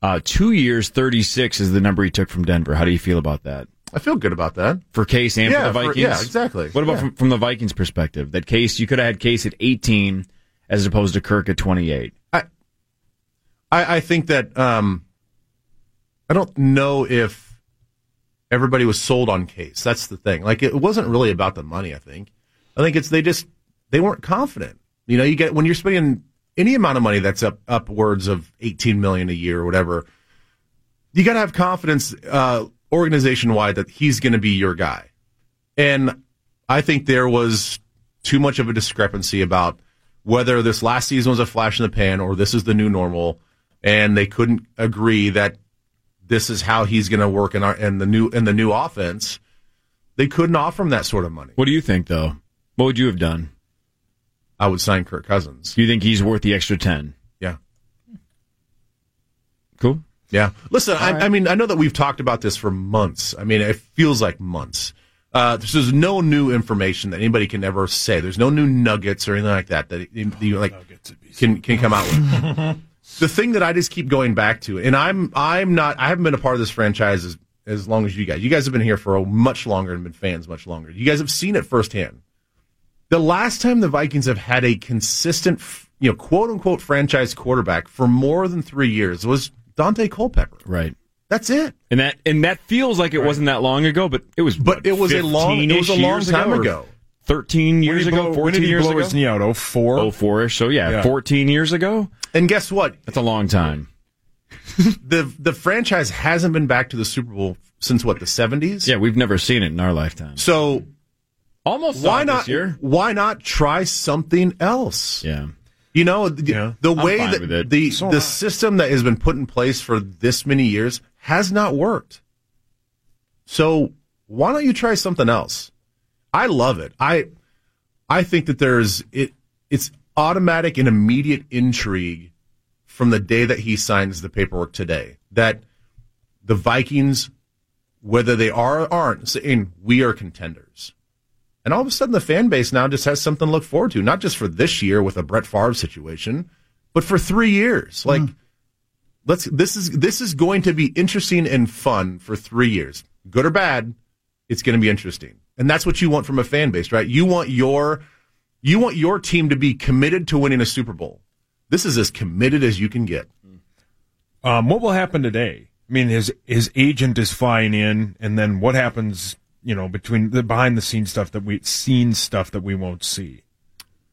[SPEAKER 12] Uh, two years, thirty-six is the number he took from Denver. How do you feel about that?
[SPEAKER 16] I feel good about that
[SPEAKER 12] for Case and
[SPEAKER 16] Yeah,
[SPEAKER 12] for the
[SPEAKER 16] for-
[SPEAKER 12] Vikings.
[SPEAKER 16] yeah, exactly.
[SPEAKER 12] What about
[SPEAKER 16] Yeah.
[SPEAKER 12] from, from the Vikings' perspective? That Case, you could have had Case at eighteen as opposed to Kirk at twenty-eight.
[SPEAKER 16] I, I think that um, I don't know if everybody was sold on Case. That's the thing. Like it wasn't really about the money. I think. I think it's they just they weren't confident. You know, you get when you're spending any amount of money that's up upwards of eighteen million a year or whatever. You got to have confidence uh, organization wide that he's going to be your guy, and I think there was too much of a discrepancy about whether this last season was a flash in the pan or this is the new normal, and they couldn't agree that this is how he's going to work in our in the new in the new offense. They couldn't offer him that sort of money.
[SPEAKER 12] What do you think, though? What would you have done?
[SPEAKER 16] I would sign Kirk Cousins.
[SPEAKER 12] You think he's worth the extra ten?
[SPEAKER 16] Yeah.
[SPEAKER 12] Cool.
[SPEAKER 16] Yeah. Listen, I,
[SPEAKER 12] All right.
[SPEAKER 16] I mean, I know that we've talked about this for months. I mean, it feels like months. Uh, this is no new information that anybody can ever say. There's no new nuggets or anything like that that you- you like can can come out with. the thing that I just keep going back to, and I'm I'm not I haven't been a part of this franchise as as long as you guys. You guys have been here for a much longer and been fans much longer. You guys have seen it firsthand. The last time the Vikings have had a consistent, f- you know, quote unquote franchise quarterback for more than three years was Dante Culpepper.
[SPEAKER 12] Right.
[SPEAKER 16] That's it.
[SPEAKER 12] And that and that feels like it wasn't that long ago, but it was. But
[SPEAKER 16] it was a long- it was a long time ago.
[SPEAKER 12] Thirteen
[SPEAKER 16] When
[SPEAKER 12] years
[SPEAKER 16] did he
[SPEAKER 12] ago,
[SPEAKER 16] blow-
[SPEAKER 12] fourteen
[SPEAKER 16] when did he
[SPEAKER 12] years
[SPEAKER 16] blow
[SPEAKER 12] ago. Oh,
[SPEAKER 16] his knee out?
[SPEAKER 13] Oh,
[SPEAKER 12] 04? 04 ish. So yeah,
[SPEAKER 16] Yeah.
[SPEAKER 12] fourteen years ago.
[SPEAKER 16] And guess what?
[SPEAKER 12] That's a long time.
[SPEAKER 16] the the franchise hasn't been back to the Super Bowl since what the seventies.
[SPEAKER 12] Yeah, we've never seen it in our lifetime.
[SPEAKER 16] So
[SPEAKER 12] almost saw
[SPEAKER 16] why
[SPEAKER 12] it this
[SPEAKER 16] not
[SPEAKER 12] year.
[SPEAKER 16] why not try something else?
[SPEAKER 12] Yeah,
[SPEAKER 16] you know the, the
[SPEAKER 12] I'm
[SPEAKER 16] way
[SPEAKER 12] fine
[SPEAKER 16] that
[SPEAKER 12] with it.
[SPEAKER 16] the
[SPEAKER 12] So am I.
[SPEAKER 16] the system that has been put in place for this many years has not worked. So why don't you try something else? I love it. I I think that there's it it's automatic and immediate intrigue from the day that he signs the paperwork today that the Vikings, whether they are or aren't, saying we are contenders. And all of a sudden, the fan base now just has something to look forward to, not just for this year with a Brett Favre situation, but for three years. Like, let's this is this is going to be interesting and fun for three years, good or bad. It's going to be interesting, and that's what you want from a fan base, right? You want your you want your team to be committed to winning a Super Bowl. This is as committed as you can get.
[SPEAKER 13] Um, what will happen today? I mean, his his agent is flying in, and then what happens? You know, between the behind the scenes stuff that we seen stuff that we won't see.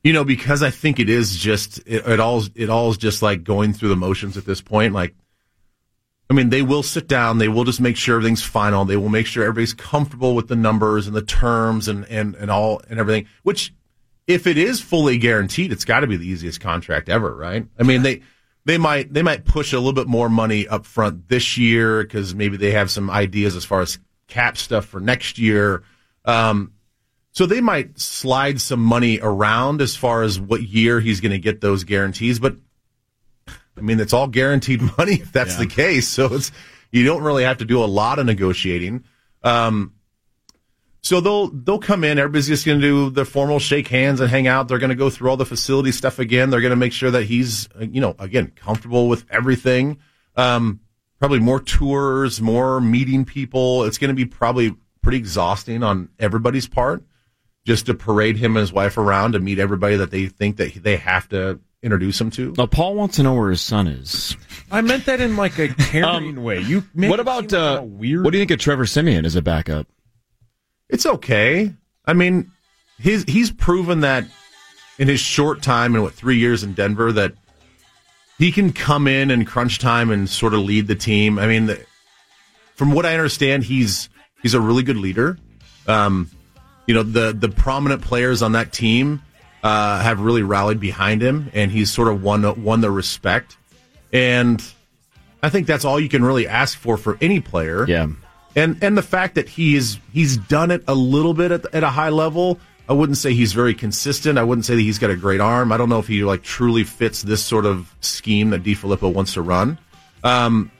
[SPEAKER 16] You know, because I think it is just it, it all it all is just like going through the motions at this point. Like, I mean, they will sit down, they will just make sure everything's final, they will make sure everybody's comfortable with the numbers and the terms and and and all and everything. Which, if it is fully guaranteed, it's got to be the easiest contract ever, right? I mean, they. They might they might push a little bit more money up front this year because maybe they have some ideas as far as cap stuff for next year. Um, so they might slide some money around as far as what year he's going to get those guarantees, but I mean it's all guaranteed money if that's the case. So it's you don't really have to do a lot of negotiating. Um, so they'll they'll come in. Everybody's just going to do the formal shake hands and hang out. They're going to go through all the facility stuff again. They're going to make sure that he's uh, you know again comfortable with everything. Um, probably more tours, more meeting people. It's going to be probably pretty exhausting on everybody's part, just to parade him and his wife around to meet everybody that they think that they have to introduce him to.
[SPEAKER 10] Now, Paul wants to know where his son is. Um,
[SPEAKER 13] I meant that in like a caring way. You make
[SPEAKER 10] what
[SPEAKER 13] it
[SPEAKER 10] about
[SPEAKER 13] seem
[SPEAKER 10] uh,
[SPEAKER 13] kinda weird?
[SPEAKER 10] what do you think of Trevor Simeon as a backup?
[SPEAKER 16] It's okay. I mean, his he's proven that in his short time in what three years in Denver that he can come in and crunch time and sort of lead the team. I mean, the, from what I understand, he's he's a really good leader. Um, you know, the the prominent players on that team uh, have really rallied behind him, and he's sort of won won their respect. And I think that's all you can really ask for for any player. Yeah. And and the fact that he is he's done it a little bit at, at a high level. I wouldn't say he's very consistent. I wouldn't say that he's got a great arm. I don't know if he like truly fits this sort of scheme that DiFilippo wants to run. Um,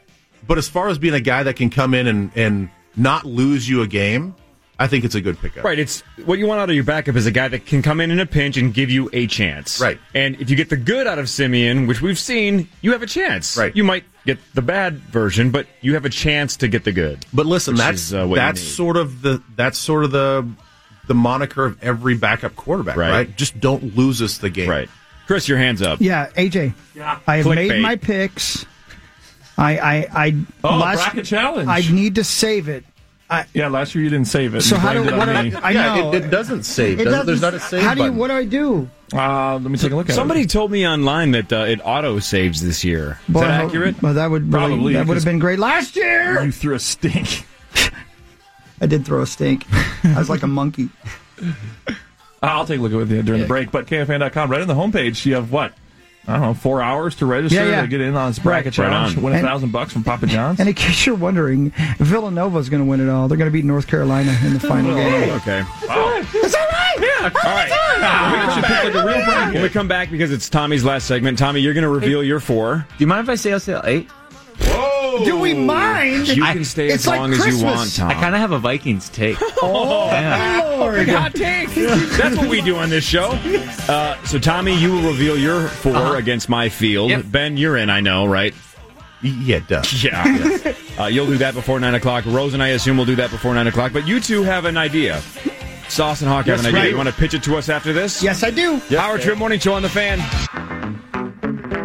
[SPEAKER 16] but as far as being a guy that can come in and and not lose you a game, I think it's a good pickup.
[SPEAKER 12] Right. It's what you want out of your backup is a guy that can come in in a pinch and give you a chance. Right. And if you get the good out of Simeon, which we've seen, you have a chance. Right. You might get the bad version, but you have a chance to get the good.
[SPEAKER 16] But listen,
[SPEAKER 12] which
[SPEAKER 16] that's
[SPEAKER 12] is, uh, what you
[SPEAKER 16] that's
[SPEAKER 12] need.
[SPEAKER 16] sort of the that's sort of the the moniker of every backup quarterback,
[SPEAKER 12] Right.
[SPEAKER 16] right? Just don't lose us the game. Right.
[SPEAKER 12] Chris, your hands up.
[SPEAKER 5] Yeah, AJ. I have
[SPEAKER 12] Clickbait.
[SPEAKER 5] made my picks. I I I
[SPEAKER 26] Oh, bracket challenge.
[SPEAKER 5] I need to save it. I,
[SPEAKER 26] yeah, last year you didn't save it.
[SPEAKER 5] So
[SPEAKER 26] You
[SPEAKER 5] how do
[SPEAKER 26] blamed it
[SPEAKER 5] what do
[SPEAKER 26] on
[SPEAKER 5] I,
[SPEAKER 26] me.
[SPEAKER 5] I know It doesn't- How do you? What do I do?
[SPEAKER 26] Uh, let me take a look at
[SPEAKER 12] Somebody told me online that uh, it auto saves this year. Is
[SPEAKER 5] Boy, I
[SPEAKER 12] that
[SPEAKER 5] hope-
[SPEAKER 12] accurate?
[SPEAKER 5] Well, that would really,
[SPEAKER 12] Probably,
[SPEAKER 5] that would have
[SPEAKER 12] because-
[SPEAKER 5] been great last year. You
[SPEAKER 26] threw a stink.
[SPEAKER 5] I did throw a stink. I was like a monkey.
[SPEAKER 26] I'll take a look at it with you during the break. But KFN.com, right on the homepage, you have what? I don't know, four hours to register
[SPEAKER 5] Yeah, yeah.
[SPEAKER 26] to get in on this bracket
[SPEAKER 5] Right. Right
[SPEAKER 26] challenge.
[SPEAKER 5] on.
[SPEAKER 26] Win a
[SPEAKER 5] And-
[SPEAKER 26] thousand bucks from Papa John's.
[SPEAKER 5] And in case you're wondering, Villanova's going to win it all. They're going to beat North Carolina in the final game.
[SPEAKER 12] Okay.
[SPEAKER 5] It's all right.
[SPEAKER 26] Yeah. All
[SPEAKER 12] right. we should pick like a real bracket. When we come back, because it's Tommy's last segment, Tommy, you're going to reveal your four. Do you mind if I say I'll say eight? Whoa!
[SPEAKER 5] Do we mind?
[SPEAKER 12] You
[SPEAKER 5] I-
[SPEAKER 12] can stay
[SPEAKER 5] it's
[SPEAKER 12] as
[SPEAKER 5] like
[SPEAKER 12] long as you
[SPEAKER 5] Christmas.
[SPEAKER 12] want, Tom.
[SPEAKER 9] I kind of have a Vikings take.
[SPEAKER 12] Oh,
[SPEAKER 9] Yeah.
[SPEAKER 12] Lord. Hot takes. That's what we do on this show. Uh, so, Tommy, you will reveal your 4
[SPEAKER 9] Uh-huh.
[SPEAKER 12] against my field. Ben, you're in, I know, right?
[SPEAKER 16] Yeah, duh.
[SPEAKER 12] Yeah. uh, you'll do that before 9 o'clock. Rose and I assume will do that before 9 o'clock. But you two have an idea. Sauce and Hawk
[SPEAKER 5] Yes,
[SPEAKER 12] have an idea.
[SPEAKER 5] right.
[SPEAKER 12] You want to pitch it to us after this?
[SPEAKER 5] Yes, I do.
[SPEAKER 12] Power Trip Morning Show on the fan.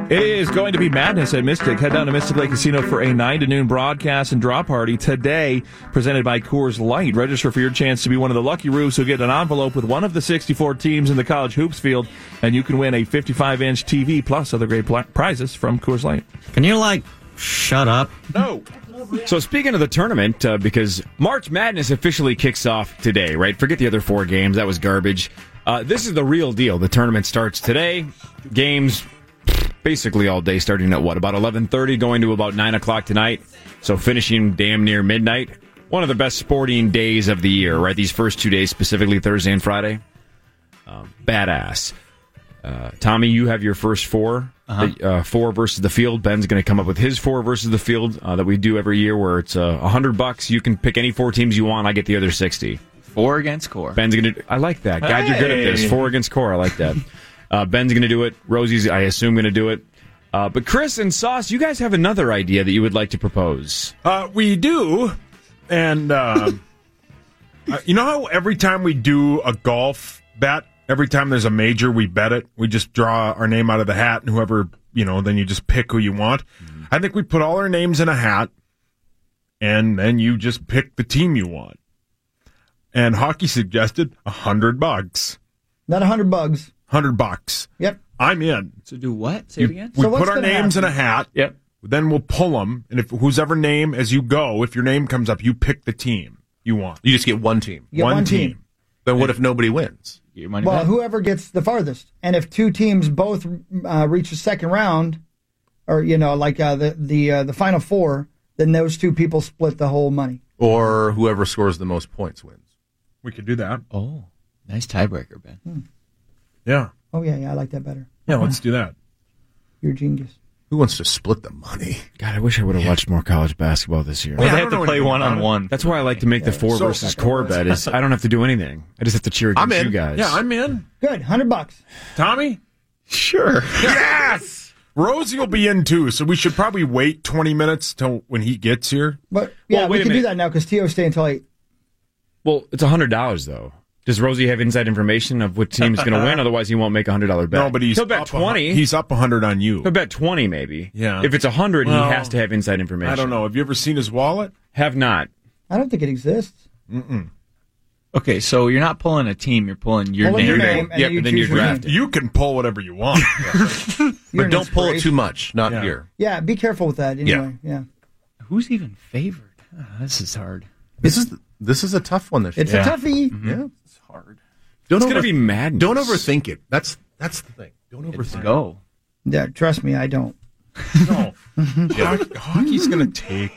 [SPEAKER 26] It is going to be madness at Mystic. Head down to Mystic Lake Casino for a 9 to noon broadcast and draw party today, presented by Coors Light. Register for your chance to be one of the lucky roofs who get an envelope with one of the 64 teams in the college hoops field, and you can win a 55 inch TV plus other great pl- prizes from Coors Light.
[SPEAKER 12] Can you, like, shut up? No. So, speaking of the tournament, uh, because March Madness officially kicks off today, right? Forget the other four games. That was garbage. Uh, this is the real deal. The tournament starts today. Games basically all day, starting at what? About 11.30, going to about 9 o'clock tonight. So, finishing damn near midnight. one of the best sporting days of the year, right? These first two days, specifically Thursday and Friday. Um, badass. Uh, Tommy, you have your first 4
[SPEAKER 9] Uh-huh.
[SPEAKER 12] the, uh, four versus the field. Ben's going to come up with his four versus the field uh, that we do every year, where it's uh, a hundred bucks. You can pick any four teams you want. I get the other sixty.
[SPEAKER 9] Four against core.
[SPEAKER 12] Ben's going to. I like that. God, you're good at this.
[SPEAKER 9] Hey.
[SPEAKER 12] Four against core. I like that. Uh, Ben's going to do it. Rosie's, I assume, going to do it. Uh, but Chris and Sauce, you guys have another idea that you would like to propose.
[SPEAKER 13] Uh, we do, and um, uh, you know how every time we do a golf bet, every time there's a major, we bet it. We just draw our name out of the hat, and whoever you know, then you just pick who you want.
[SPEAKER 9] Mm-hmm.
[SPEAKER 13] I think we put all our names in a hat, and then you just pick the team you want. And hockey suggested a hundred bucks.
[SPEAKER 5] Not a hundred bugs.
[SPEAKER 13] Hundred bucks.
[SPEAKER 5] Yep.
[SPEAKER 13] I'm in.
[SPEAKER 9] So do what? Say
[SPEAKER 13] You-
[SPEAKER 9] it again.
[SPEAKER 13] We put our names in a hat. Yep. Then we'll pull them, and if whosoever name as you go, if your name comes up, you pick the team you want.
[SPEAKER 16] You just get one team.
[SPEAKER 5] You get one team.
[SPEAKER 16] Then what if nobody wins?
[SPEAKER 5] Well, whoever gets the farthest, and if two teams both uh, reach the second round, or you know, like uh, the the uh, the final four, then those two people split the whole money.
[SPEAKER 16] Or whoever scores the most points wins.
[SPEAKER 13] We could do that.
[SPEAKER 9] Oh, nice tiebreaker, Ben.
[SPEAKER 13] Yeah.
[SPEAKER 5] Oh yeah, yeah, I like that better.
[SPEAKER 13] Yeah, let's do that.
[SPEAKER 5] You're a genius.
[SPEAKER 16] Who wants to split the money?
[SPEAKER 10] God, I wish I would have watched more college basketball this year.
[SPEAKER 12] Well, they have to play one on one. That's why I like to make the
[SPEAKER 10] Yeah.
[SPEAKER 12] four
[SPEAKER 10] So-
[SPEAKER 12] versus core bet. Is I don't have to do anything. I just have to cheer against
[SPEAKER 5] I'm in.
[SPEAKER 12] you guys.
[SPEAKER 13] Yeah, I'm in.
[SPEAKER 5] Good, hundred bucks.
[SPEAKER 13] Tommy?
[SPEAKER 12] Sure.
[SPEAKER 13] Yes! Rosie will be in too, so we should probably wait 20 minutes till when he gets here.
[SPEAKER 5] But yeah, we can do that now because Tio stay until eight.
[SPEAKER 12] Well, it's hundred dollars though. Does Rosie have inside information of what team is going to win? Otherwise, he won't make a hundred dollar bet.
[SPEAKER 13] No, but he's
[SPEAKER 12] he'll bet
[SPEAKER 13] up a hun-
[SPEAKER 12] twenty.
[SPEAKER 13] he's up hundred on you.
[SPEAKER 12] He'll bet twenty, maybe.
[SPEAKER 13] Yeah.
[SPEAKER 12] If it's hundred,
[SPEAKER 13] Well,
[SPEAKER 12] he has to have inside information.
[SPEAKER 13] I don't know. Have you ever seen his wallet?
[SPEAKER 12] Have not.
[SPEAKER 5] I don't think it exists.
[SPEAKER 13] Mm-mm.
[SPEAKER 9] Okay, so you're not pulling a team. You're pulling your
[SPEAKER 13] Pulling
[SPEAKER 9] name.
[SPEAKER 13] your name, and then
[SPEAKER 9] Yep,
[SPEAKER 13] you
[SPEAKER 9] you're
[SPEAKER 13] choose your
[SPEAKER 9] drafted.
[SPEAKER 13] You can pull whatever you want.
[SPEAKER 5] You're an don't pull it too inspiration.
[SPEAKER 16] much. Not here.
[SPEAKER 5] Yeah, be careful with that. Anyway, yeah.
[SPEAKER 9] Who's even favored? Ah, this is hard.
[SPEAKER 16] This is this is a tough one this
[SPEAKER 5] It's
[SPEAKER 16] year.
[SPEAKER 5] a toughie.
[SPEAKER 12] Mm-hmm.
[SPEAKER 16] Yeah. It's hard. Don't
[SPEAKER 5] It's gonna be
[SPEAKER 12] madness.
[SPEAKER 16] Don't overthink it. That's that's the thing. Don't overthink. it.
[SPEAKER 9] go.
[SPEAKER 5] Yeah, trust me, I don't.
[SPEAKER 13] Hockey- Hockey's going to take.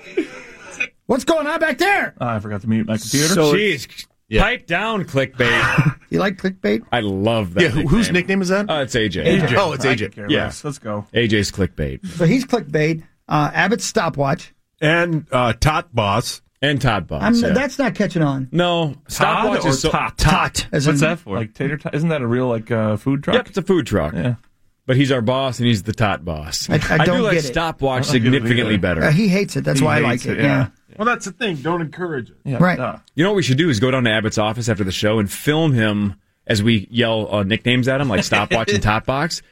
[SPEAKER 5] What's going on back there?
[SPEAKER 26] Ah,
[SPEAKER 12] I forgot to mute my
[SPEAKER 5] computer.
[SPEAKER 12] So
[SPEAKER 5] Jeez,
[SPEAKER 12] Jeez, pipe down, clickbait.
[SPEAKER 5] you like clickbait?
[SPEAKER 12] I love that.
[SPEAKER 5] Yeah, who- whose
[SPEAKER 16] nickname is that?
[SPEAKER 12] Uh, it's AJ.
[SPEAKER 5] AJ. Oh, it's I AJ.
[SPEAKER 12] agent.
[SPEAKER 5] could care
[SPEAKER 12] Yeah,
[SPEAKER 5] less. Let's go.
[SPEAKER 12] AJ's clickbait.
[SPEAKER 5] So he's clickbait. Uh, Abbott's stopwatch.
[SPEAKER 13] And uh, Tot Boss.
[SPEAKER 12] And Tot Boss.
[SPEAKER 5] I'm, That's not catching on.
[SPEAKER 12] No,
[SPEAKER 5] stopwatch is so-
[SPEAKER 26] tot.
[SPEAKER 5] Tot, as What's in- that for?
[SPEAKER 26] Like tater tot. Isn't that a real like uh, food truck?
[SPEAKER 12] Yep, it's a food truck. Yeah. But he's our boss, and he's the tot boss.
[SPEAKER 5] I- I don't
[SPEAKER 12] do like
[SPEAKER 5] get it.
[SPEAKER 12] stopwatch
[SPEAKER 26] I don't get it
[SPEAKER 12] significantly
[SPEAKER 26] either.
[SPEAKER 12] better.
[SPEAKER 5] Uh, he hates it. That's
[SPEAKER 26] He
[SPEAKER 5] why I like
[SPEAKER 26] hates
[SPEAKER 5] it.
[SPEAKER 26] it,
[SPEAKER 5] yeah.
[SPEAKER 26] yeah.
[SPEAKER 13] Well, that's the thing. Don't encourage it.
[SPEAKER 5] Right.
[SPEAKER 12] You know what we should do is go down to Abbott's office after the show and film him as we yell uh, nicknames at him, like Stopwatch and Tot Box.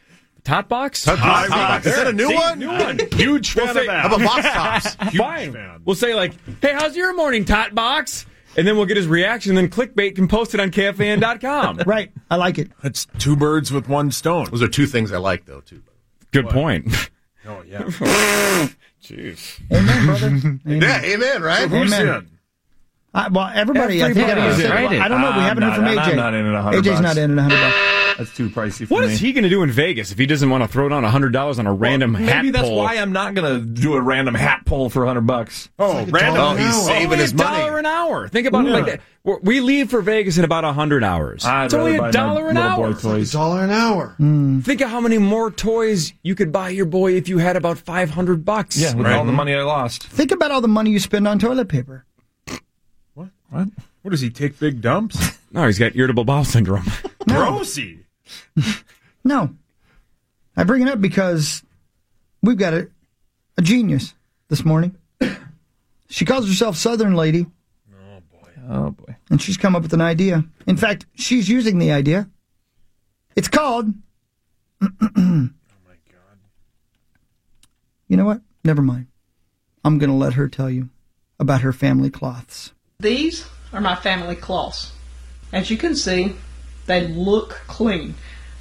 [SPEAKER 12] Tot Box?
[SPEAKER 16] Tot Box. Is that a new
[SPEAKER 12] See,
[SPEAKER 16] one?
[SPEAKER 12] New one. Huge fan
[SPEAKER 16] We'll
[SPEAKER 12] of
[SPEAKER 16] say-
[SPEAKER 12] that.
[SPEAKER 16] How about Box Tops? Huge
[SPEAKER 12] Fine. We'll say like, hey, how's your morning, Tot Box? And then we'll get his reaction, and then clickbait can post it on KFAN.com.
[SPEAKER 5] right. I like it.
[SPEAKER 13] That's two birds with one stone.
[SPEAKER 16] Those are two things I like though too.
[SPEAKER 12] Good point.
[SPEAKER 13] Oh yeah.
[SPEAKER 16] Jeez.
[SPEAKER 5] Amen, brother. Amen.
[SPEAKER 16] Yeah, amen, right?
[SPEAKER 5] So who's
[SPEAKER 16] Amen.
[SPEAKER 5] in? Uh, well, everybody, I think
[SPEAKER 16] Everybody's
[SPEAKER 5] everybody's
[SPEAKER 16] in.
[SPEAKER 5] in. I don't know. We
[SPEAKER 26] I'm
[SPEAKER 5] haven't heard
[SPEAKER 26] not-
[SPEAKER 5] from AJ.
[SPEAKER 26] I'm Ah, not in at 100
[SPEAKER 5] AJ's not
[SPEAKER 26] bucks.
[SPEAKER 5] in at 100 bucks.
[SPEAKER 26] That's too pricey for
[SPEAKER 12] What
[SPEAKER 26] me.
[SPEAKER 12] is he going to do in Vegas if he doesn't want to throw down hundred dollars on a random
[SPEAKER 26] Maybe
[SPEAKER 12] hat
[SPEAKER 26] that's
[SPEAKER 12] poll?
[SPEAKER 26] why I'm not going to do a random hat pull for 100 bucks.
[SPEAKER 13] Oh,
[SPEAKER 12] random. Only a dollar an hour. Think about it like
[SPEAKER 26] Yeah.
[SPEAKER 12] that. We're- We leave for Vegas in about hundred hours.
[SPEAKER 26] I'd
[SPEAKER 12] it's
[SPEAKER 26] rather
[SPEAKER 12] only a
[SPEAKER 26] buy my
[SPEAKER 12] dollar an
[SPEAKER 26] little boy
[SPEAKER 12] hour.
[SPEAKER 26] toys.
[SPEAKER 16] dollar an hour.
[SPEAKER 13] Hmm.
[SPEAKER 12] Think of how many more toys you could buy your boy if you had about five hundred bucks.
[SPEAKER 26] Yeah, with all the money I lost.
[SPEAKER 5] Think about all the money you spend on toilet paper.
[SPEAKER 13] What? What does he take? Big dumps?
[SPEAKER 12] No, he's got irritable bowel syndrome.
[SPEAKER 13] Rosie.
[SPEAKER 5] No. I bring it up because we've got a, a genius this morning. She calls herself Southern Lady.
[SPEAKER 26] Oh, boy.
[SPEAKER 5] And she's come up with an idea. In fact, she's using the idea. It's called. oh my God. You know what? Never mind. I'm going to let her tell you about her family cloths.
[SPEAKER 21] These are my family cloths. As you can see, they look clean.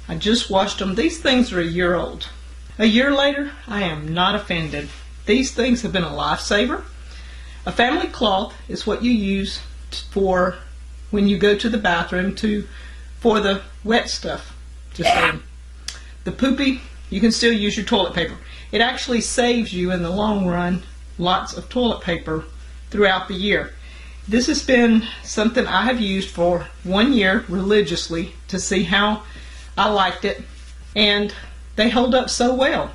[SPEAKER 21] I just washed them. These things are a year old. A year later, I am not offended. These things have been a lifesaver. A family cloth is what you use t- for when you go to the bathroom to for the wet stuff. Just saying. The poopy, you can still use your toilet paper. It actually saves you in the long run lots of toilet paper throughout the year. This has been something I have used for one year religiously to see how I liked it, and they hold up so well.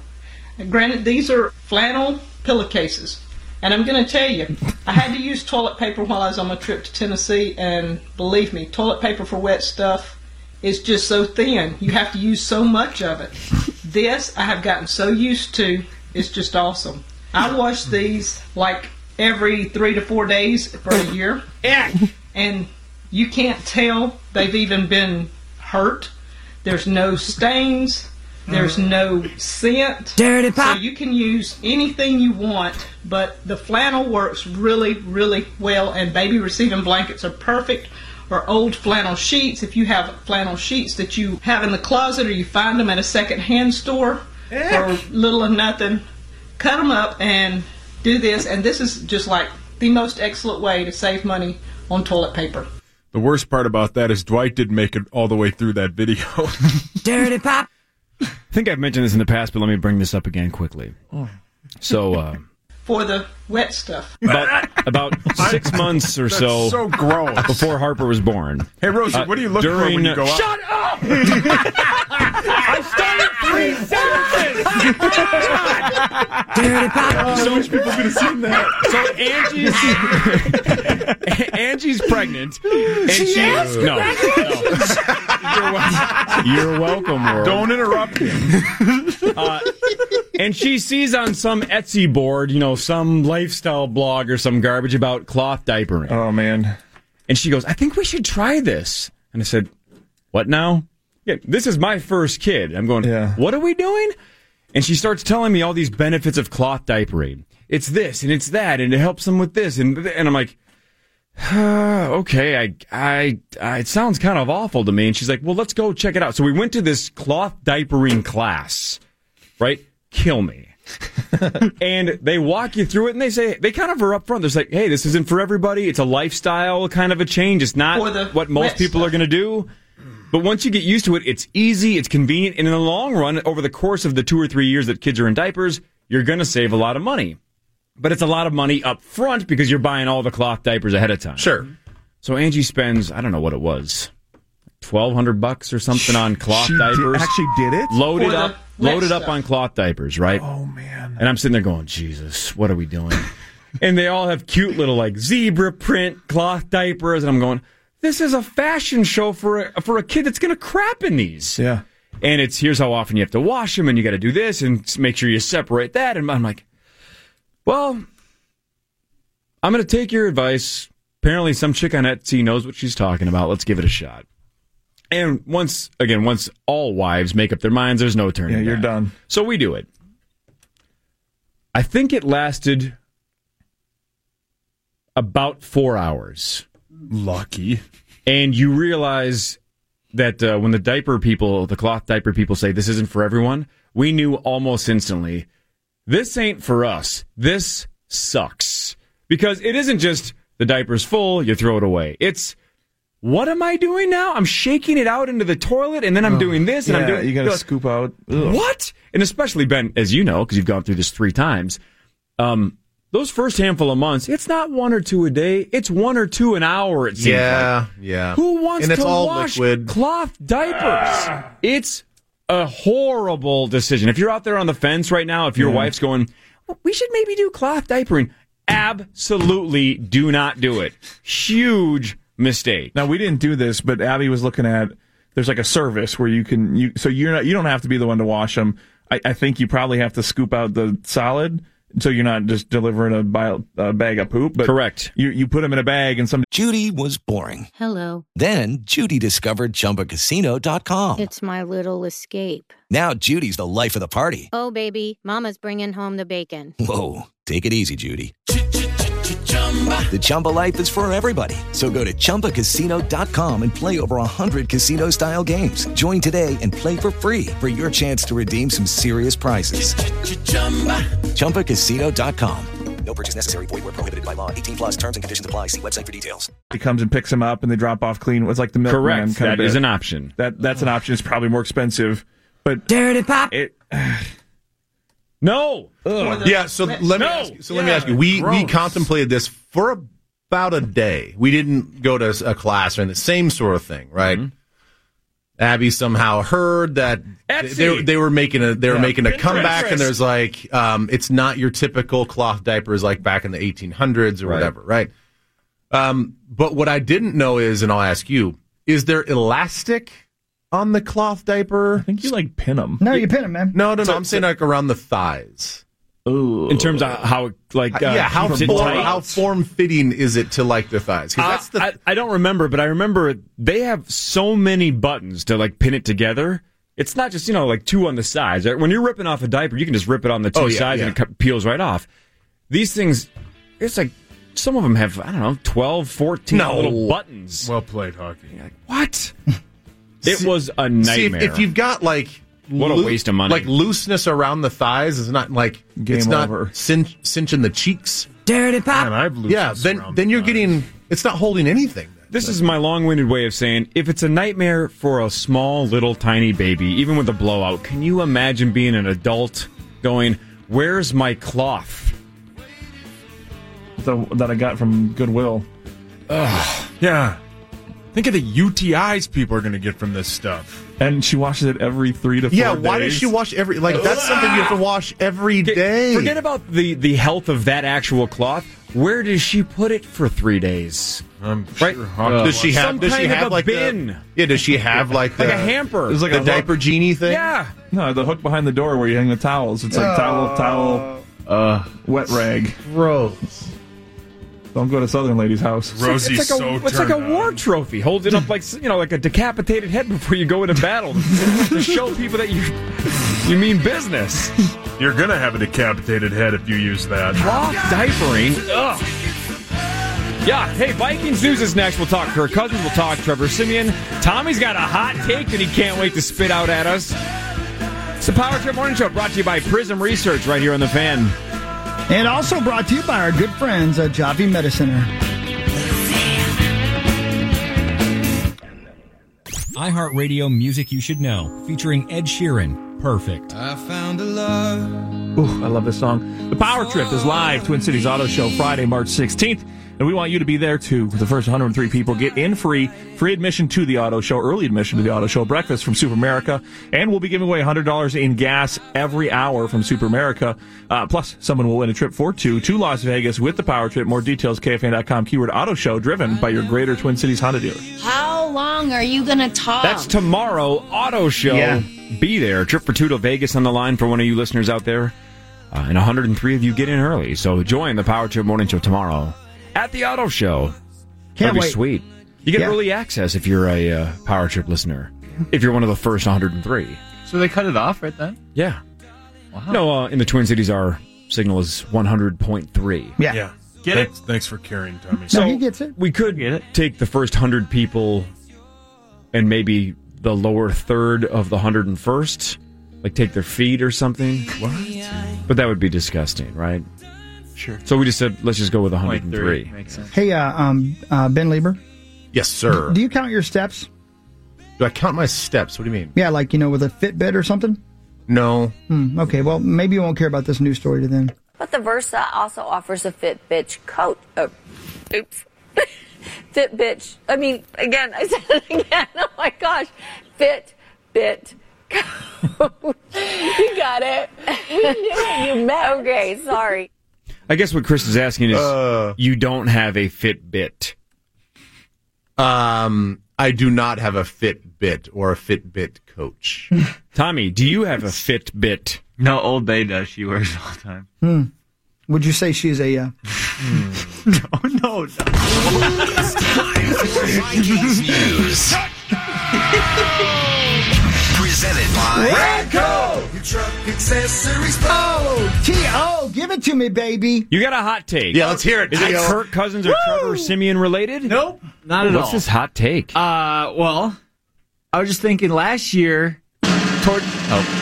[SPEAKER 21] And granted, these are flannel pillowcases, and I'm going to tell you, I had to use toilet paper while I was on my trip to Tennessee, and believe me, toilet paper for wet stuff is just so thin. You have to use so much of it. This I have gotten so used to, it's just awesome. I wash these like every three to four days for a year. And you can't tell they've even been hurt. There's no stains. There's no scent. Dirty pop. So you can use anything you want, but the flannel works really, really well. And baby receiving blankets are perfect, or old flannel sheets. If you have flannel sheets that you have in the closet, or you find them at a secondhand store for little or nothing, cut them up and do this. And this is just like the most excellent way to save money on toilet paper.
[SPEAKER 13] The worst part about that is Dwight didn't make it all the way through that video.
[SPEAKER 10] Dirty pop. I think I've mentioned this in the past, but let me bring this up again quickly. So, uh,
[SPEAKER 21] For the wet stuff.
[SPEAKER 10] about, about six months or
[SPEAKER 21] That's
[SPEAKER 10] so,
[SPEAKER 21] so gross.
[SPEAKER 10] before Harper was born.
[SPEAKER 13] Hey, Rosie,
[SPEAKER 10] uh,
[SPEAKER 13] what are you looking for when
[SPEAKER 10] during-
[SPEAKER 13] you go out?
[SPEAKER 8] up! I started three
[SPEAKER 10] Dirty pop.
[SPEAKER 8] so much people could have seen that.
[SPEAKER 10] So Angie's Angie's pregnant. And
[SPEAKER 8] She
[SPEAKER 10] she
[SPEAKER 8] is
[SPEAKER 10] no, no. You're welcome, world.
[SPEAKER 12] Don't
[SPEAKER 10] interrupt me. Uh,
[SPEAKER 12] and she sees on some Etsy board, you know, some lifestyle blog or some garbage about cloth diapering. Oh man! And she goes, "I think we should try this." And I said, "What now? Yeah, this is my first kid." I'm going, "What are we doing?" And she starts telling me all these benefits of cloth diapering. It's this and it's that, and it helps them with this, and and I'm like. "Ah, okay, I, I, I, it sounds kind of awful to me. And she's like, well, let's go check it out. So we went to this cloth diapering class, right? Kill me. and they walk you through it and they say, they kind of are upfront. They're like, hey, this isn't for everybody. It's a lifestyle kind of a change. It's not what most
[SPEAKER 10] wet
[SPEAKER 12] people are going to do. But once you get used to it, it's easy, it's convenient. And in the long run, over the course of the two or three years that kids are in diapers, you're going to save a lot of money but it's a lot of money up front because you're buying all the cloth diapers ahead of time. Sure. So Angie spends, I don't know what it was, twelve hundred bucks or something on cloth
[SPEAKER 26] She did-
[SPEAKER 12] diapers.
[SPEAKER 26] actually did it?
[SPEAKER 12] Loaded
[SPEAKER 26] For the
[SPEAKER 12] up,
[SPEAKER 26] wet
[SPEAKER 12] loaded up
[SPEAKER 26] stuff.
[SPEAKER 12] on cloth diapers, right? Oh man. And I'm sitting there going, Jesus, what are we doing? and they all have cute little like zebra print cloth diapers, and I'm going, this is a fashion show for a, for a kid that's going to crap in these. Yeah. And it's here's how often you have to wash them, and you got to do this, and s- make sure you separate that. And I'm like, well, I'm going to take your advice. Apparently, some chick on Etsy knows what she's talking about. Let's give it a shot. And once again, once all wives make up their minds, there's no turning. Yeah, you're done. So we do it. I think it lasted about four hours. Lucky. And you realize that uh, when the diaper people, the cloth diaper people say this isn't for everyone, we knew almost instantly this ain't for us. This sucks. Because it isn't just the diaper's full, you throw it away. It's what am I doing now? I'm shaking it out into the toilet and then I'm
[SPEAKER 26] Ugh.
[SPEAKER 12] doing this and I'm
[SPEAKER 26] Oh, Yeah,
[SPEAKER 12] doing
[SPEAKER 26] you gotta
[SPEAKER 12] Look,
[SPEAKER 26] scoop out. Ugh.
[SPEAKER 12] What? And especially Ben, as you know, because you've gone through this three times. Um, those first handful of months, it's not one or two a day. It's one or two an hour. It seems
[SPEAKER 16] Yeah,
[SPEAKER 12] like.
[SPEAKER 16] yeah.
[SPEAKER 12] Who wants
[SPEAKER 16] And it's
[SPEAKER 12] to
[SPEAKER 16] all
[SPEAKER 12] wash
[SPEAKER 16] liquid.
[SPEAKER 12] cloth diapers? It's a horrible decision. If you're out there on the fence right now, if your wife's going, "Well, we should maybe do cloth diapering. Absolutely, do not do it. Huge mistake.
[SPEAKER 26] Now we didn't do this, but Abby was looking at. There's like a service where you can you so you're not you don't have to be the one to wash them. I, I think you probably have to scoop out the solid. So you're not just delivering a, bi- a bag of poop, but correct. You you put them in a bag and some.
[SPEAKER 3] Judy was boring.
[SPEAKER 7] Hello.
[SPEAKER 3] Then Judy discovered ChumbaCasino.com.
[SPEAKER 7] It's my little escape.
[SPEAKER 3] Now Judy's the life of the party.
[SPEAKER 7] Oh, baby, Mama's bringing home the bacon.
[SPEAKER 3] Whoa, take it easy, Judy. The Chumba life is for everybody. So go to ChumbaCasino.com and play over 100 casino style games. Join today and play for free for your chance to redeem some serious prizes. ChumbaCasino.com. No purchase necessary. Void where prohibited by law. 18 plus terms and conditions apply. See website for details.
[SPEAKER 26] He comes and picks them up, and they drop off clean. It's like the milk.
[SPEAKER 12] Correct. That is an option.
[SPEAKER 26] That that's an option. It's probably more expensive, but dirty pop. It,
[SPEAKER 12] no.
[SPEAKER 16] yeah. So let me
[SPEAKER 26] No.
[SPEAKER 16] ask you, so let me ask you. We we
[SPEAKER 26] Gross.
[SPEAKER 16] contemplated this for about a day. We didn't go to a class or the same sort of thing, right? Abby somehow heard that they,
[SPEAKER 26] Etsy.
[SPEAKER 16] they, they were making a they were
[SPEAKER 26] Yeah.
[SPEAKER 16] making a comeback,
[SPEAKER 26] Pinterest.
[SPEAKER 16] and there's like um, it's not your typical cloth diapers like back in the 1800s or whatever, right? Um, but what I didn't know is, and I'll ask you, is there elastic on the cloth diaper? I think you like pin them.
[SPEAKER 5] No, you pin him, man.
[SPEAKER 16] No, no, no. I'm saying like around the thighs.
[SPEAKER 26] Ooh.
[SPEAKER 12] In terms of how it, like uh,
[SPEAKER 16] yeah, how
[SPEAKER 12] keeps it
[SPEAKER 16] form,
[SPEAKER 12] tight.
[SPEAKER 16] how form fitting is it to like the thighs? 'Cause
[SPEAKER 12] I-
[SPEAKER 16] that's the
[SPEAKER 12] Uh, I, I don't remember, but I remember they have so many buttons to like pin it together. It's not just you know like two on the sides. Right? When you're ripping off a diaper, you can just rip it on the two
[SPEAKER 16] Oh, yeah,
[SPEAKER 12] sides
[SPEAKER 16] yeah.
[SPEAKER 12] and it co- peels right off. These things, it's like some of them have I don't know 12, 14 little buttons.
[SPEAKER 13] Well played, hockey.
[SPEAKER 12] What? It was a nightmare.
[SPEAKER 16] See, if, if you've got like
[SPEAKER 12] What a
[SPEAKER 16] loo-
[SPEAKER 12] waste of money.
[SPEAKER 16] Like looseness around the thighs is not like
[SPEAKER 12] Game
[SPEAKER 16] it's
[SPEAKER 12] over.
[SPEAKER 16] not cinch, cinching the cheeks.
[SPEAKER 9] Dirty pop.
[SPEAKER 16] Man, I've yeah, then then you're getting it's not holding anything.
[SPEAKER 12] This is my long-winded way of saying if it's a nightmare for a small little tiny baby, even with a blowout, can you imagine being an adult going, "Where's my cloth?"
[SPEAKER 26] The, that I got from Goodwill.
[SPEAKER 13] Ugh, yeah. Think of the UTIs people are going to get from this stuff.
[SPEAKER 26] And she washes it every three to four
[SPEAKER 13] Yeah, why does
[SPEAKER 26] days.
[SPEAKER 13] she wash every- like, that's something you have to
[SPEAKER 16] wash every
[SPEAKER 12] day. Forget about the the health of that actual cloth. Where does she put it for three days?
[SPEAKER 13] I'm
[SPEAKER 12] right?
[SPEAKER 16] does she have?
[SPEAKER 12] Some
[SPEAKER 16] does she
[SPEAKER 12] kind of
[SPEAKER 16] have
[SPEAKER 12] a
[SPEAKER 16] like the-
[SPEAKER 12] bin?
[SPEAKER 16] yeah, does she have like
[SPEAKER 12] Like
[SPEAKER 16] the-
[SPEAKER 12] a hamper.
[SPEAKER 16] the
[SPEAKER 12] It's like a hook.
[SPEAKER 16] diaper genie thing.
[SPEAKER 12] Yeah.
[SPEAKER 26] No, the hook behind the door where you hang the towels. It's like
[SPEAKER 16] Oh.
[SPEAKER 26] towel, towel, uh, wet rag.
[SPEAKER 16] Gross.
[SPEAKER 26] Don't go to Southern Lady's house.
[SPEAKER 12] It's like- it's like a, it's like a war trophy. Hold it up like you know, like a decapitated head before you go into battle to show people that you you mean business.
[SPEAKER 13] You're gonna have a decapitated head if you use that.
[SPEAKER 12] Cloth diapering. Ugh. Yeah. Hey, Vikings news is next. We'll talk Kirk Cousins. We'll talk Trevor Simeon. Tommy's got a hot take that he can't wait to spit out at us. It's the Power Trip Morning Show brought to you by Prism Research right here on the fan.
[SPEAKER 5] And also brought to you by our good friends at Jaffe Mediciner.
[SPEAKER 18] iHeartRadio Music You Should Know, featuring Ed Sheeran. Perfect. I found a love.
[SPEAKER 26] Ooh, I love this song. The Power Trip is live, Twin Cities Auto Show, Friday, March 16th. And we want you to be there too. The first 103 people get in free, free admission to the auto show, early admission to the auto show, breakfast from Super America, and we'll be giving away $100 in gas every hour from Super America. Uh, plus, someone will win a trip for two to Las Vegas with the Power Trip. More details, kfan.com, keyword auto show, driven by your greater Twin Cities Honda dealer.
[SPEAKER 17] How long are you gonna talk?
[SPEAKER 12] That's tomorrow, auto show.
[SPEAKER 17] Yeah.
[SPEAKER 12] Be there. Trip for two to Vegas on the line for one of you listeners out there. Uh, and 103 of you get in early. So join the Power Trip Morning Show tomorrow at the auto show.
[SPEAKER 5] Can't
[SPEAKER 12] That'd be
[SPEAKER 5] wait.
[SPEAKER 12] sweet. You get
[SPEAKER 5] Yeah.
[SPEAKER 12] early access if you're a uh, Power Trip listener. If you're one of the first 103.
[SPEAKER 9] So they cut it off right then?
[SPEAKER 12] Yeah. No, uh, in the Twin Cities, our signal is 100.3.
[SPEAKER 5] Yeah.
[SPEAKER 13] Yeah.
[SPEAKER 12] Get
[SPEAKER 13] thanks, it? Thanks for carrying, Tommy.
[SPEAKER 12] So
[SPEAKER 13] So,
[SPEAKER 5] gets it.
[SPEAKER 12] We could take the first hundred people, and maybe the lower third of the hundred and first, like take their feet or something. What? But that would be disgusting, right?
[SPEAKER 9] Sure.
[SPEAKER 12] So we just said let's just go with 103.
[SPEAKER 9] Makes sense.
[SPEAKER 5] Hey, uh, um, uh, Ben Lieber,
[SPEAKER 16] Yes, sir.
[SPEAKER 5] do you count your steps?
[SPEAKER 16] Do I count my steps? What do you mean?
[SPEAKER 5] Yeah, like, you know, with a Fitbit or something?
[SPEAKER 16] No.
[SPEAKER 5] Hmm, okay, well, maybe you won't care about this news story to then.
[SPEAKER 27] But the Versa also offers a Fitbit coat. Uh, oops. Fitbit. I mean, again, I said it again. Oh my gosh. Fitbit coat. you got it. You knew it. You met. Okay, sorry.
[SPEAKER 12] I guess what Chris is asking is,
[SPEAKER 9] Uh.
[SPEAKER 12] you don't have a Fitbit.
[SPEAKER 16] Um, I do not have a Fitbit or a Fitbit coach.
[SPEAKER 12] Tommy, do you have a Fitbit?
[SPEAKER 9] No, Old Bay does. She wears it all the time.
[SPEAKER 5] Hmm. Would you say she's a. Uh,
[SPEAKER 9] No, no.
[SPEAKER 24] News. Presented by
[SPEAKER 5] Radco!
[SPEAKER 24] Your truck accessories.
[SPEAKER 5] Oh, T.O., give it to me, baby.
[SPEAKER 12] You got a hot take?
[SPEAKER 5] Yeah, let's hear it,
[SPEAKER 12] Is it
[SPEAKER 5] T.O.
[SPEAKER 12] Kirk Cousins or Trevor Simeon related? Nope,
[SPEAKER 9] Not at all.
[SPEAKER 12] What's this hot take?
[SPEAKER 9] Uh, well, I was just thinking last year. Toward oh,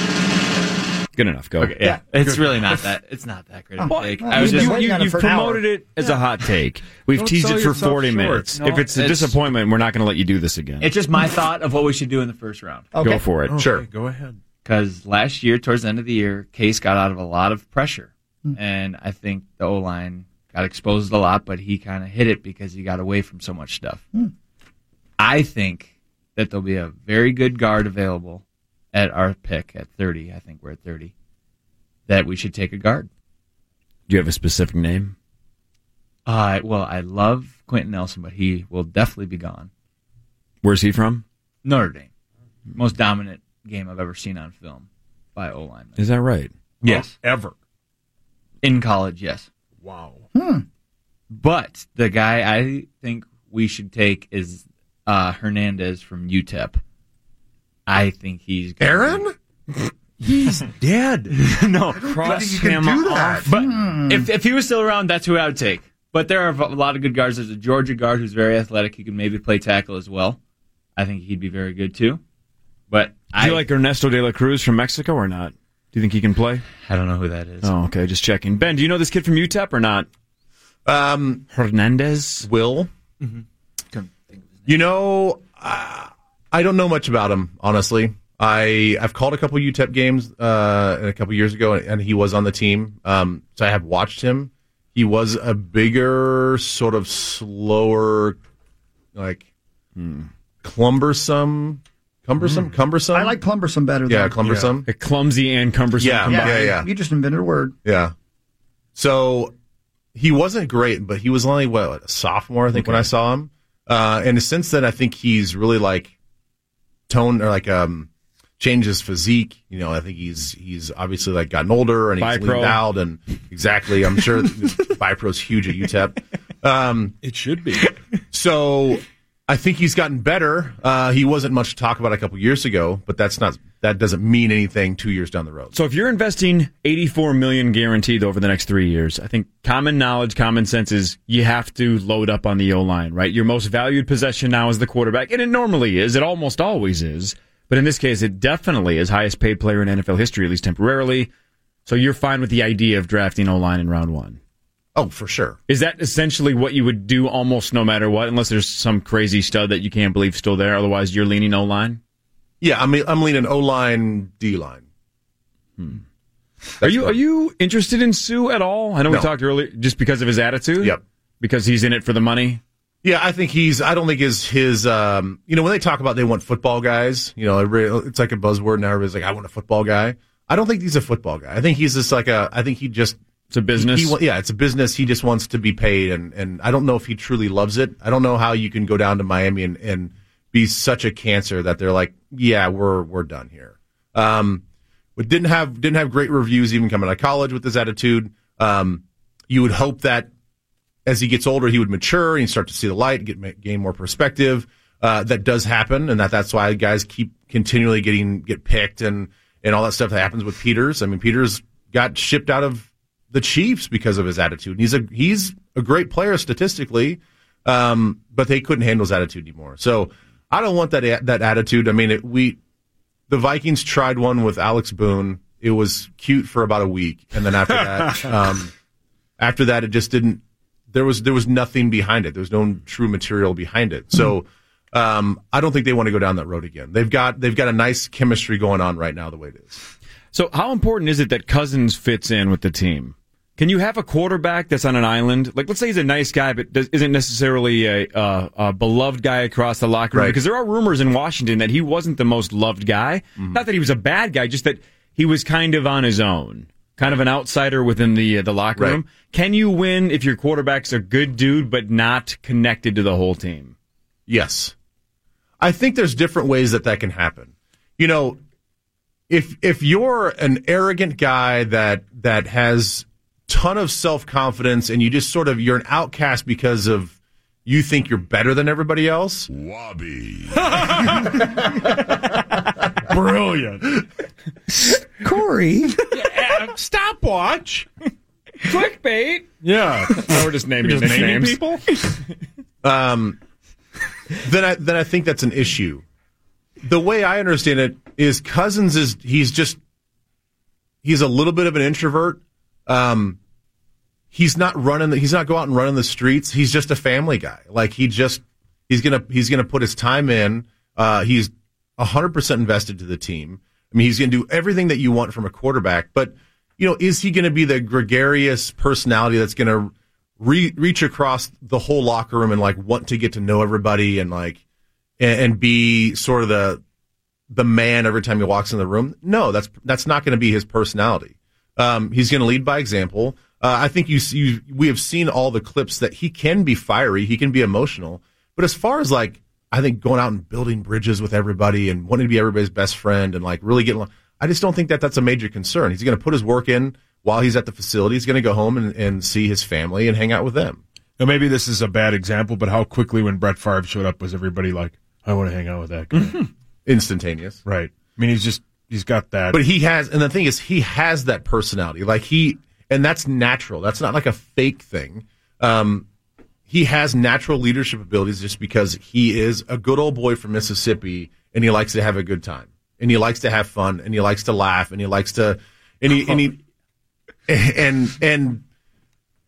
[SPEAKER 12] Good enough. Go.
[SPEAKER 9] yeah, it's really not that. It's not that great. Of a
[SPEAKER 12] Oh,
[SPEAKER 9] take.
[SPEAKER 12] I was you, you, you've promoted it as a hot take. We've
[SPEAKER 9] Don't
[SPEAKER 12] teased
[SPEAKER 9] sell
[SPEAKER 12] it for
[SPEAKER 9] yourself
[SPEAKER 12] 40
[SPEAKER 9] short.
[SPEAKER 12] minutes.
[SPEAKER 9] No,
[SPEAKER 12] if it's a
[SPEAKER 9] it's-
[SPEAKER 12] disappointment, we're not going to let you do this again.
[SPEAKER 9] It's just my thought of what we should do in the first round.
[SPEAKER 12] Okay. Go for it. Okay, Sure.
[SPEAKER 9] Go ahead. Because last year, towards the end of the year, Case got out of a lot of pressure, and I think the O line got exposed a lot, but he kind of hid it because he got away from so much stuff.
[SPEAKER 5] Hmm.
[SPEAKER 9] I think that there'll be a very good guard available at our pick at 30. I think we're at 30. That we should take a guard.
[SPEAKER 12] Do you have a specific name?
[SPEAKER 9] Uh, well, I love Quentin Nelson, but he will definitely be gone.
[SPEAKER 12] Where's he from?
[SPEAKER 9] Notre Dame, most dominant game I've ever seen on film by O line.
[SPEAKER 12] Is that right?
[SPEAKER 9] Yes,
[SPEAKER 8] ever
[SPEAKER 9] in college. Yes.
[SPEAKER 8] Wow.
[SPEAKER 9] But the guy I think we should take is uh, Hernandez from UTEP. I think he's gonna
[SPEAKER 8] Aaron. He's dead.
[SPEAKER 9] no,
[SPEAKER 8] cross you can him do that. off.
[SPEAKER 9] But
[SPEAKER 8] Hmm.
[SPEAKER 9] if if he was still around, that's who I would take. But there are a lot of good guards. There's a Georgia guard who's very athletic. He could maybe play tackle as well. I think he'd be very good too. But
[SPEAKER 12] Do you like Ernesto de la Cruz from Mexico or not? Do you think he can play?
[SPEAKER 9] I don't know who that is.
[SPEAKER 12] Oh, okay, just checking. Ben, do you know this kid from UTEP or not?
[SPEAKER 16] Um,
[SPEAKER 12] Hernandez
[SPEAKER 16] Will.
[SPEAKER 8] Mm-hmm.
[SPEAKER 16] You know, uh, I don't know much about him honestly. I I've called a couple UTEP games uh, a couple years ago, and he was on the team. Um, so I have watched him. He was a bigger, sort of slower, like clumbersome, cumbersome, cumbersome.
[SPEAKER 5] I like cumbersome better.
[SPEAKER 16] Yeah,
[SPEAKER 5] though.
[SPEAKER 16] cumbersome.
[SPEAKER 12] clumsy and cumbersome
[SPEAKER 16] Yeah,
[SPEAKER 5] Yeah,
[SPEAKER 16] yeah, yeah.
[SPEAKER 5] You just invented a word.
[SPEAKER 16] Yeah. So he wasn't great, but he was only what a sophomore, I think, when I saw him. Uh, and since then, I think he's really like toned or like um changed his physique. You know, I think he's he's obviously like gotten older and he's
[SPEAKER 12] Bipro.
[SPEAKER 16] leaned out and exactly. I'm sure Bipro's huge at UTEP. Um,
[SPEAKER 8] it should be.
[SPEAKER 16] So I think he's gotten better. Uh, he wasn't much to talk about a couple years ago, but that's not that doesn't mean anything two years down the road.
[SPEAKER 12] So if you're investing 84 million guaranteed over the next 3 years, I think common knowledge, common sense is you have to load up on the O-line, right? Your most valued possession now is the quarterback, and it normally is, it almost always is, but in this case it definitely is highest paid player in NFL history at least temporarily. So you're fine with the idea of drafting O-line in round 1.
[SPEAKER 16] Oh, for sure.
[SPEAKER 12] Is that essentially what you would do almost no matter what unless there's some crazy stud that you can't believe still there, otherwise you're leaning O-line?
[SPEAKER 16] Yeah, I'm I'm leaning O line, D line.
[SPEAKER 12] Hmm. Are you are you interested in Sue at all? I know we
[SPEAKER 16] No.
[SPEAKER 12] talked earlier just because of his attitude. Yep. Because he's in it for the money.
[SPEAKER 16] Yeah, I think he's. I don't think his his. Um, you know, when they talk about they want football guys, you know, everybody- it's like a buzzword now. Everybody's like, I want a football guy. I don't think he's a football guy. I think he's just like a. I think he just.
[SPEAKER 12] It's a business.
[SPEAKER 16] yeah, it's a business. He just wants to be paid, and and I don't know if he truly loves it. I don't know how you can go down to Miami and and be such a cancer that they're like, yeah, we're we're done here. Um, but didn't have didn't have great reviews even coming out of college with his attitude. Um, you would hope that as he gets older, he would mature and he'd start to see the light, get ma- gain more perspective. Uh, that does happen, and that that's why guys keep continually getting get picked and and all that stuff that happens with Peters. I mean, Peters got shipped out of the Chiefs because of his attitude. And he's a he's a great player statistically, um, but they couldn't handle his attitude anymore. So I don't want that a- that attitude. I mean, it, we the Vikings tried one with Alex Boone. It was cute for about a week, and then after that, um, after that, it just didn't. There was there was nothing behind it. There was no true material behind it. So
[SPEAKER 12] Mm-hmm.
[SPEAKER 16] um, I don't think they want to go down that road again. They've got they've got a nice chemistry going on right now, the way it is.
[SPEAKER 12] So how important is it that Cousins fits in with the team? Can you have a quarterback that's on an island? Like, let's say he's a nice guy, but does, isn't necessarily a, uh, a beloved guy across the locker room.
[SPEAKER 16] Right.
[SPEAKER 12] Because there are rumors in Washington that he wasn't the most loved guy.
[SPEAKER 16] Mm-hmm.
[SPEAKER 12] Not that he was a bad guy, just that he was kind of on his own, kind of an outsider within the uh, the locker
[SPEAKER 16] Right.
[SPEAKER 12] room. Can you win if your quarterback's a good dude but not connected to the whole team?
[SPEAKER 16] Yes. I think there's different ways that that can happen. You know, if if you're an arrogant guy that that has ton of self-confidence and you just sort of you're an outcast because of you think you're better than everybody else. Wobby. Brilliant.
[SPEAKER 5] Corey.
[SPEAKER 8] uh, Stopwatch.
[SPEAKER 12] Clickbait.
[SPEAKER 8] Yeah.
[SPEAKER 12] Now we're just naming
[SPEAKER 16] You're just naming
[SPEAKER 12] nicknames.
[SPEAKER 8] people.
[SPEAKER 16] um, then I then I think that's an issue. The way I understand it is Cousins is he's just he's a little bit of an introvert. Um, he's not running. The, he's not go out and running the streets. He's just a family guy. Like he just he's gonna he's gonna put his time in. Uh, he's hundred percent invested to the team. I mean, he's gonna do everything that you want from a quarterback. But you know, is he gonna be the gregarious personality that's gonna re- reach across the whole locker room and like want to get to know everybody and like and, and be sort of the the man every time he walks in the room. No, that's that's not going to be his personality. Um, he's going to lead by example. Uh, I think you, you we have seen all the clips that he can be fiery, he can be emotional, but as far as like I think going out and building bridges with everybody and wanting to be everybody's best friend and like really getting along, I just don't think that that's a major concern. He's going to put his work in while he's at the facility. He's going to go home and, and see his family and hang out with them.
[SPEAKER 13] Now, maybe this is a bad example, but how quickly when Brett Favre showed up was everybody like, I want to hang out with that guy.
[SPEAKER 5] Mm-hmm.
[SPEAKER 16] Instantaneous.
[SPEAKER 13] Right. I mean, he's just, he's got that.
[SPEAKER 16] But he has, and the thing is, he has that personality. Like he, and that's natural. That's not like a fake thing. Um, he has natural leadership abilities just because he is a good old boy from Mississippi and he likes to have a good time and he likes to have fun and he likes to laugh and he likes to, and he, and he, and and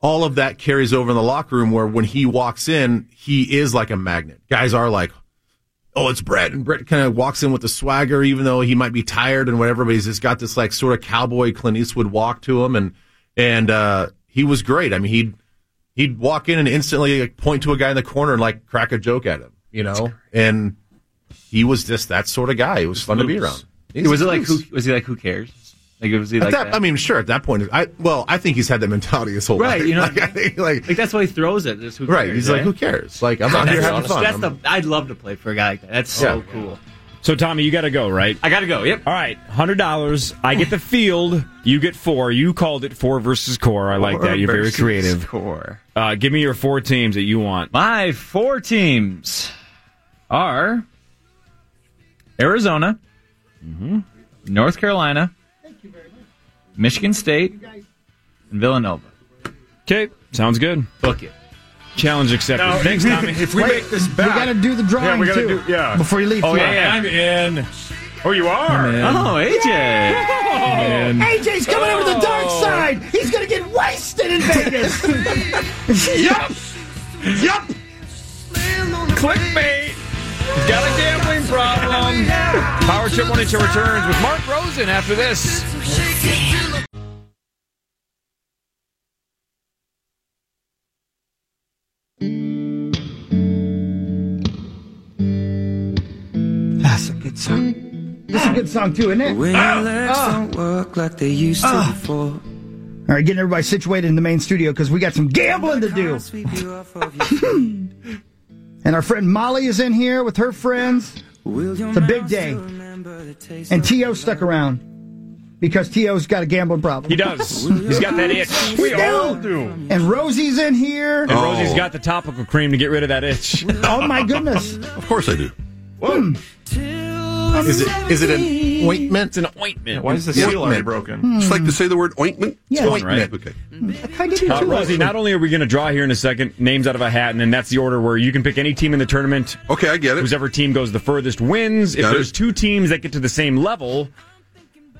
[SPEAKER 16] all of that carries over in the locker room where when he walks in, he is like a magnet. Guys are like, "Oh, it's Brett," and Brett kind of walks in with the swagger, even though he might be tired and whatever. But he's just got this like sort of cowboy Clint Eastwood walk to him, and and uh, he was great. I mean, he'd he'd walk in and instantly like, point to a guy in the corner and like crack a joke at him, you know, and he was just that sort of guy. It was fun to be around. He's
[SPEAKER 9] was it like
[SPEAKER 16] loose.
[SPEAKER 9] who, was he like who cares? Like was he
[SPEAKER 16] At
[SPEAKER 9] like
[SPEAKER 16] that-
[SPEAKER 9] that?
[SPEAKER 16] I mean, sure. At that point, I well, I think he's had that mentality his whole life.
[SPEAKER 9] right? You know,
[SPEAKER 16] Like,
[SPEAKER 9] what I
[SPEAKER 16] I think, like,
[SPEAKER 9] that's why he throws it. Just who
[SPEAKER 16] Right,
[SPEAKER 9] cares,
[SPEAKER 16] he's like, who cares? Like, I'm out
[SPEAKER 9] That's
[SPEAKER 16] here
[SPEAKER 9] the
[SPEAKER 16] having
[SPEAKER 9] honest-
[SPEAKER 16] fun.
[SPEAKER 9] That's the. I'd love to play for a guy like that. That's so
[SPEAKER 12] Yeah.
[SPEAKER 9] cool.
[SPEAKER 12] So Tommy, you got to go, right?
[SPEAKER 9] I got to go. Yep.
[SPEAKER 12] All right, hundred dollars. I get the field. You get four. You called it four versus core. I like
[SPEAKER 9] Four
[SPEAKER 12] that. You're very
[SPEAKER 9] versus
[SPEAKER 12] creative.
[SPEAKER 9] Core.
[SPEAKER 12] Uh, give me your four teams that you want.
[SPEAKER 9] My four teams are Arizona,
[SPEAKER 16] Mm-hmm.
[SPEAKER 9] North Carolina, Michigan State, and Villanova.
[SPEAKER 12] Okay, sounds good.
[SPEAKER 9] Book it.
[SPEAKER 12] Challenge accepted.
[SPEAKER 13] Now,
[SPEAKER 12] Thanks,
[SPEAKER 13] if-
[SPEAKER 12] Tommy.
[SPEAKER 13] If we make this
[SPEAKER 5] We
[SPEAKER 13] back,
[SPEAKER 5] got to do the drawing
[SPEAKER 13] yeah, we gotta
[SPEAKER 5] too.
[SPEAKER 13] do, yeah.
[SPEAKER 5] Before you leave.
[SPEAKER 13] Oh
[SPEAKER 5] Flo.
[SPEAKER 13] yeah, yeah, I'm in. Oh, you are.
[SPEAKER 5] I'm in.
[SPEAKER 9] Oh, AJ.
[SPEAKER 13] And-
[SPEAKER 5] AJ's coming over to the dark
[SPEAKER 13] Oh.
[SPEAKER 5] side. He's going to get wasted in Vegas. yep.
[SPEAKER 13] Yup.
[SPEAKER 12] Clickbait. He's got a gambling problem. Power Trip 102 returns with Mark Rosen after this.
[SPEAKER 5] That's a good song. That's a good song too, isn't it? Ah, ah.
[SPEAKER 8] work like they used
[SPEAKER 5] to Ah.
[SPEAKER 8] before.
[SPEAKER 5] All right, getting everybody situated in the main studio because we got some gambling to do. and our friend Molly is in here with her friends. It's a big day. And T.O. stuck around because T.O.'s got a gambling problem.
[SPEAKER 12] He does. He's got that itch.
[SPEAKER 5] We all
[SPEAKER 13] do.
[SPEAKER 5] And Rosie's in here.
[SPEAKER 9] Oh.
[SPEAKER 12] And Rosie's got the topical cream to get rid of that itch.
[SPEAKER 5] Oh my goodness.
[SPEAKER 16] Of course I do.
[SPEAKER 5] Oh. Hmm.
[SPEAKER 16] Is it is it an ointment?
[SPEAKER 12] It's an ointment.
[SPEAKER 26] Why is the seal already broken?
[SPEAKER 5] Hmm.
[SPEAKER 23] Just like to say the word ointment.
[SPEAKER 5] Yeah.
[SPEAKER 23] It's ointment.
[SPEAKER 12] Right.
[SPEAKER 23] Okay.
[SPEAKER 5] I kind of do too.
[SPEAKER 12] Uh, Rosie,
[SPEAKER 5] actually.
[SPEAKER 12] not only are we going to draw here in a second, names out of a hat, and then that's the order where you can pick any team in the tournament.
[SPEAKER 23] Okay, I get it.
[SPEAKER 12] Whosever team goes the furthest wins. If
[SPEAKER 23] Got it.
[SPEAKER 12] there's two teams that get to the same level,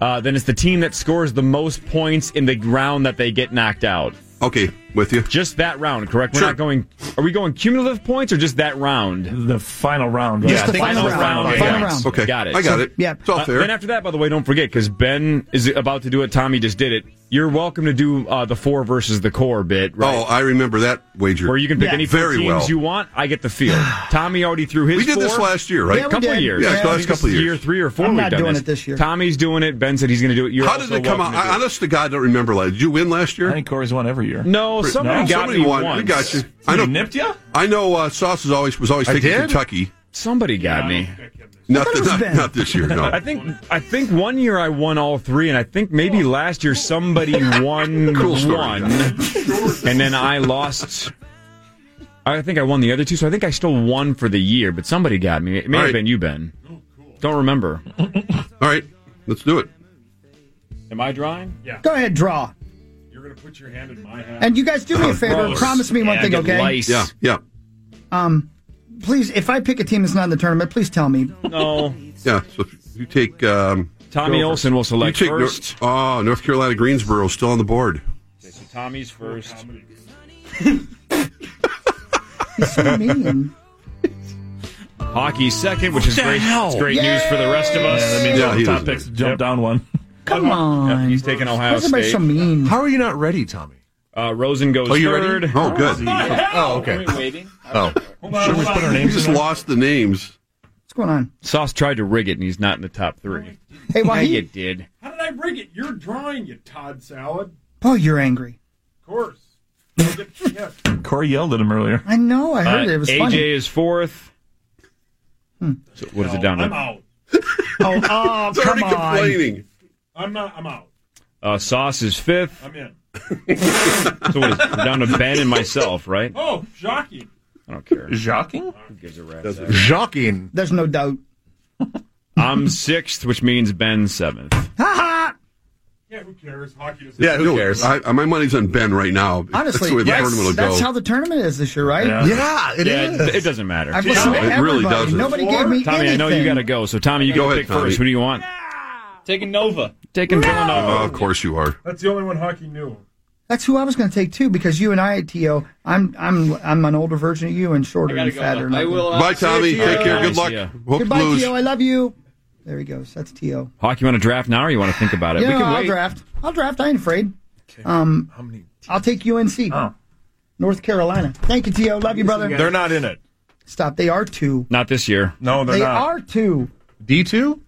[SPEAKER 12] uh, then it's the team that scores the most points in the round that they get knocked out.
[SPEAKER 23] Okay, with you.
[SPEAKER 12] Just that round, correct? We're
[SPEAKER 23] Sure.
[SPEAKER 12] not going. Are we going cumulative points or just that round?
[SPEAKER 26] The final round.
[SPEAKER 12] Yeah,
[SPEAKER 26] right?
[SPEAKER 12] I think final, round.
[SPEAKER 5] Final round.
[SPEAKER 12] points.
[SPEAKER 23] Okay.
[SPEAKER 12] got it.
[SPEAKER 23] I got it.
[SPEAKER 5] yeah.
[SPEAKER 23] It's all
[SPEAKER 12] Uh,
[SPEAKER 23] fair.
[SPEAKER 12] then after that, by the way, don't forget because Ben is about to do it. Tommy just did it. You're welcome to do uh, the four versus the core bit, right?
[SPEAKER 23] Oh, I remember that wager.
[SPEAKER 12] where you can pick any four
[SPEAKER 23] very
[SPEAKER 12] teams
[SPEAKER 23] well.
[SPEAKER 12] you want. I get the field. Tommy already threw his.
[SPEAKER 23] We did this
[SPEAKER 12] four.
[SPEAKER 23] last year, right?
[SPEAKER 5] Yeah, we
[SPEAKER 12] couple
[SPEAKER 5] did.
[SPEAKER 12] of years.
[SPEAKER 23] Yeah,
[SPEAKER 5] Yeah,
[SPEAKER 23] it's the last couple of
[SPEAKER 12] Year
[SPEAKER 23] years.
[SPEAKER 12] three or 4
[SPEAKER 5] I'm
[SPEAKER 12] we've
[SPEAKER 5] not
[SPEAKER 12] done
[SPEAKER 5] doing
[SPEAKER 12] this.
[SPEAKER 5] it this year.
[SPEAKER 12] Tommy's doing it. Ben said he's going to do it. You're
[SPEAKER 23] How did
[SPEAKER 12] also
[SPEAKER 23] it come out?
[SPEAKER 12] welcome to
[SPEAKER 23] I,
[SPEAKER 12] do it.
[SPEAKER 23] honest to God, don't remember. Like, did you win last year?
[SPEAKER 26] I think Corey's won every year.
[SPEAKER 12] No, somebody
[SPEAKER 26] No,
[SPEAKER 12] got
[SPEAKER 23] Somebody
[SPEAKER 12] me
[SPEAKER 23] won.
[SPEAKER 12] once.
[SPEAKER 23] We got you. I
[SPEAKER 26] I
[SPEAKER 23] know.
[SPEAKER 26] nipped you.
[SPEAKER 23] I know. Uh, Sauce is always was always
[SPEAKER 12] I
[SPEAKER 23] taking
[SPEAKER 12] did?
[SPEAKER 23] Kentucky.
[SPEAKER 12] Somebody got me.
[SPEAKER 23] Not,
[SPEAKER 5] thought it
[SPEAKER 23] th-
[SPEAKER 5] was
[SPEAKER 23] not,
[SPEAKER 5] Ben.
[SPEAKER 23] not this year. No.
[SPEAKER 12] I think I think one year I won all three, and I think maybe last year somebody won
[SPEAKER 23] Cool story,
[SPEAKER 12] one,
[SPEAKER 23] John.
[SPEAKER 12] and then I lost. I think I won the other two, so I think I still won for the year. But somebody got me. It may
[SPEAKER 23] All
[SPEAKER 12] have
[SPEAKER 23] right.
[SPEAKER 12] been you, Ben. Don't remember.
[SPEAKER 23] All right, let's do it.
[SPEAKER 12] Am I drawing? Yeah.
[SPEAKER 5] Go ahead, draw.
[SPEAKER 13] You're gonna put your hand in my hat.
[SPEAKER 5] And you guys do me a favor.
[SPEAKER 12] Gross.
[SPEAKER 5] Promise me one
[SPEAKER 12] Yeah,
[SPEAKER 5] thing,
[SPEAKER 12] get
[SPEAKER 5] okay?
[SPEAKER 12] lice.
[SPEAKER 23] Yeah, yeah,
[SPEAKER 5] Um, please, if I pick a team that's not in the tournament, please tell me.
[SPEAKER 12] No.
[SPEAKER 23] yeah. So if you take um,
[SPEAKER 12] Tommy
[SPEAKER 23] go over.
[SPEAKER 12] Olson will
[SPEAKER 23] You
[SPEAKER 12] select
[SPEAKER 23] take Nor-
[SPEAKER 12] first.
[SPEAKER 23] oh, North Carolina Greensboro is still on the board.
[SPEAKER 12] Okay, so Tommy's first.
[SPEAKER 5] He's so mean.
[SPEAKER 12] Hockey second, which is great. It's great news for the rest of us.
[SPEAKER 26] I mean,
[SPEAKER 23] Yeah, he
[SPEAKER 26] the top
[SPEAKER 23] was-
[SPEAKER 26] picks jumped down one.
[SPEAKER 5] Come on.
[SPEAKER 12] He's taking Ohio
[SPEAKER 5] Why is everybody
[SPEAKER 12] State.
[SPEAKER 5] so mean?
[SPEAKER 16] How are you not ready, Tommy?
[SPEAKER 12] Uh, Rosen goes
[SPEAKER 23] Oh, you ready?
[SPEAKER 12] third.
[SPEAKER 23] Oh, good.
[SPEAKER 12] Oh,
[SPEAKER 23] okay.
[SPEAKER 12] Oh,
[SPEAKER 23] Sure, we put our names just lost the names.
[SPEAKER 5] What's going on?
[SPEAKER 12] Sauce tried to rig it, and he's not in the top three.
[SPEAKER 5] Hey, why
[SPEAKER 12] yeah,
[SPEAKER 5] he-
[SPEAKER 12] you did.
[SPEAKER 13] How did I rig it? You're drawing, you Todd Salad.
[SPEAKER 5] Oh, you're angry.
[SPEAKER 13] Of course.
[SPEAKER 26] Corey yelled at him earlier.
[SPEAKER 5] I know. Oh, I heard it.
[SPEAKER 12] Uh,
[SPEAKER 5] It was
[SPEAKER 12] AJ
[SPEAKER 5] funny.
[SPEAKER 12] is fourth.
[SPEAKER 5] Hmm.
[SPEAKER 12] So what is it down
[SPEAKER 13] I'm
[SPEAKER 12] to?
[SPEAKER 13] out.
[SPEAKER 5] Oh, oh,
[SPEAKER 13] It's already
[SPEAKER 5] come on.
[SPEAKER 13] complaining. I'm not. I'm out.
[SPEAKER 12] Uh, Sauce is fifth.
[SPEAKER 13] I'm in.
[SPEAKER 12] so what is it? We're down to Ben and myself, right?
[SPEAKER 13] Oh, shocking.
[SPEAKER 12] I don't care.
[SPEAKER 26] Jocking?
[SPEAKER 12] Who gives a rat's
[SPEAKER 26] Doesn't-
[SPEAKER 12] ass?
[SPEAKER 16] Jocking.
[SPEAKER 5] There's no doubt.
[SPEAKER 12] I'm sixth, which means Ben seventh.
[SPEAKER 13] Yeah, who cares? Hockey doesn't.
[SPEAKER 23] Yeah, who cares? I, I- my money's on Ben right now.
[SPEAKER 5] Honestly,
[SPEAKER 23] that's the way the
[SPEAKER 5] yes,
[SPEAKER 23] tournament will
[SPEAKER 5] that's
[SPEAKER 23] go.
[SPEAKER 5] how the tournament is this year, right?
[SPEAKER 12] it is. It, doesn't matter.
[SPEAKER 5] I've listened to
[SPEAKER 12] it really
[SPEAKER 5] everybody.
[SPEAKER 12] doesn't.
[SPEAKER 5] Nobody gave me
[SPEAKER 12] Tommy, I know you
[SPEAKER 5] anything.
[SPEAKER 12] got to go. So Tommy, you
[SPEAKER 23] Go
[SPEAKER 12] go
[SPEAKER 23] ahead,
[SPEAKER 12] pick first.
[SPEAKER 23] Tommy.
[SPEAKER 12] Who do you want?
[SPEAKER 9] Taking Nova.
[SPEAKER 12] Taking Villanova.
[SPEAKER 23] Oh, of course you are.
[SPEAKER 13] That's the only one hockey knew.
[SPEAKER 5] That's who I was going to take too, because you and I at TO, I'm I'm I'm an older version of you and shorter and fatter. and ugly.
[SPEAKER 12] uh,
[SPEAKER 23] Bye, Tommy.
[SPEAKER 12] ya.
[SPEAKER 23] Take care. uh, Good
[SPEAKER 12] Nice
[SPEAKER 23] luck.
[SPEAKER 12] to ya.
[SPEAKER 23] Hope
[SPEAKER 5] Goodbye,
[SPEAKER 23] to lose.
[SPEAKER 5] TO. I love you. There he goes. That's TO.
[SPEAKER 12] Hawk, you want to draft now, or you want to think about it?
[SPEAKER 5] Yeah,
[SPEAKER 12] we can
[SPEAKER 5] I'll
[SPEAKER 12] wait.
[SPEAKER 5] draft. I'll draft. I ain't afraid. Um, I'll take UNC.
[SPEAKER 12] Oh.
[SPEAKER 5] North Carolina. Thank you, TO. Love you, brother.
[SPEAKER 12] They're
[SPEAKER 26] not in it.
[SPEAKER 5] Stop. They are two.
[SPEAKER 12] Not this year.
[SPEAKER 26] No,
[SPEAKER 5] they are two.
[SPEAKER 26] D two.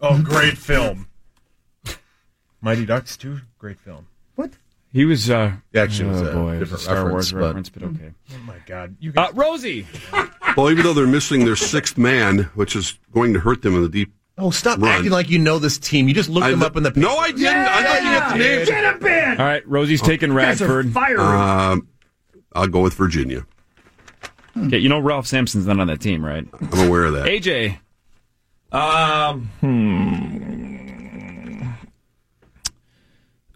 [SPEAKER 13] Oh, great film. Mighty Ducks too. Great film.
[SPEAKER 12] He was. Uh,
[SPEAKER 16] actually,
[SPEAKER 12] oh
[SPEAKER 16] it was a
[SPEAKER 12] boy, it was
[SPEAKER 16] different
[SPEAKER 12] a Star
[SPEAKER 16] reference,
[SPEAKER 12] Wars
[SPEAKER 16] but-
[SPEAKER 12] reference, but okay.
[SPEAKER 13] Oh my God. You
[SPEAKER 12] Uh, Rosie.
[SPEAKER 23] Well, even though they're missing their sixth man, which is going to hurt them in the deep.
[SPEAKER 16] Oh, stop
[SPEAKER 23] run.
[SPEAKER 16] acting like you know this team. You just looked
[SPEAKER 23] I
[SPEAKER 16] them
[SPEAKER 23] lo-
[SPEAKER 16] up in the.
[SPEAKER 23] No, I didn't. I thought you had the names.
[SPEAKER 16] Get
[SPEAKER 13] up in.
[SPEAKER 12] All right, Rosie's
[SPEAKER 23] Oh.
[SPEAKER 12] taking Radford.
[SPEAKER 23] Um, I'll go with Virginia.
[SPEAKER 12] Okay, Hmm. you know Ralph Sampson's not on that team, right?
[SPEAKER 23] I'm aware of that.
[SPEAKER 12] AJ.
[SPEAKER 26] Um,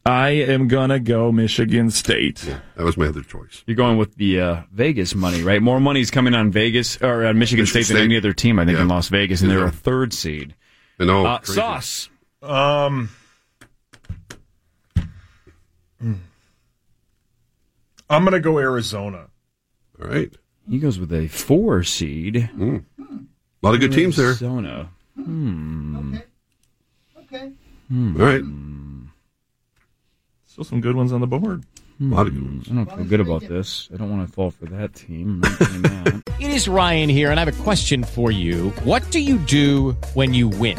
[SPEAKER 26] I am gonna go Michigan State.
[SPEAKER 23] that was my other choice.
[SPEAKER 12] You're going with the uh, Vegas money, right? More money's coming on Vegas or on Michigan,
[SPEAKER 23] Michigan
[SPEAKER 12] State, than
[SPEAKER 23] State.
[SPEAKER 12] any other team, I think, in
[SPEAKER 23] Yeah.
[SPEAKER 12] Las Vegas, and they're
[SPEAKER 23] Yeah.
[SPEAKER 12] a third seed.
[SPEAKER 23] I know.
[SPEAKER 12] Uh,
[SPEAKER 23] crazy.
[SPEAKER 12] sauce.
[SPEAKER 13] Oh, Um. hmm. I'm gonna go Arizona.
[SPEAKER 23] All right. Hmm.
[SPEAKER 12] He goes with a four seed.
[SPEAKER 23] A lot of good teams there.
[SPEAKER 12] Arizona. Hmm.
[SPEAKER 5] Okay.
[SPEAKER 23] Hmm. All right.
[SPEAKER 26] Still some good ones on the board.
[SPEAKER 23] A lot of good ones.
[SPEAKER 12] Hmm. I don't feel good about this. I don't want to fall for that team. I'm not doing that.
[SPEAKER 1] It is Ryan here, and I have a question for you. What do you do when you win?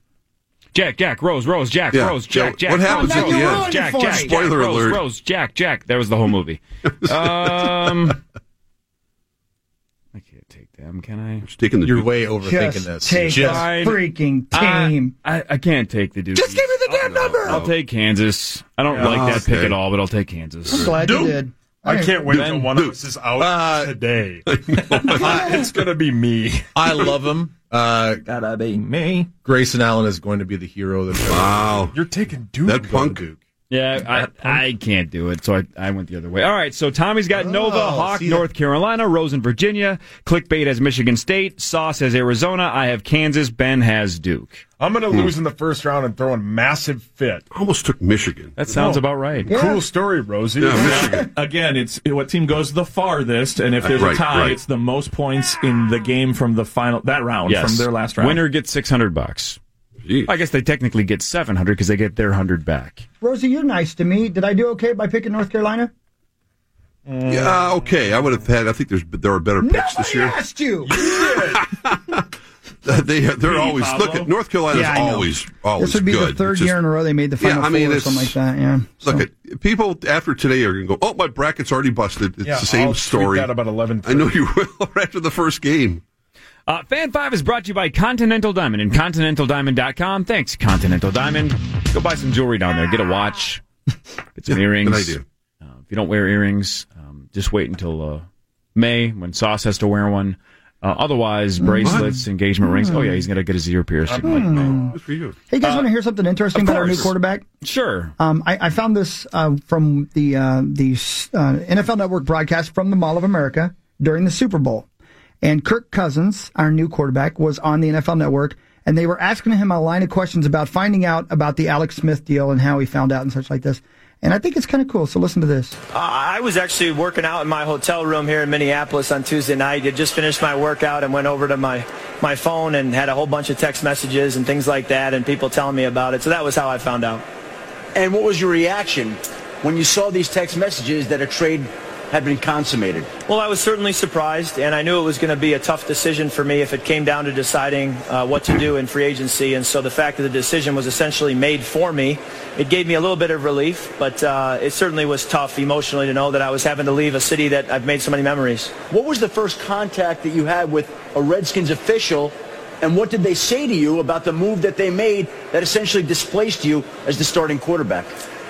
[SPEAKER 12] Jack, Jack, Rose, Rose, Jack,
[SPEAKER 23] Yeah.
[SPEAKER 12] Rose, Jack,
[SPEAKER 23] Yeah,
[SPEAKER 12] Jack.
[SPEAKER 23] what happens
[SPEAKER 12] Rose,
[SPEAKER 23] at the
[SPEAKER 12] Rose,
[SPEAKER 23] end?
[SPEAKER 12] Rose, Jack,
[SPEAKER 23] Spoiler
[SPEAKER 12] Jack, Jack, Rose,
[SPEAKER 23] alert.
[SPEAKER 12] Rose, Jack, Jack. There was the whole movie. Um, I can't take them, can I?
[SPEAKER 23] Taking the
[SPEAKER 16] You're way overthinking
[SPEAKER 5] Just
[SPEAKER 16] this.
[SPEAKER 5] take
[SPEAKER 16] Just-
[SPEAKER 5] the freaking team.
[SPEAKER 12] I, I, I can't take the Duke. Just give me the damn number. I'll take Kansas. I don't
[SPEAKER 13] Yeah.
[SPEAKER 12] like that pick
[SPEAKER 23] Oh, Okay.
[SPEAKER 12] at all, but I'll take Kansas.
[SPEAKER 5] I'm glad you
[SPEAKER 13] Dude.
[SPEAKER 5] did.
[SPEAKER 13] I can't wait until
[SPEAKER 12] Ben-
[SPEAKER 13] one of us is out today. it's gonna be me.
[SPEAKER 16] I love them. Uh,
[SPEAKER 26] Gotta be me.
[SPEAKER 16] Grayson Allen is going to be the hero. That
[SPEAKER 23] wow,
[SPEAKER 13] you're taking Duke.
[SPEAKER 16] That
[SPEAKER 23] punk.
[SPEAKER 16] Duke.
[SPEAKER 12] Yeah, I, I can't do it, so I, I went the other way. All right, so Tommy's got Nova, Hawk,
[SPEAKER 16] see
[SPEAKER 12] North Carolina, Rose in Virginia, Clickbait has Michigan State, Sauce has Arizona, I have Kansas, Ben has Duke.
[SPEAKER 13] I'm gonna
[SPEAKER 12] Hmm.
[SPEAKER 13] lose in the first round and throw a massive fit.
[SPEAKER 23] Almost took Michigan.
[SPEAKER 12] That sounds about right.
[SPEAKER 13] Cool story, Rosie.
[SPEAKER 26] Again, it's what team goes the farthest, and if there's
[SPEAKER 23] Right,
[SPEAKER 26] a tie,
[SPEAKER 23] right.
[SPEAKER 26] it's the most points in the game from the final that round
[SPEAKER 12] Yes.
[SPEAKER 26] from their last round.
[SPEAKER 12] Winner gets 600 bucks. I guess they technically get 700 because they get their 100 back.
[SPEAKER 5] Rosie, you're nice to me. Did I do okay by picking North Carolina?
[SPEAKER 23] Um, Yeah, okay. I would have had. I think there's there are better picks this year.
[SPEAKER 5] Asked you.
[SPEAKER 23] they they're always
[SPEAKER 26] Pablo.
[SPEAKER 23] look at North Carolina's
[SPEAKER 5] Yeah, I know.
[SPEAKER 23] always always
[SPEAKER 5] this would be
[SPEAKER 23] good.
[SPEAKER 5] the third
[SPEAKER 23] It's just-
[SPEAKER 5] year in a row they made the
[SPEAKER 23] Yeah,
[SPEAKER 5] final
[SPEAKER 23] I mean,
[SPEAKER 5] four or
[SPEAKER 23] it's-
[SPEAKER 5] something like that. Yeah.
[SPEAKER 23] Look at people after today are going to go. Oh, my bracket's already busted. It's the same
[SPEAKER 13] I'll tweet
[SPEAKER 23] story.
[SPEAKER 13] That about eleven.
[SPEAKER 23] I know you will right after the first game.
[SPEAKER 12] Uh, Fan 5 is brought to you by Continental Diamond and ContinentalDiamond.com. Thanks, Continental Diamond. Go buy some jewelry down there. Get a watch. Get some earrings.
[SPEAKER 23] good idea.
[SPEAKER 12] Uh, if you don't wear earrings, um, just wait until uh, May when Sauce has to wear one.
[SPEAKER 10] Uh, otherwise, bracelets, engagement rings. Oh yeah, he's gonna get his ear pierced.
[SPEAKER 23] Uh,
[SPEAKER 5] Hmm.
[SPEAKER 10] Good for you.
[SPEAKER 5] Hey, you guys want to hear something interesting about our new quarterback?
[SPEAKER 10] Sure.
[SPEAKER 5] Um, I, I found this uh, from the uh, the uh, NFL Network broadcast from the Mall of America during the Super Bowl, and Kirk Cousins, our new quarterback, was on the NFL Network, and they were asking him a line of questions about finding out about the Alex Smith deal and how he found out and such like this. And I think it's kind of cool. So listen to this.
[SPEAKER 22] Uh, I was actually working out in my hotel room here in Minneapolis on Tuesday night. I just finished my workout and went over to my, my phone and had a whole bunch of text messages and things like that and people telling me about it. So that was how I found out.
[SPEAKER 14] And what was your reaction when you saw these text messages that a trade had been consummated?
[SPEAKER 22] Well, I was certainly surprised, and I knew it was going to be a tough decision for me if it came down to deciding uh, what to do in free agency. And so the fact that the decision was essentially made for me, it gave me a little bit of relief, but uh, it certainly was tough emotionally to know that I was having to leave a city that I've made so many memories.
[SPEAKER 14] What was the first contact that you had with a Redskins official, and what did they say to you about the move that they made that essentially displaced you as the starting quarterback?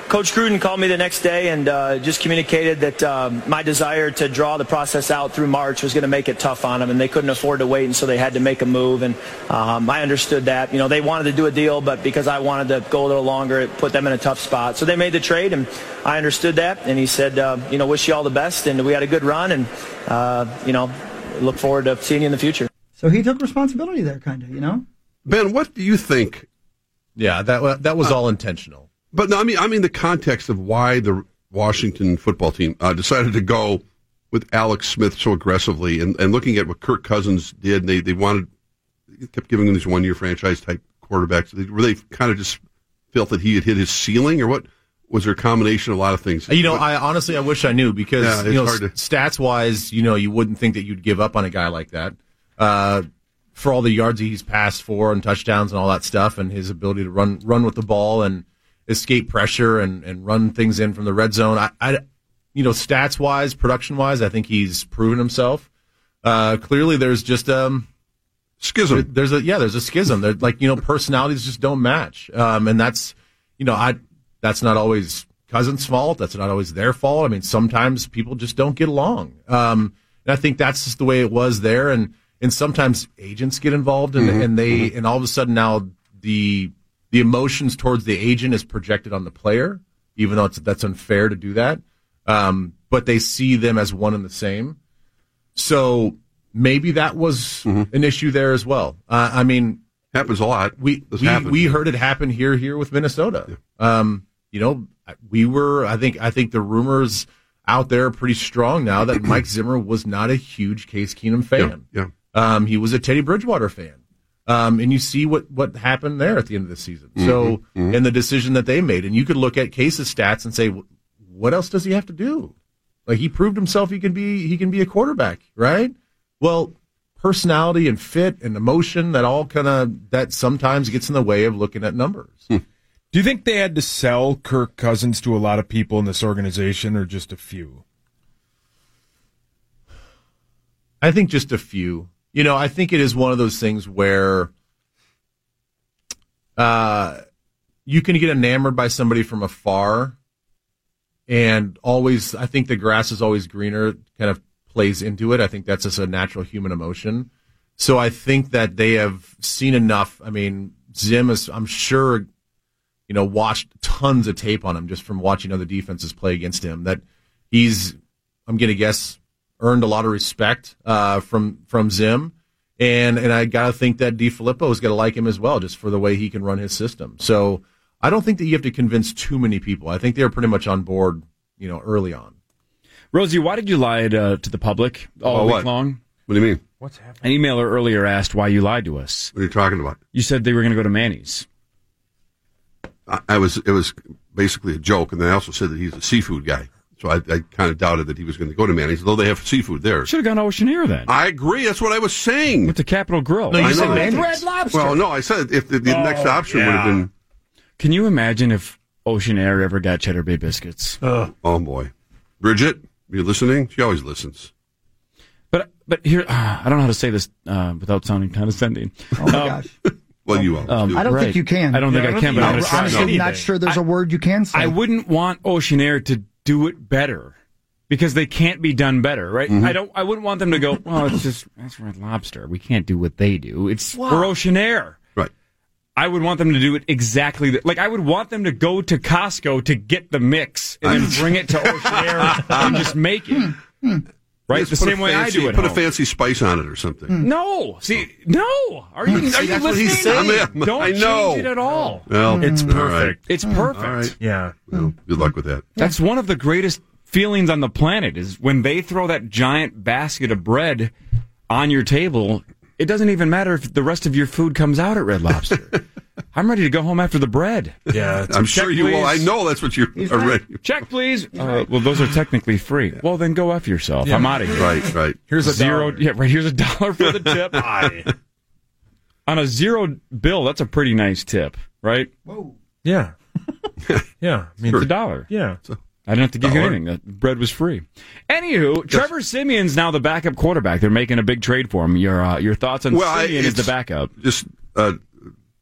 [SPEAKER 22] Coach Gruden called me the next day and uh, just communicated that um, my desire to draw the process out through March was going to make it tough on them, and they couldn't afford to wait, and so they had to make a move. And um, I understood that. You know, they wanted to do a deal, but because I wanted to go a little longer, it put them in a tough spot. So they made the trade, and I understood that. And he said, uh, you know, wish you all the best, and we had a good run, and uh, you know, look forward to seeing you in the future.
[SPEAKER 5] So he took responsibility there, kind of, you know?
[SPEAKER 23] Ben, what do you think? Uh,
[SPEAKER 16] Yeah, that that was all intentional.
[SPEAKER 23] But no, I mean, I mean the context of why the Washington football team uh, decided to go with Alex Smith so aggressively, and, and looking at what Kirk Cousins did, and they they wanted they kept giving him these one year franchise type quarterbacks. They really kind of just felt that he had hit his ceiling, or what was there a combination of a lot of things?
[SPEAKER 16] You know, I honestly I wish I knew because
[SPEAKER 23] Yeah, it's
[SPEAKER 16] you know
[SPEAKER 23] hard to-
[SPEAKER 16] stats wise, you know, you wouldn't think that you'd give up on a guy like that. Uh, for all the yards he's passed for and touchdowns and all that stuff, and his ability to run run with the ball and escape pressure and, and run things in from the red zone. I, I you know, stats wise, production wise, I think he's proven himself. Uh, clearly, there's just um
[SPEAKER 23] schism.
[SPEAKER 16] There's a yeah, there's a schism. There, like you know, personalities just don't match. Um, and that's you know, I that's not always Cousins' fault. That's not always their fault. I mean, sometimes people just don't get along. Um, and I think that's just the way it was there. And and sometimes agents get involved, and, and they and all of a sudden now the the emotions towards the agent is projected on the player, even though it's, that's unfair to do that. Um, but they see them as one and the same. So maybe that was an issue there as well. Uh, I mean,
[SPEAKER 23] Mm-hmm. happens a lot.
[SPEAKER 16] We
[SPEAKER 23] This
[SPEAKER 16] we,
[SPEAKER 23] happens.
[SPEAKER 16] we heard it happen here here with Minnesota. Um, you know, we were. I think I think the rumors out there are pretty strong now that Mike Zimmer was not a huge Case Keenum fan.
[SPEAKER 23] Yeah.
[SPEAKER 16] Um, he was a Teddy Bridgewater fan. Um, and you see what, what happened there at the end of the season. So, and the decision that they made. And you could look at Case's stats and say, "Wh- what else does he have to do? Like he proved himself he can be he can be a quarterback, right? Well, personality and fit and emotion that all kind of that sometimes gets in the way of looking at numbers.
[SPEAKER 13] Do you think they had to sell Kirk Cousins to a lot of people in this organization or just a few?
[SPEAKER 16] I think just a few. You know, I think it is one of those things where uh, you can get enamored by somebody from afar, and always, I think the grass is always greener. Kind of plays into it. I think that's just a natural human emotion. So I think that they have seen enough. I mean, Zim is, I'm sure, you know, watched tons of tape on him just from watching other defenses play against him. That he's, I'm gonna guess, earned a lot of respect uh, from from Zim, and and I gotta think that DiFilippo is gonna like him as well, just for the way he can run his system. So I don't think that you have to convince too many people. I think they're pretty much on board, you know, early on.
[SPEAKER 10] Rosie, why did you lie to, to the public all
[SPEAKER 16] About
[SPEAKER 10] week
[SPEAKER 16] what?
[SPEAKER 10] long? What do you mean? What's happening? An emailer earlier asked why you lied to us.
[SPEAKER 23] What are you talking about?
[SPEAKER 10] You said they were going to go to Manny's.
[SPEAKER 23] I, I was it was basically a joke, and they also said that he's a seafood guy. So I, I kind of doubted that he was going to go to Manny's, although they have seafood there.
[SPEAKER 10] Should have gone to Oceaneer then.
[SPEAKER 23] I agree. That's what I was saying. With
[SPEAKER 10] the Capitol Grill.
[SPEAKER 23] No, you
[SPEAKER 10] I
[SPEAKER 23] said
[SPEAKER 10] know.
[SPEAKER 23] Manny's. Red Lobster. Well, no, I said if the- the next option would have been-
[SPEAKER 10] Oh, Can you imagine if Ocean Air ever got Cheddar Bay biscuits?
[SPEAKER 23] Oh boy, Bridget, are you listening? She always listens.
[SPEAKER 10] But but here, ah, I don't know how to say this uh, without sounding condescending. Oh my gosh.
[SPEAKER 23] Well, you all.
[SPEAKER 5] I don't think you can.
[SPEAKER 10] I don't think I can. But I'm gonna try.
[SPEAKER 5] honestly not sure there's a word you can say.
[SPEAKER 10] I wouldn't want Ocean Air to do it better.
[SPEAKER 12] because they can't be done better, right?
[SPEAKER 23] Mm-hmm.
[SPEAKER 8] Mhm.
[SPEAKER 12] I don't. I wouldn't want them to go. Well, it's just that's Red Lobster. We can't do what they do. It's we're ocean air.
[SPEAKER 23] Right.
[SPEAKER 12] I would want them to do it exactly that. Like I would want them to go to Costco to get the mix and then bring it to ocean air and just make it. Right,
[SPEAKER 23] Just Hmm.
[SPEAKER 12] the
[SPEAKER 23] put a
[SPEAKER 12] same way I
[SPEAKER 23] fancy-
[SPEAKER 12] do it.
[SPEAKER 23] Put a fancy spice on it or something.
[SPEAKER 12] No, see, no. Are you?
[SPEAKER 23] See,
[SPEAKER 12] Are you
[SPEAKER 23] that's what
[SPEAKER 12] listening?
[SPEAKER 23] he's saying. I am.
[SPEAKER 12] Don't
[SPEAKER 23] I know.
[SPEAKER 12] change it at all.
[SPEAKER 23] Well,
[SPEAKER 12] It's
[SPEAKER 23] all right.
[SPEAKER 12] perfect. It's perfect.
[SPEAKER 23] All right.
[SPEAKER 12] Yeah.
[SPEAKER 10] Hmm.
[SPEAKER 23] Well, good luck with that.
[SPEAKER 12] That's one of the greatest feelings on the planet is when they throw that giant basket of bread on your table. It doesn't even matter if the rest of your food comes out at Red Lobster. I'm ready to go home after the bread.
[SPEAKER 23] Yeah, I'm sure you will. I know that's what you're already.
[SPEAKER 12] Check, please. Uh, well, those are technically free. Well, then go f yourself.
[SPEAKER 23] Yeah.
[SPEAKER 12] I'm out of here.
[SPEAKER 23] Right, right. Here's a
[SPEAKER 12] zero.
[SPEAKER 23] dollar.
[SPEAKER 12] Yeah, right. Here's a dollar for the tip. Aye. on a zero bill, that's a pretty nice tip, right? Whoa.
[SPEAKER 28] Yeah.
[SPEAKER 12] yeah, I mean, it's a dollar.
[SPEAKER 28] Yeah.
[SPEAKER 12] I didn't have to give you
[SPEAKER 28] Dollar.
[SPEAKER 12] anything. The bread was free. Anywho, Trevor Simeon's now the backup quarterback. They're making a big trade for him. Your uh, your thoughts on
[SPEAKER 23] I-
[SPEAKER 12] Simeon as
[SPEAKER 23] it's
[SPEAKER 12] the backup?
[SPEAKER 23] Just uh,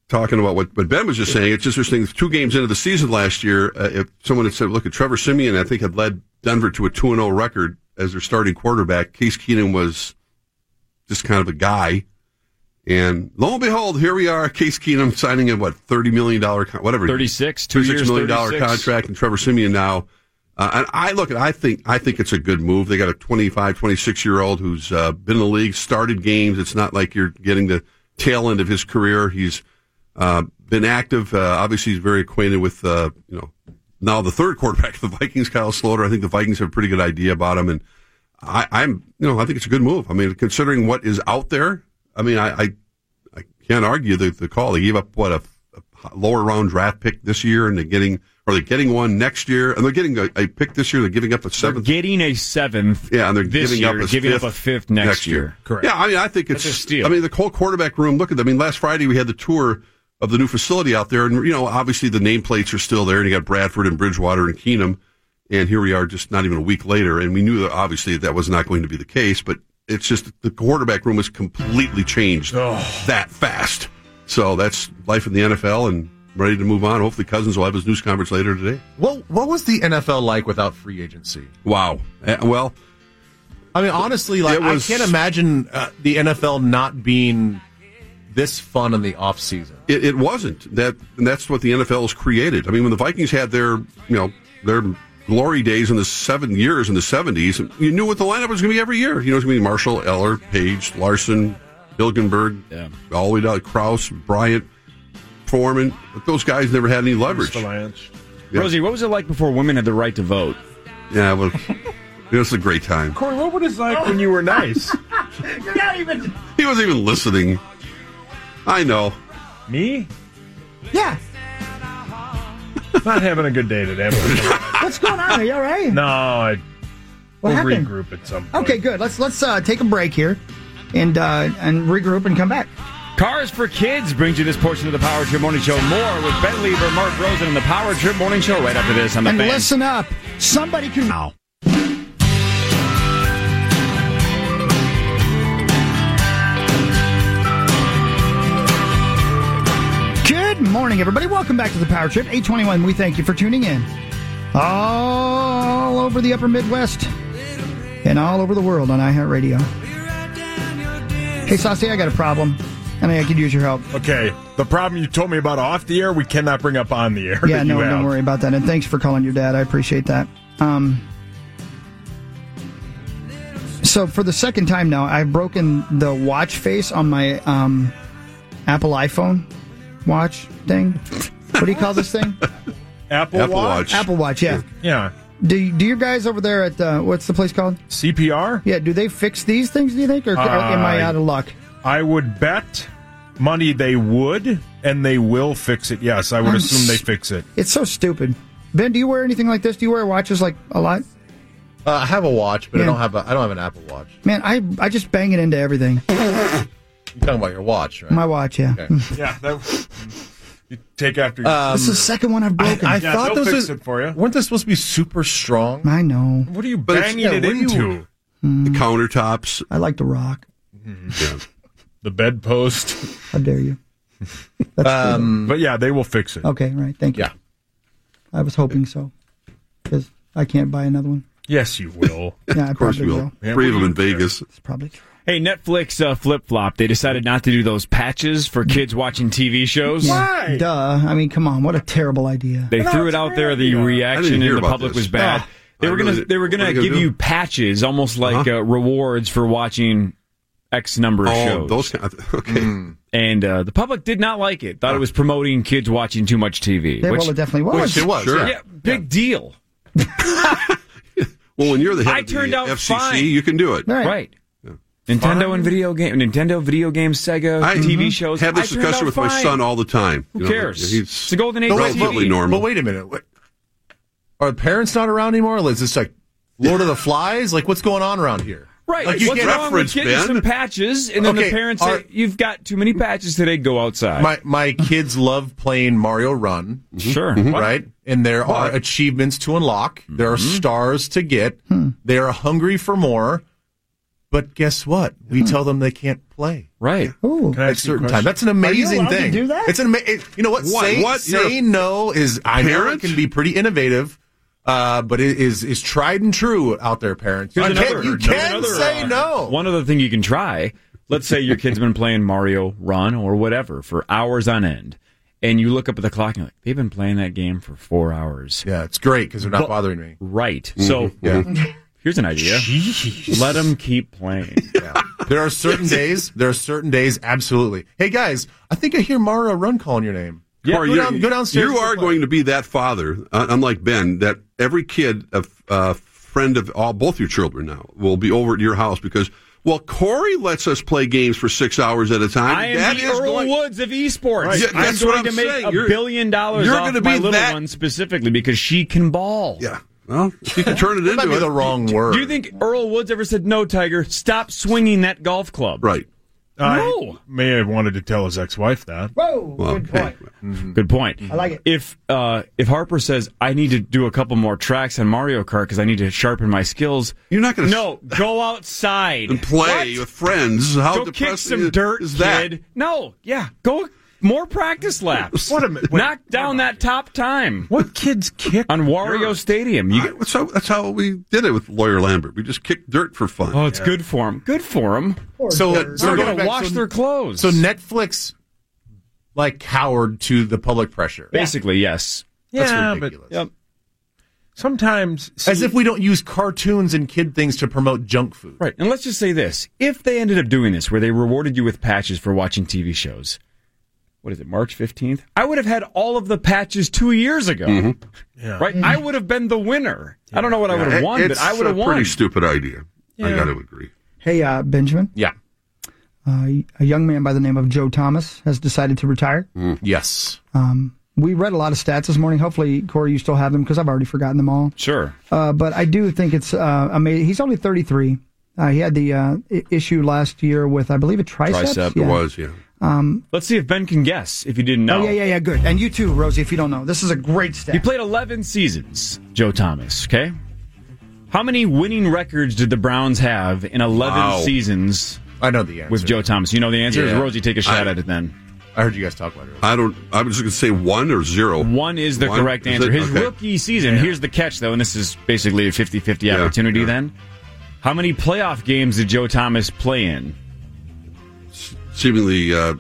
[SPEAKER 23] talking about what, what Ben was just saying, it's just interesting. Two games into the season last year, uh, if someone had said, look at Trevor Simeon, I think had led Denver to a 2 0 record as their starting quarterback. Case Keenan was just kind of a guy. And lo and behold, here we are. Case Keenum signing a what thirty million dollar con- whatever
[SPEAKER 12] 36, two
[SPEAKER 23] $36 million
[SPEAKER 12] years,
[SPEAKER 23] dollar
[SPEAKER 12] 36.
[SPEAKER 23] contract, and Trevor Simeon now. Uh, and I look at I think I think it's a good move. They got a 25, 26 year old who's uh, been in the league, started games. It's not like you're getting the tail end of his career. He's uh, been active. Uh, obviously, he's very acquainted with uh, you know now the third quarterback of the Vikings, Kyle Slaughter. I think the Vikings have a pretty good idea about him, and I, I'm you know I think it's a good move. I mean, considering what is out there, I mean I, I can't argue the, the call. They gave up what a, a lower round draft pick this year, and they're getting are they getting one next year? And they're getting a, a pick this year. They're giving up a seventh.
[SPEAKER 12] getting a seventh.
[SPEAKER 23] Yeah, and they're
[SPEAKER 12] this
[SPEAKER 23] giving
[SPEAKER 12] year,
[SPEAKER 23] up a
[SPEAKER 12] giving up
[SPEAKER 23] fifth
[SPEAKER 12] a fifth next year. Correct.
[SPEAKER 23] Yeah, I mean I think it's
[SPEAKER 12] That's a steal.
[SPEAKER 23] I mean the whole quarterback room. Look at them. I mean last Friday we had the tour of the new facility out there, and you know obviously the nameplates are still there, and you got Bradford and Bridgewater and Keenum. And here we are, just not even a week later, and we knew that obviously that was not going to be the case. But it's just the quarterback room has completely changed that fast. So that's life in the NFL, and ready to move on. Hopefully, Cousins will have his news conference later today.
[SPEAKER 16] What What was the NFL like without free agency?
[SPEAKER 23] Wow. Uh, well,
[SPEAKER 16] I mean, honestly, like
[SPEAKER 23] It was-
[SPEAKER 16] I can't imagine uh, the NFL not being this fun in the off season.
[SPEAKER 23] It, it wasn't that. And that's what the NFL has created. I mean, when the Vikings had their you know their glory days in the seven years in the seventies, you knew what the lineup was going to be every year. You know, it's going to be Marshall, Eller, Page, Larson, Hilgenberg, all the way down Kraus, Bryant, Foreman. But those guys never had any leverage. Yeah.
[SPEAKER 12] Rosie, what was it like before women had the right to vote?
[SPEAKER 23] Yeah, well, it was a great time.
[SPEAKER 13] Corey, what was it like when you were nice?
[SPEAKER 29] You're not even.
[SPEAKER 23] He wasn't even listening. I know.
[SPEAKER 13] Me?
[SPEAKER 5] Yeah.
[SPEAKER 13] Not having a good day today. but-
[SPEAKER 5] What's going on? Are you all right?
[SPEAKER 13] no, I.
[SPEAKER 5] What
[SPEAKER 13] we'll
[SPEAKER 5] happened?
[SPEAKER 13] regroup at some point.
[SPEAKER 5] Okay, good. Let's let's uh, take a break here, and uh, and regroup and come back.
[SPEAKER 12] Cars for Kids brings you this portion of the Power Trip Morning Show. More with Ben Lieber, Mark Rosen, and the Power Trip Morning Show right after this on the
[SPEAKER 5] and
[SPEAKER 12] fan.
[SPEAKER 5] listen up. Somebody can. Good morning, everybody. Welcome back to the Power Trip 821. We thank you for tuning in. All over the upper Midwest and all over the world on iHeartRadio. Hey, Saucy, I got a problem, and I could use your help.
[SPEAKER 13] Okay, the problem you told me about off the air, we cannot bring up on the air.
[SPEAKER 5] Yeah,
[SPEAKER 13] that
[SPEAKER 5] no,
[SPEAKER 13] you
[SPEAKER 5] don't
[SPEAKER 13] have.
[SPEAKER 5] worry about that. And thanks for calling your dad. I appreciate that. Um, so for the second time now, I've broken the watch face on my um, Apple iPhone watch thing. What do you call this thing?
[SPEAKER 13] Apple,
[SPEAKER 5] Apple
[SPEAKER 13] Watch.
[SPEAKER 5] Watch. Apple Watch, yeah.
[SPEAKER 13] Yeah.
[SPEAKER 5] Do do your guys over there at uh, what's the place called?
[SPEAKER 13] CPR.
[SPEAKER 5] Yeah. Do they fix these things? Do you think, or or am I
[SPEAKER 13] Uh,
[SPEAKER 5] out of luck?
[SPEAKER 13] I would bet money they would, and they will fix it. Yes, I would
[SPEAKER 5] I'm
[SPEAKER 13] assume they
[SPEAKER 5] s-
[SPEAKER 13] fix it.
[SPEAKER 5] It's so stupid. Ben, do you wear anything like this? Do you wear watches like a lot?
[SPEAKER 16] Uh, I have a watch, but
[SPEAKER 5] Yeah.
[SPEAKER 16] I don't have a I don't have an Apple Watch.
[SPEAKER 5] Man, I I just bang it into everything.
[SPEAKER 16] You're talking about your watch, right?
[SPEAKER 5] My watch, yeah.
[SPEAKER 16] Okay.
[SPEAKER 13] yeah, that, you take after.
[SPEAKER 16] Um,
[SPEAKER 5] this is the second one I've broken.
[SPEAKER 16] I
[SPEAKER 13] Yeah,
[SPEAKER 16] thought
[SPEAKER 13] they'll
[SPEAKER 16] those
[SPEAKER 13] fix
[SPEAKER 16] was-
[SPEAKER 13] it for you.
[SPEAKER 16] weren't they supposed to be super strong?
[SPEAKER 5] I know. Hmm.
[SPEAKER 13] What are you
[SPEAKER 23] But it's-
[SPEAKER 13] banging
[SPEAKER 23] yeah,
[SPEAKER 13] it
[SPEAKER 23] what do you-
[SPEAKER 13] into?
[SPEAKER 23] The countertops.
[SPEAKER 5] I like the rock.
[SPEAKER 13] The bedpost.
[SPEAKER 5] How dare you?
[SPEAKER 13] Um, but yeah, they will fix it.
[SPEAKER 5] Okay, right. Thank you.
[SPEAKER 13] Yeah.
[SPEAKER 5] I was hoping so because I can't buy another one.
[SPEAKER 12] Yes, you will.
[SPEAKER 5] Yeah, I
[SPEAKER 23] Of course
[SPEAKER 5] probably
[SPEAKER 23] you will.
[SPEAKER 5] will.
[SPEAKER 23] Three of them in Vegas.
[SPEAKER 5] It's probably true.
[SPEAKER 12] Hey, Netflix uh, flip flop. They decided not to do those patches for kids watching TV shows.
[SPEAKER 5] Yeah. Duh. I mean, come on. What a terrible idea.
[SPEAKER 12] They threw it out there. The reaction in the public was bad. They were gonna they were gonna give you patches, almost like uh rewards for watching X number of
[SPEAKER 23] Oh,
[SPEAKER 12] shows.
[SPEAKER 23] those kind of, okay.
[SPEAKER 12] And uh, the public did not like it. Thought it was promoting kids watching too much TV.
[SPEAKER 5] Yeah,
[SPEAKER 12] which,
[SPEAKER 5] well, it definitely was. Which it was,
[SPEAKER 12] Sure.
[SPEAKER 5] yeah.
[SPEAKER 12] Yeah, big deal.
[SPEAKER 23] well, when you're the
[SPEAKER 12] head I turned out
[SPEAKER 23] FCC,
[SPEAKER 12] fine.
[SPEAKER 23] you can do it.
[SPEAKER 12] Right. Nintendo and video game, Nintendo video games, Sega,
[SPEAKER 23] I
[SPEAKER 12] TV shows.
[SPEAKER 23] have
[SPEAKER 12] I
[SPEAKER 23] this
[SPEAKER 12] turned out
[SPEAKER 23] discussion with my
[SPEAKER 12] fine.
[SPEAKER 23] son all the time.
[SPEAKER 12] Who
[SPEAKER 23] You know,
[SPEAKER 12] cares?
[SPEAKER 23] he's
[SPEAKER 12] it's the golden age. of
[SPEAKER 23] relatively
[SPEAKER 12] TV.
[SPEAKER 23] normal.
[SPEAKER 16] But wait a minute. What- Are the parents not around anymore? Is this like Lord of the Flies? Like what's going on around here?
[SPEAKER 12] Right.
[SPEAKER 16] Like you
[SPEAKER 12] What's
[SPEAKER 16] can't
[SPEAKER 12] wrong with
[SPEAKER 16] reference,
[SPEAKER 12] getting
[SPEAKER 16] Ben?
[SPEAKER 12] some patches, and then
[SPEAKER 16] Okay,
[SPEAKER 12] the parents
[SPEAKER 16] are-
[SPEAKER 12] say, "You've got too many patches today. Go outside." Mm-hmm.
[SPEAKER 16] My my kids love playing Mario Run. Mm-hmm.
[SPEAKER 12] Sure.
[SPEAKER 16] Right? And there are achievements to unlock. There are
[SPEAKER 12] Mm-hmm.
[SPEAKER 16] stars to get. They are hungry for more. But guess what? We tell them they can't play.
[SPEAKER 12] Right.
[SPEAKER 16] At a certain time. That's an amazing thing. It's an amazing. You know what?
[SPEAKER 23] What?
[SPEAKER 16] Say,
[SPEAKER 23] What? You're
[SPEAKER 16] say
[SPEAKER 23] a
[SPEAKER 16] no is I know it
[SPEAKER 23] parent?
[SPEAKER 16] can be pretty innovative, uh, but it is is tried and true out there, parents.
[SPEAKER 12] Here's
[SPEAKER 16] You can't-
[SPEAKER 12] another-
[SPEAKER 16] you
[SPEAKER 12] another-
[SPEAKER 16] can
[SPEAKER 12] another,
[SPEAKER 16] say
[SPEAKER 12] uh,
[SPEAKER 16] no.
[SPEAKER 12] One other thing you can try. Let's say your kid's been playing Mario Run or whatever for hours on end, and you look up at the clock and you're like, they've been playing that game for four hours.
[SPEAKER 16] Yeah, it's great because they're not bothering me.
[SPEAKER 12] Right.
[SPEAKER 23] Mm-hmm.
[SPEAKER 12] So here's an idea. Let them keep playing.
[SPEAKER 16] There are certain days. There are certain days. Absolutely. Hey guys, I think I hear Mario Run calling your name.
[SPEAKER 23] Corey,
[SPEAKER 16] go,
[SPEAKER 23] you-
[SPEAKER 16] down, go downstairs.
[SPEAKER 23] You are going to be that father, uh, unlike Ben, that every kid, a f- a friend of all both your children now, will be over at your house because, well, Corey lets us play games for six hours at a time.
[SPEAKER 12] I am
[SPEAKER 23] That
[SPEAKER 12] the
[SPEAKER 23] is
[SPEAKER 12] Earl
[SPEAKER 23] going-
[SPEAKER 12] Woods of esports.
[SPEAKER 23] Right. Yeah,
[SPEAKER 12] I'm
[SPEAKER 23] that's what
[SPEAKER 12] going
[SPEAKER 23] I'm
[SPEAKER 12] to make
[SPEAKER 23] saying.
[SPEAKER 12] a
[SPEAKER 23] You're-
[SPEAKER 12] billion dollars
[SPEAKER 23] you're
[SPEAKER 12] off
[SPEAKER 23] gonna
[SPEAKER 12] my
[SPEAKER 23] be
[SPEAKER 12] little
[SPEAKER 23] that-
[SPEAKER 12] one specifically because she can ball.
[SPEAKER 23] Yeah. Well, you can turn it
[SPEAKER 16] That might
[SPEAKER 23] into
[SPEAKER 16] be
[SPEAKER 23] it.
[SPEAKER 16] the wrong
[SPEAKER 12] Do-
[SPEAKER 16] word.
[SPEAKER 12] Do you think Earl Woods ever said, "No, Tiger, stop swinging that golf club"?
[SPEAKER 23] Right.
[SPEAKER 12] No.
[SPEAKER 13] I may have wanted to tell his ex-wife that.
[SPEAKER 5] Whoa, good point.
[SPEAKER 23] mm-hmm.
[SPEAKER 12] Good point.
[SPEAKER 5] I like it.
[SPEAKER 12] If uh, if Harper says I need to do a couple more tracks on Mario Kart because I need to sharpen my skills,
[SPEAKER 23] you're not going to
[SPEAKER 12] No, go outside
[SPEAKER 23] and play
[SPEAKER 12] What?
[SPEAKER 23] with friends. How
[SPEAKER 12] go kick
[SPEAKER 23] depressing
[SPEAKER 12] some
[SPEAKER 23] is-
[SPEAKER 12] dirt,
[SPEAKER 23] is that?
[SPEAKER 12] kid. No, yeah, go more practice laps.
[SPEAKER 13] What a minute, wait,
[SPEAKER 12] Knock down that top time.
[SPEAKER 13] What kids kick
[SPEAKER 12] on Wario Stadium? You,
[SPEAKER 23] That's how, that's how we did it with Lawyer Lambert. We just kicked dirt for fun.
[SPEAKER 12] oh, it's good for him. Good for him.
[SPEAKER 16] So,
[SPEAKER 23] Poor
[SPEAKER 16] so
[SPEAKER 12] They're
[SPEAKER 16] going
[SPEAKER 12] gonna
[SPEAKER 16] back-
[SPEAKER 12] wash
[SPEAKER 16] so-
[SPEAKER 12] their clothes.
[SPEAKER 16] So Netflix, like, cowered to the public pressure.
[SPEAKER 12] basically, yes.
[SPEAKER 16] That's
[SPEAKER 13] Yeah,
[SPEAKER 16] ridiculous.
[SPEAKER 13] but sometimes
[SPEAKER 16] As if we don't use cartoons and kid things to promote junk food.
[SPEAKER 12] Right. And let's just say this. If they ended up doing this where they rewarded you with patches for watching TV shows, what is it, March 15th? I would have had all of the patches two years ago.
[SPEAKER 23] Mm-hmm.
[SPEAKER 12] Right? I would have been the winner. I don't know what I would have
[SPEAKER 23] It-
[SPEAKER 12] won, but
[SPEAKER 23] it's
[SPEAKER 12] I would have
[SPEAKER 23] a
[SPEAKER 12] won.
[SPEAKER 23] Pretty stupid idea. I
[SPEAKER 12] Yeah.
[SPEAKER 23] got to agree.
[SPEAKER 5] Hey, uh, Benjamin.
[SPEAKER 16] Yeah.
[SPEAKER 5] Uh, a young man by the name of Joe Thomas has decided to retire.
[SPEAKER 23] Hmm.
[SPEAKER 16] Yes.
[SPEAKER 5] Um, we read a lot of stats this morning. Hopefully, Corey, you still have them because I've already forgotten them all.
[SPEAKER 12] Sure.
[SPEAKER 5] Uh, but I do think it's uh, amazing. He's only 33. Uh, he had the uh, i- issue last year with, I believe, a triceps.
[SPEAKER 12] Tricep, it
[SPEAKER 5] Yeah.
[SPEAKER 23] It was, yeah.
[SPEAKER 5] Um,
[SPEAKER 12] Let's see if Ben can guess if you didn't know.
[SPEAKER 5] Oh, yeah, yeah, yeah. Good. And you too, Rosie, if you don't know. This is a great stat.
[SPEAKER 12] He played 11 seasons, Joe Thomas, okay? How many winning records did the Browns have in 11
[SPEAKER 16] Wow.
[SPEAKER 12] seasons
[SPEAKER 16] I know the answer.
[SPEAKER 12] with Joe Thomas? You know the answer? is
[SPEAKER 16] Yeah.
[SPEAKER 12] Rosie, take a shot
[SPEAKER 23] I-
[SPEAKER 12] at it then.
[SPEAKER 16] I heard you guys talk about it.
[SPEAKER 23] I don't. I was just going to say one or zero.
[SPEAKER 12] One is the
[SPEAKER 23] One?
[SPEAKER 12] correct
[SPEAKER 23] Is
[SPEAKER 12] answer.
[SPEAKER 23] it?
[SPEAKER 12] His
[SPEAKER 23] Okay.
[SPEAKER 12] rookie season, here's the catch though, and this is basically a 50 50 opportunity then. How many playoff games did Joe Thomas play in?
[SPEAKER 23] seemingly uh,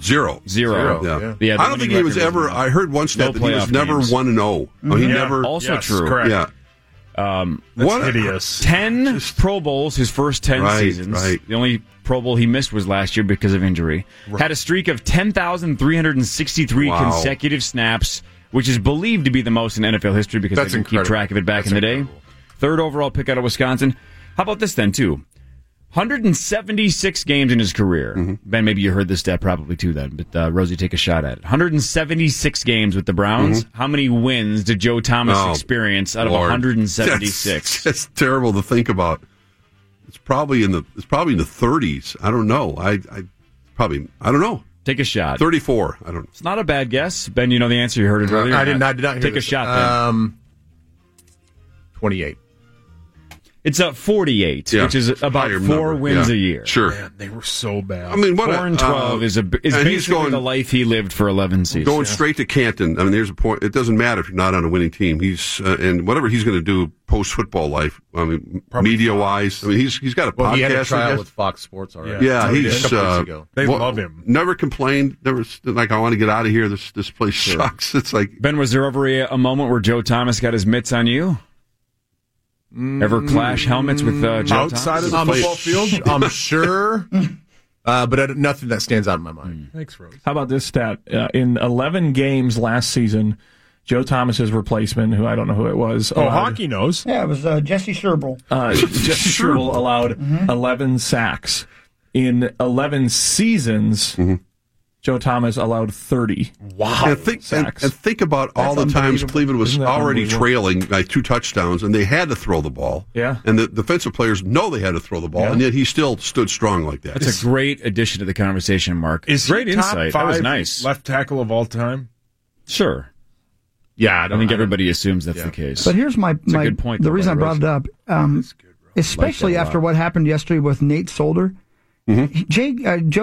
[SPEAKER 23] zero.
[SPEAKER 12] Zero.
[SPEAKER 23] Yeah.
[SPEAKER 12] Yeah, the
[SPEAKER 23] I don't think he
[SPEAKER 12] winning
[SPEAKER 23] was
[SPEAKER 12] record was
[SPEAKER 23] ever.
[SPEAKER 12] one.
[SPEAKER 23] I heard once
[SPEAKER 12] No
[SPEAKER 23] that he was
[SPEAKER 12] playoff
[SPEAKER 23] never
[SPEAKER 12] games.
[SPEAKER 23] one and zero. Oh, he
[SPEAKER 16] Mm-hmm.
[SPEAKER 12] Yeah,
[SPEAKER 23] never.
[SPEAKER 12] also
[SPEAKER 13] Yes,
[SPEAKER 12] true.
[SPEAKER 13] correct.
[SPEAKER 23] Yeah.
[SPEAKER 12] Um,
[SPEAKER 13] That's
[SPEAKER 23] What-
[SPEAKER 13] hideous.
[SPEAKER 12] 10 Pro Bowls his first 10
[SPEAKER 23] Right,
[SPEAKER 12] seasons.
[SPEAKER 23] right.
[SPEAKER 12] The only Pro Bowl he missed was last year because of injury. Had a streak of 10,363
[SPEAKER 23] Wow.
[SPEAKER 12] consecutive snaps, which is believed to be the most in NFL history because
[SPEAKER 16] That's
[SPEAKER 12] they didn't keep
[SPEAKER 16] incredible.
[SPEAKER 12] track of it back
[SPEAKER 16] That's
[SPEAKER 12] in the day. Third overall pick out of Wisconsin. How about this then, too? 176 games in his career. Ben, maybe you heard this stat probably too then, but uh, Rosie, take a shot at it. 176 games with the Browns. How many wins did Joe Thomas
[SPEAKER 23] Oh,
[SPEAKER 12] experience out of
[SPEAKER 23] Lord.
[SPEAKER 12] 176?
[SPEAKER 23] That's, that's terrible to think about. It's probably in the. It's probably in the thirties. I don't know. I. I probably. I don't know.
[SPEAKER 12] Take a shot.
[SPEAKER 23] Thirty four. I don't. know.
[SPEAKER 12] It's not a bad guess. Ben, you know the answer. You heard it earlier.
[SPEAKER 16] I did not, did not hear
[SPEAKER 12] Take
[SPEAKER 16] this.
[SPEAKER 12] a shot, then.
[SPEAKER 16] Um, 28.
[SPEAKER 12] It's up 48,
[SPEAKER 23] Yeah,
[SPEAKER 12] which is
[SPEAKER 23] it's a
[SPEAKER 12] about
[SPEAKER 23] higher
[SPEAKER 12] four
[SPEAKER 23] number,
[SPEAKER 12] wins
[SPEAKER 23] yeah.
[SPEAKER 12] a year.
[SPEAKER 23] Sure.
[SPEAKER 12] Man,
[SPEAKER 13] they were so bad.
[SPEAKER 23] I mean, what
[SPEAKER 12] four
[SPEAKER 23] a-
[SPEAKER 12] and twelve
[SPEAKER 23] uh,
[SPEAKER 12] is a is
[SPEAKER 23] and he's
[SPEAKER 12] basically
[SPEAKER 23] going-
[SPEAKER 12] the life he lived for 11 seasons.
[SPEAKER 23] Going straight to Canton. I mean, there's a point. It doesn't matter if you're not on a winning team. He's uh, and whatever he's going to do post football life. I mean, media wise. I mean, he's he's got a
[SPEAKER 16] Well,
[SPEAKER 23] podcast.
[SPEAKER 16] he had a
[SPEAKER 23] I
[SPEAKER 16] trial
[SPEAKER 23] guess.
[SPEAKER 16] with Fox Sports already.
[SPEAKER 23] Yeah,
[SPEAKER 16] So he did.
[SPEAKER 23] he's
[SPEAKER 16] A couple weeks
[SPEAKER 23] uh,
[SPEAKER 16] ago.
[SPEAKER 23] wa- Never complained. Never s- like I want to get out of here. This this place sucks. It's like
[SPEAKER 12] Ben, was there ever a, a moment where Joe Thomas got his mitts on you? Ever clash helmets with uh, Joe
[SPEAKER 16] mm, outside
[SPEAKER 12] Thomas?
[SPEAKER 16] of the football field, Um, I'm sure, uh, but I don't- nothing that stands out in my mind.
[SPEAKER 13] Thanks, Rose.
[SPEAKER 26] How about this stat? Uh, in 11 games last season, Joe Thomas's replacement, who I don't know who it was, uh,
[SPEAKER 13] Oh,
[SPEAKER 26] allowed-
[SPEAKER 13] hockey knows.
[SPEAKER 5] Yeah, it was uh, Jesse Sherbril.
[SPEAKER 26] Uh, Jesse Sherrill allowed
[SPEAKER 23] Mm-hmm.
[SPEAKER 26] 11 sacks. In 11 seasons, Joe Thomas allowed 30. Mm-hmm. Wow.
[SPEAKER 23] And think, and, and think about all the
[SPEAKER 26] That's
[SPEAKER 23] times
[SPEAKER 26] unbelievable.
[SPEAKER 23] Cleveland was
[SPEAKER 26] Isn't that
[SPEAKER 23] already
[SPEAKER 26] unbelievable?
[SPEAKER 23] trailing by two touchdowns, and they had to throw the ball.
[SPEAKER 26] Yeah.
[SPEAKER 23] And the defensive players know they had to throw the ball, and yet he still stood strong like that.
[SPEAKER 12] That's a great addition to the conversation, Mark.
[SPEAKER 13] Is he
[SPEAKER 12] great
[SPEAKER 13] top
[SPEAKER 12] insight. That was
[SPEAKER 13] five
[SPEAKER 12] nice.
[SPEAKER 13] Left tackle of all time.
[SPEAKER 12] Sure.
[SPEAKER 16] Yeah, I
[SPEAKER 12] don't think everybody assumes that's the case.
[SPEAKER 5] But here's my,
[SPEAKER 12] It's a
[SPEAKER 5] my
[SPEAKER 12] good point,
[SPEAKER 5] the
[SPEAKER 12] though,
[SPEAKER 5] reason I
[SPEAKER 12] by
[SPEAKER 5] brought it up, um, especially
[SPEAKER 12] Like that a
[SPEAKER 5] after
[SPEAKER 12] lot. Mm-hmm.
[SPEAKER 5] what happened yesterday with Nate Solder. Jay, uh, Joe.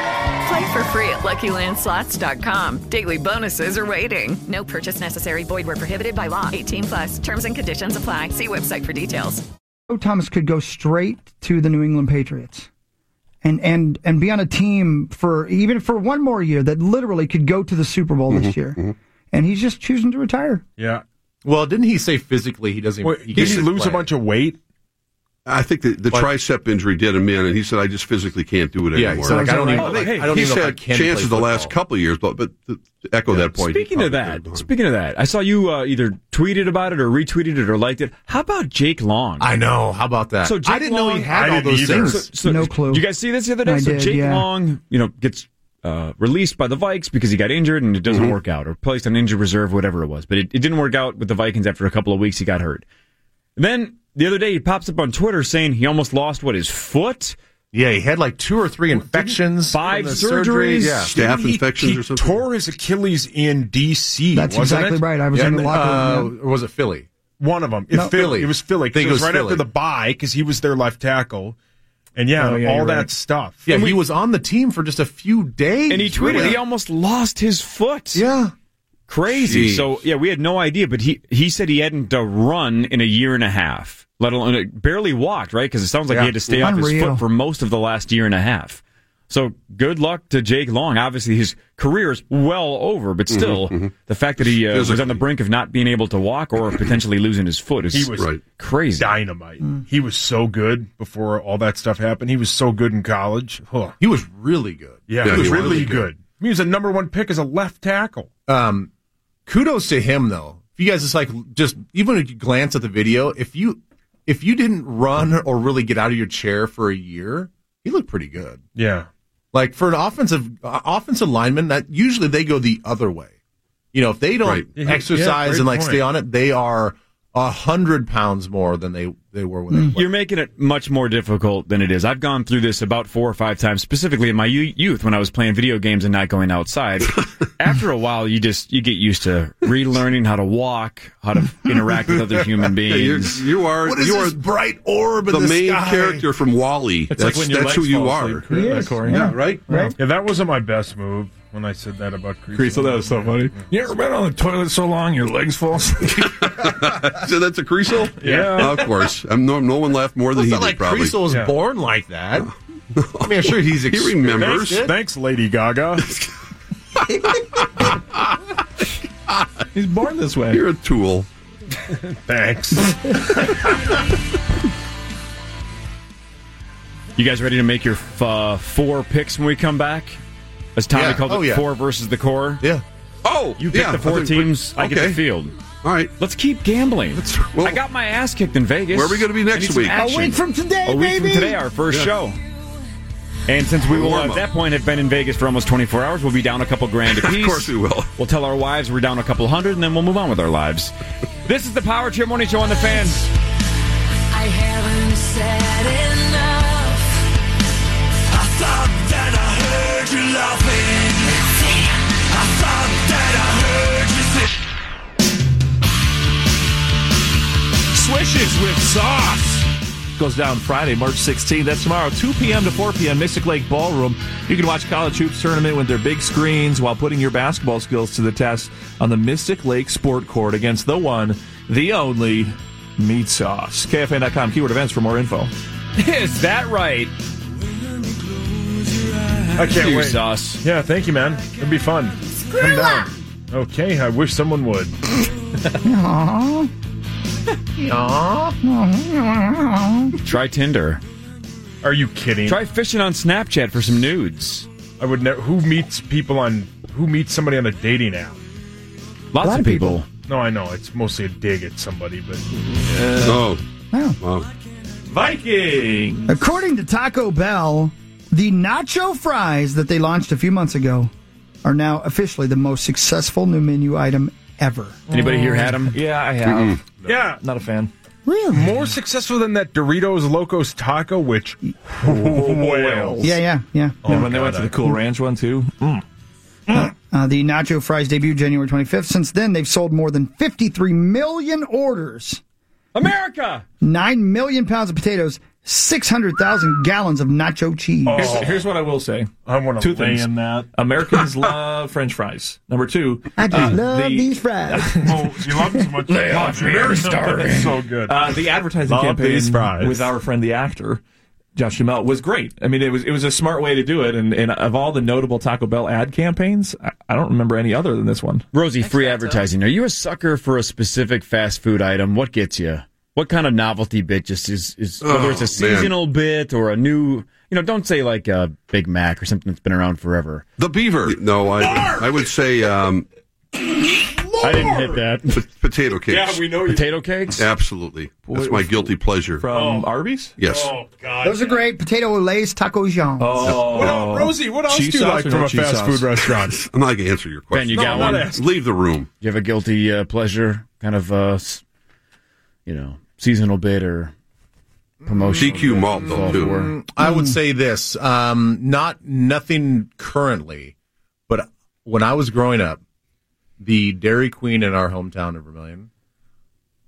[SPEAKER 20] Play for free at LuckyLandSlots.com. Daily bonuses are waiting. No purchase necessary. Void were prohibited by law. 18 plus. Terms and conditions apply. See website for details.
[SPEAKER 5] Joe Thomas could go straight to the New England Patriots and and and be on a team for even for one more year that literally could go to the Super Bowl this year. And he's just choosing to retire.
[SPEAKER 13] Yeah.
[SPEAKER 16] Well, didn't he say physically he doesn't?
[SPEAKER 13] Wait, did he
[SPEAKER 16] can't
[SPEAKER 13] lose
[SPEAKER 16] play?
[SPEAKER 13] a bunch of weight?
[SPEAKER 23] I think the, the
[SPEAKER 16] But-
[SPEAKER 23] tricep injury did him in, and he said, "I just physically can't do it
[SPEAKER 16] Yeah,
[SPEAKER 23] anymore."
[SPEAKER 16] so, like, I don't even-
[SPEAKER 23] I think
[SPEAKER 16] like, I don't
[SPEAKER 23] he's
[SPEAKER 16] even know if I
[SPEAKER 23] had
[SPEAKER 16] can play
[SPEAKER 23] chances the last couple of years, but but to to echo that point. he
[SPEAKER 12] Speaking of
[SPEAKER 23] probably
[SPEAKER 12] that,
[SPEAKER 23] did.
[SPEAKER 12] speaking of that, I saw you uh, either tweeted about it or retweeted it or liked it. How about Jake Long?
[SPEAKER 16] I know. How about that?
[SPEAKER 12] So Jake
[SPEAKER 16] I didn't know he
[SPEAKER 12] Long-
[SPEAKER 16] had all those
[SPEAKER 12] So,
[SPEAKER 16] things.
[SPEAKER 12] so You guys see this the other day?
[SPEAKER 16] I
[SPEAKER 12] so
[SPEAKER 16] did,
[SPEAKER 12] Jake
[SPEAKER 16] yeah.
[SPEAKER 12] Long, you know, gets uh, released by the Vikes because he got injured and it doesn't
[SPEAKER 16] Mm-hmm.
[SPEAKER 12] work out, or placed on injured reserve, whatever it was. But it, it didn't work out with the Vikings after a couple of weeks. He got hurt. Then the other day, he pops up on Twitter saying he almost lost what his foot.
[SPEAKER 16] Yeah, he had like two or three infections,
[SPEAKER 12] five
[SPEAKER 16] from the surgery,
[SPEAKER 12] surgeries,
[SPEAKER 16] yeah. Staph
[SPEAKER 13] He-
[SPEAKER 16] infections
[SPEAKER 13] he
[SPEAKER 16] or something?
[SPEAKER 13] Tore his Achilles in D.C.
[SPEAKER 16] That's
[SPEAKER 13] wasn't
[SPEAKER 16] exactly
[SPEAKER 13] it?
[SPEAKER 16] right. I was Yeah, in the locker room, uh, yeah. or was it Philly?
[SPEAKER 13] One of them.
[SPEAKER 16] No.
[SPEAKER 13] Philly. It was Philly. 'cause
[SPEAKER 16] Think
[SPEAKER 13] it
[SPEAKER 16] it
[SPEAKER 13] was,
[SPEAKER 16] was
[SPEAKER 13] right
[SPEAKER 16] Philly.
[SPEAKER 13] after the bye because he was their left tackle, and yeah,
[SPEAKER 16] Oh, yeah,
[SPEAKER 13] all
[SPEAKER 16] you're
[SPEAKER 13] that
[SPEAKER 16] right.
[SPEAKER 13] stuff.
[SPEAKER 16] Yeah,
[SPEAKER 13] And
[SPEAKER 16] he was on the team for just a few days,
[SPEAKER 12] And he tweeted
[SPEAKER 16] really.
[SPEAKER 12] he almost lost his foot.
[SPEAKER 16] Yeah.
[SPEAKER 12] Crazy.
[SPEAKER 16] Jeez.
[SPEAKER 12] So yeah, we had no idea, but he he said he hadn't uh, run in a year and a half, let alone uh, barely walked, right? Because it sounds like
[SPEAKER 16] Yeah.
[SPEAKER 12] he had to stay off his
[SPEAKER 16] Unreal.
[SPEAKER 12] foot for most of the last year and a half. So good luck to Jake Long. Obviously, his career is well over, but still, the fact that he uh, was on the brink of not being able to walk or potentially losing his foot is
[SPEAKER 13] he was
[SPEAKER 12] crazy,
[SPEAKER 13] dynamite.
[SPEAKER 16] Mm.
[SPEAKER 13] He was so good before all that stuff happened. He was so good in college. Huh. He was really good. Yeah, he, was, really, good. He was a number one pick as a left tackle.
[SPEAKER 16] Um, kudos to him though. If you guys just like just even if you glance at the video, if you if you didn't run or really get out of your chair for a year, he looked pretty good.
[SPEAKER 13] Yeah.
[SPEAKER 16] Like for an offensive uh, offensive lineman, that usually they go the other way. You know, if they don't
[SPEAKER 23] Right. Yeah, yeah,
[SPEAKER 16] exercise
[SPEAKER 23] great
[SPEAKER 16] and like
[SPEAKER 23] point.
[SPEAKER 16] stay on it, they are a hundred pounds more than they they were when they
[SPEAKER 23] Mm.
[SPEAKER 12] You're making it much more difficult than it is. I've gone through this about four or five times, specifically in my yo- youth when I was playing video games and not going outside. After a while, you just you get used to relearning how to walk, how to interact with other human
[SPEAKER 23] Yeah, you're,
[SPEAKER 12] beings.
[SPEAKER 23] you are
[SPEAKER 16] What is
[SPEAKER 23] you are
[SPEAKER 16] this bright orb in
[SPEAKER 23] the
[SPEAKER 16] the
[SPEAKER 23] main
[SPEAKER 16] sky?
[SPEAKER 23] character from Wally. That's
[SPEAKER 13] It's like when your
[SPEAKER 23] that's who
[SPEAKER 13] legs
[SPEAKER 23] you
[SPEAKER 13] fall
[SPEAKER 23] are.
[SPEAKER 13] asleep, Cor- He is, Corey. yeah. Yeah,
[SPEAKER 23] right.
[SPEAKER 13] Yeah, that wasn't my best move when I said that about Creasel.
[SPEAKER 26] Creasel, that was so funny. You ever been on the toilet so long your legs fall asleep?
[SPEAKER 23] so that's a Creasel?
[SPEAKER 13] Yeah.
[SPEAKER 23] of course. I'm no, no one laughed more than he
[SPEAKER 16] It's
[SPEAKER 23] did.
[SPEAKER 16] not like
[SPEAKER 23] probably
[SPEAKER 16] Creasel was born like that. I mean, I'm sure he's
[SPEAKER 23] He
[SPEAKER 16] experienced
[SPEAKER 23] remembers.
[SPEAKER 16] it.
[SPEAKER 13] Thanks, Lady Gaga.
[SPEAKER 26] He's born this way.
[SPEAKER 23] You're a tool.
[SPEAKER 13] Thanks.
[SPEAKER 12] You guys ready to make your f- uh, four picks when we come back? As Tommy
[SPEAKER 23] Yeah.
[SPEAKER 12] called it,
[SPEAKER 23] Oh, yeah.
[SPEAKER 12] four versus the core.
[SPEAKER 16] Yeah.
[SPEAKER 23] Oh,
[SPEAKER 12] you pick
[SPEAKER 23] yeah,
[SPEAKER 12] the
[SPEAKER 23] I
[SPEAKER 12] four
[SPEAKER 23] think we-
[SPEAKER 12] teams. I get
[SPEAKER 23] okay.
[SPEAKER 12] the field.
[SPEAKER 23] All right,
[SPEAKER 12] let's keep gambling. I got my ass kicked in Vegas.
[SPEAKER 23] Where are we gonna be
[SPEAKER 12] I
[SPEAKER 23] next
[SPEAKER 12] need some
[SPEAKER 23] week? A
[SPEAKER 12] action.
[SPEAKER 23] week from today,
[SPEAKER 12] A week
[SPEAKER 23] baby.
[SPEAKER 12] from today, our first
[SPEAKER 23] Yeah.
[SPEAKER 12] show. And since we will
[SPEAKER 30] Warm
[SPEAKER 12] at
[SPEAKER 30] up.
[SPEAKER 12] that point have been in Vegas for almost 24 hours, we'll be down a couple grand apiece. of course
[SPEAKER 23] we will.
[SPEAKER 12] We'll tell our wives we're down a couple hundred, and then we'll move on with our lives. this is the Power Chair Morning Show on the Fan.
[SPEAKER 8] I haven't said enough. I thought that I heard you laughing. I thought that I heard you say.
[SPEAKER 26] Swishes with sauce. Goes down Friday, March 16th. That's tomorrow, 2 p.m. to 4 p.m. Mystic Lake Ballroom. You can watch college hoops tournament with their big screens while putting your basketball skills to the test on the Mystic Lake Sport Court against the one, the only, Meat Sauce. KFN.com keyword events for more info.
[SPEAKER 12] Is that right?
[SPEAKER 13] I can't
[SPEAKER 12] Cheers,
[SPEAKER 13] wait.
[SPEAKER 12] Sauce.
[SPEAKER 13] Yeah, thank you, man. It'd be fun. Come
[SPEAKER 26] uh,
[SPEAKER 13] down. Okay, I wish someone would.
[SPEAKER 5] Aww. Aww.
[SPEAKER 12] Try Tinder.
[SPEAKER 13] Are you kidding?
[SPEAKER 12] Try fishing on Snapchat for some nudes.
[SPEAKER 13] I would never. Who meets people on? Who meets somebody on a dating app?
[SPEAKER 12] Lots of people.
[SPEAKER 13] No, I know it's mostly a dig at somebody, but
[SPEAKER 12] Uh,
[SPEAKER 23] oh,
[SPEAKER 26] Viking.
[SPEAKER 5] According to Taco Bell, the nacho fries that they launched a few months ago are now officially the most successful new menu item ever.
[SPEAKER 12] Anybody here had them?
[SPEAKER 26] Yeah, I
[SPEAKER 12] have.
[SPEAKER 13] Yeah,
[SPEAKER 26] not a fan.
[SPEAKER 5] Really?
[SPEAKER 13] More successful than that Doritos Locos Taco, which
[SPEAKER 12] Oh,
[SPEAKER 13] whales.
[SPEAKER 5] Yeah, yeah, yeah.
[SPEAKER 26] Oh, when they went to the Cool Ranch one, too. Mm.
[SPEAKER 5] Uh, the Nacho Fries debuted January 25th. Since then, they've sold more than 53 million orders,
[SPEAKER 12] America.
[SPEAKER 5] 9 million pounds of potatoes, 600,000 gallons of nacho cheese.
[SPEAKER 26] Oh. Here's, here's what I will say.
[SPEAKER 13] Oh. I want
[SPEAKER 26] Two things.
[SPEAKER 13] in that.
[SPEAKER 26] Americans love French fries. Number two,
[SPEAKER 5] I just
[SPEAKER 26] uh,
[SPEAKER 5] love
[SPEAKER 26] the-
[SPEAKER 5] these fries.
[SPEAKER 13] Oh, you love them so much.
[SPEAKER 26] They are very starving.
[SPEAKER 13] so good.
[SPEAKER 26] Uh, the advertising
[SPEAKER 13] Love
[SPEAKER 26] campaign
[SPEAKER 13] these fries.
[SPEAKER 26] with our friend the actor Josh Duhamel was great. I mean, it was it was a smart way to do it. And, and of all the notable Taco Bell ad campaigns, I, I don't remember any other than this one.
[SPEAKER 12] Rosie, free advertising. Are you a sucker for a specific fast food item? What gets you? What kind of novelty bit just is, is
[SPEAKER 23] Oh,
[SPEAKER 12] whether it's a
[SPEAKER 23] man.
[SPEAKER 12] seasonal bit or a new, you know, don't say like a Big Mac or something that's been around forever.
[SPEAKER 23] the beaver. No, I I would say um,
[SPEAKER 12] I didn't hit that.
[SPEAKER 23] p- potato cakes.
[SPEAKER 12] know Potato cakes?
[SPEAKER 23] Absolutely, that's my guilty pleasure.
[SPEAKER 13] Oh.
[SPEAKER 16] Oh.
[SPEAKER 26] From Arby's?
[SPEAKER 23] yes,
[SPEAKER 5] Those are great. Potato Olays, Taco Jean.
[SPEAKER 26] Oh,
[SPEAKER 13] Rosie, what else do
[SPEAKER 26] Cheese
[SPEAKER 13] you
[SPEAKER 26] sauce
[SPEAKER 13] like
[SPEAKER 26] or
[SPEAKER 13] from
[SPEAKER 26] no
[SPEAKER 13] a
[SPEAKER 26] cheese
[SPEAKER 13] fast
[SPEAKER 26] sauce?
[SPEAKER 13] food restaurant?
[SPEAKER 23] I'm not going to answer your
[SPEAKER 12] Ben,
[SPEAKER 23] question.
[SPEAKER 12] you got
[SPEAKER 13] not
[SPEAKER 12] one?
[SPEAKER 13] ask.
[SPEAKER 23] Leave the room.
[SPEAKER 12] You have a guilty uh, pleasure kind of, uh, s- you know, seasonal bit or promotion?
[SPEAKER 23] GQ malt though too.
[SPEAKER 16] Mm, I would say this: um, not nothing currently, but when I was growing up, the Dairy Queen in our hometown of Vermillion,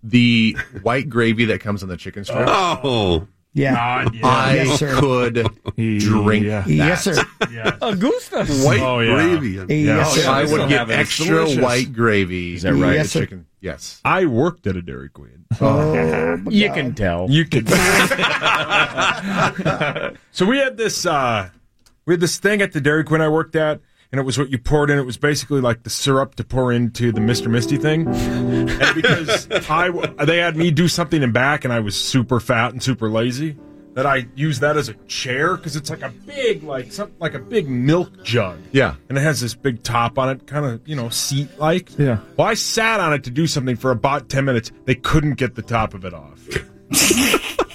[SPEAKER 16] the white gravy that comes on the chicken strips,
[SPEAKER 23] Oh,
[SPEAKER 5] yeah.
[SPEAKER 16] I
[SPEAKER 5] Yes, sir.
[SPEAKER 16] could drink
[SPEAKER 26] Yeah.
[SPEAKER 16] that.
[SPEAKER 5] Yes, sir.
[SPEAKER 12] Augustus.
[SPEAKER 23] white
[SPEAKER 13] Oh, yeah.
[SPEAKER 23] gravy.
[SPEAKER 5] Yes, sir.
[SPEAKER 16] I
[SPEAKER 26] Still
[SPEAKER 16] would get
[SPEAKER 26] have it. It's
[SPEAKER 16] extra
[SPEAKER 26] delicious.
[SPEAKER 16] white gravy.
[SPEAKER 12] Is that right?
[SPEAKER 5] Yes, sir.
[SPEAKER 16] Chicken. Yes.
[SPEAKER 13] I worked at a Dairy Queen.
[SPEAKER 12] You can tell.
[SPEAKER 13] You could. so we had this uh, we had this thing at the Dairy Queen I worked at, and it was what you poured in. It was basically like the syrup to pour into the Mister Misty thing. And because I w- they had me do something in back, and I was super fat and super lazy. That I used that as a chair because it's like a big like something like a big milk jug.
[SPEAKER 16] Yeah.
[SPEAKER 13] and it has this big top on it, kind of you know seat like.
[SPEAKER 26] Yeah.
[SPEAKER 13] Well, I sat on it to do something for about ten minutes. They couldn't get the top of it off.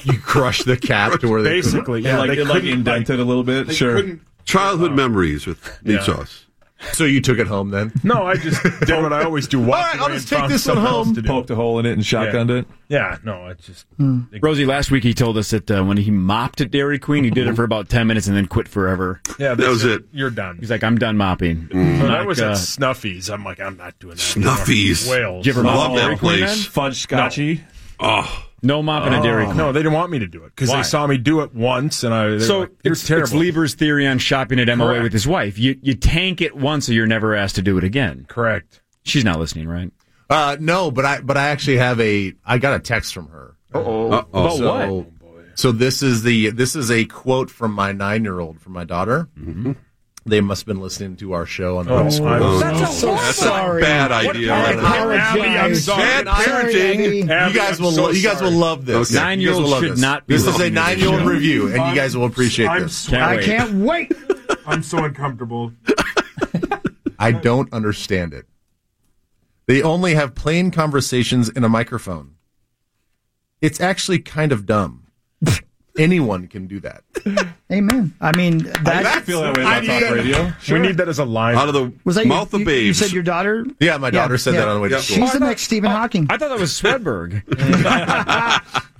[SPEAKER 16] You crush the cap to where they
[SPEAKER 13] Basically, yeah,
[SPEAKER 26] yeah, like,
[SPEAKER 13] they
[SPEAKER 26] it, like
[SPEAKER 13] couldn't,
[SPEAKER 26] indented a little bit.
[SPEAKER 13] they
[SPEAKER 26] Sure.
[SPEAKER 13] couldn't- Uh,
[SPEAKER 23] Childhood memories with meat sauce.
[SPEAKER 16] So you took it home then?
[SPEAKER 13] no, I just did what I always do. All
[SPEAKER 16] right, I'll just take this one home.
[SPEAKER 26] Poked a hole in it and shotgunned it.
[SPEAKER 13] Yeah, no, I just
[SPEAKER 12] Rosie, last week he told us that uh, when he mopped at Dairy Queen, he did it for about 10 minutes and then quit forever.
[SPEAKER 13] yeah.
[SPEAKER 23] That was
[SPEAKER 13] said,
[SPEAKER 23] it. Mm.
[SPEAKER 13] You're done.
[SPEAKER 12] He's like, I'm done mopping. I'm
[SPEAKER 13] When I
[SPEAKER 12] not,
[SPEAKER 13] was
[SPEAKER 12] uh,
[SPEAKER 13] at Snuffy's, I'm like, I'm not doing that.
[SPEAKER 23] Snuffy's.
[SPEAKER 13] Whales.
[SPEAKER 12] Did you ever
[SPEAKER 23] I
[SPEAKER 12] mop
[SPEAKER 23] love
[SPEAKER 12] at Dairy
[SPEAKER 23] that
[SPEAKER 12] Queen then?
[SPEAKER 23] place.
[SPEAKER 26] Fudge scotchy.
[SPEAKER 23] Oh,
[SPEAKER 12] No mopping at Dairy Queen.
[SPEAKER 13] No, they didn't want me to do it because
[SPEAKER 12] Why?
[SPEAKER 13] they saw me do it once, and I. they were
[SPEAKER 12] So
[SPEAKER 13] like, you're
[SPEAKER 12] it's,
[SPEAKER 13] terrible.
[SPEAKER 12] it's Lieber's theory on shopping at MOA
[SPEAKER 13] Correct.
[SPEAKER 12] with his wife. You you tank it once, or you're never asked to do it again.
[SPEAKER 13] Correct.
[SPEAKER 12] She's not listening, right?
[SPEAKER 16] Uh, no, but I but I actually have a I got a text from her.
[SPEAKER 23] Uh-oh.
[SPEAKER 12] About what?
[SPEAKER 16] So this is the this is a quote from my nine year old from my daughter. They must have been listening to our show on the
[SPEAKER 13] Oh,
[SPEAKER 16] homeschool.
[SPEAKER 13] I'm
[SPEAKER 5] I'm
[SPEAKER 13] so-
[SPEAKER 5] so
[SPEAKER 23] That's
[SPEAKER 5] sorry.
[SPEAKER 23] a bad idea.
[SPEAKER 5] Abby, I'm sorry.
[SPEAKER 23] Bad parenting.
[SPEAKER 16] You guys will lo- you guys will love this.
[SPEAKER 23] Okay.
[SPEAKER 16] You guys will
[SPEAKER 12] Nine-year-olds
[SPEAKER 16] love
[SPEAKER 12] should
[SPEAKER 16] this.
[SPEAKER 12] not be
[SPEAKER 16] This is a
[SPEAKER 12] listening to this
[SPEAKER 16] nine year old
[SPEAKER 12] show.
[SPEAKER 16] review, and you guys will appreciate
[SPEAKER 13] I'm
[SPEAKER 16] this.
[SPEAKER 12] Can't
[SPEAKER 5] I
[SPEAKER 12] wait.
[SPEAKER 5] can't wait.
[SPEAKER 13] I'm so uncomfortable.
[SPEAKER 16] I don't understand it. They only have plain conversations in a microphone. It's actually kind of dumb. anyone can do that.
[SPEAKER 5] Amen. I mean, that's,
[SPEAKER 16] I feel that way about talk radio.
[SPEAKER 5] Sure.
[SPEAKER 16] We need that as a line
[SPEAKER 23] Out of the
[SPEAKER 5] Was that
[SPEAKER 23] mouth
[SPEAKER 5] your,
[SPEAKER 23] of
[SPEAKER 5] you, you
[SPEAKER 23] babes.
[SPEAKER 5] said your daughter?
[SPEAKER 16] Yeah, my daughter said that on the way to
[SPEAKER 5] She's
[SPEAKER 16] school.
[SPEAKER 5] the next Stephen Hawking.
[SPEAKER 12] I thought that was Swedberg.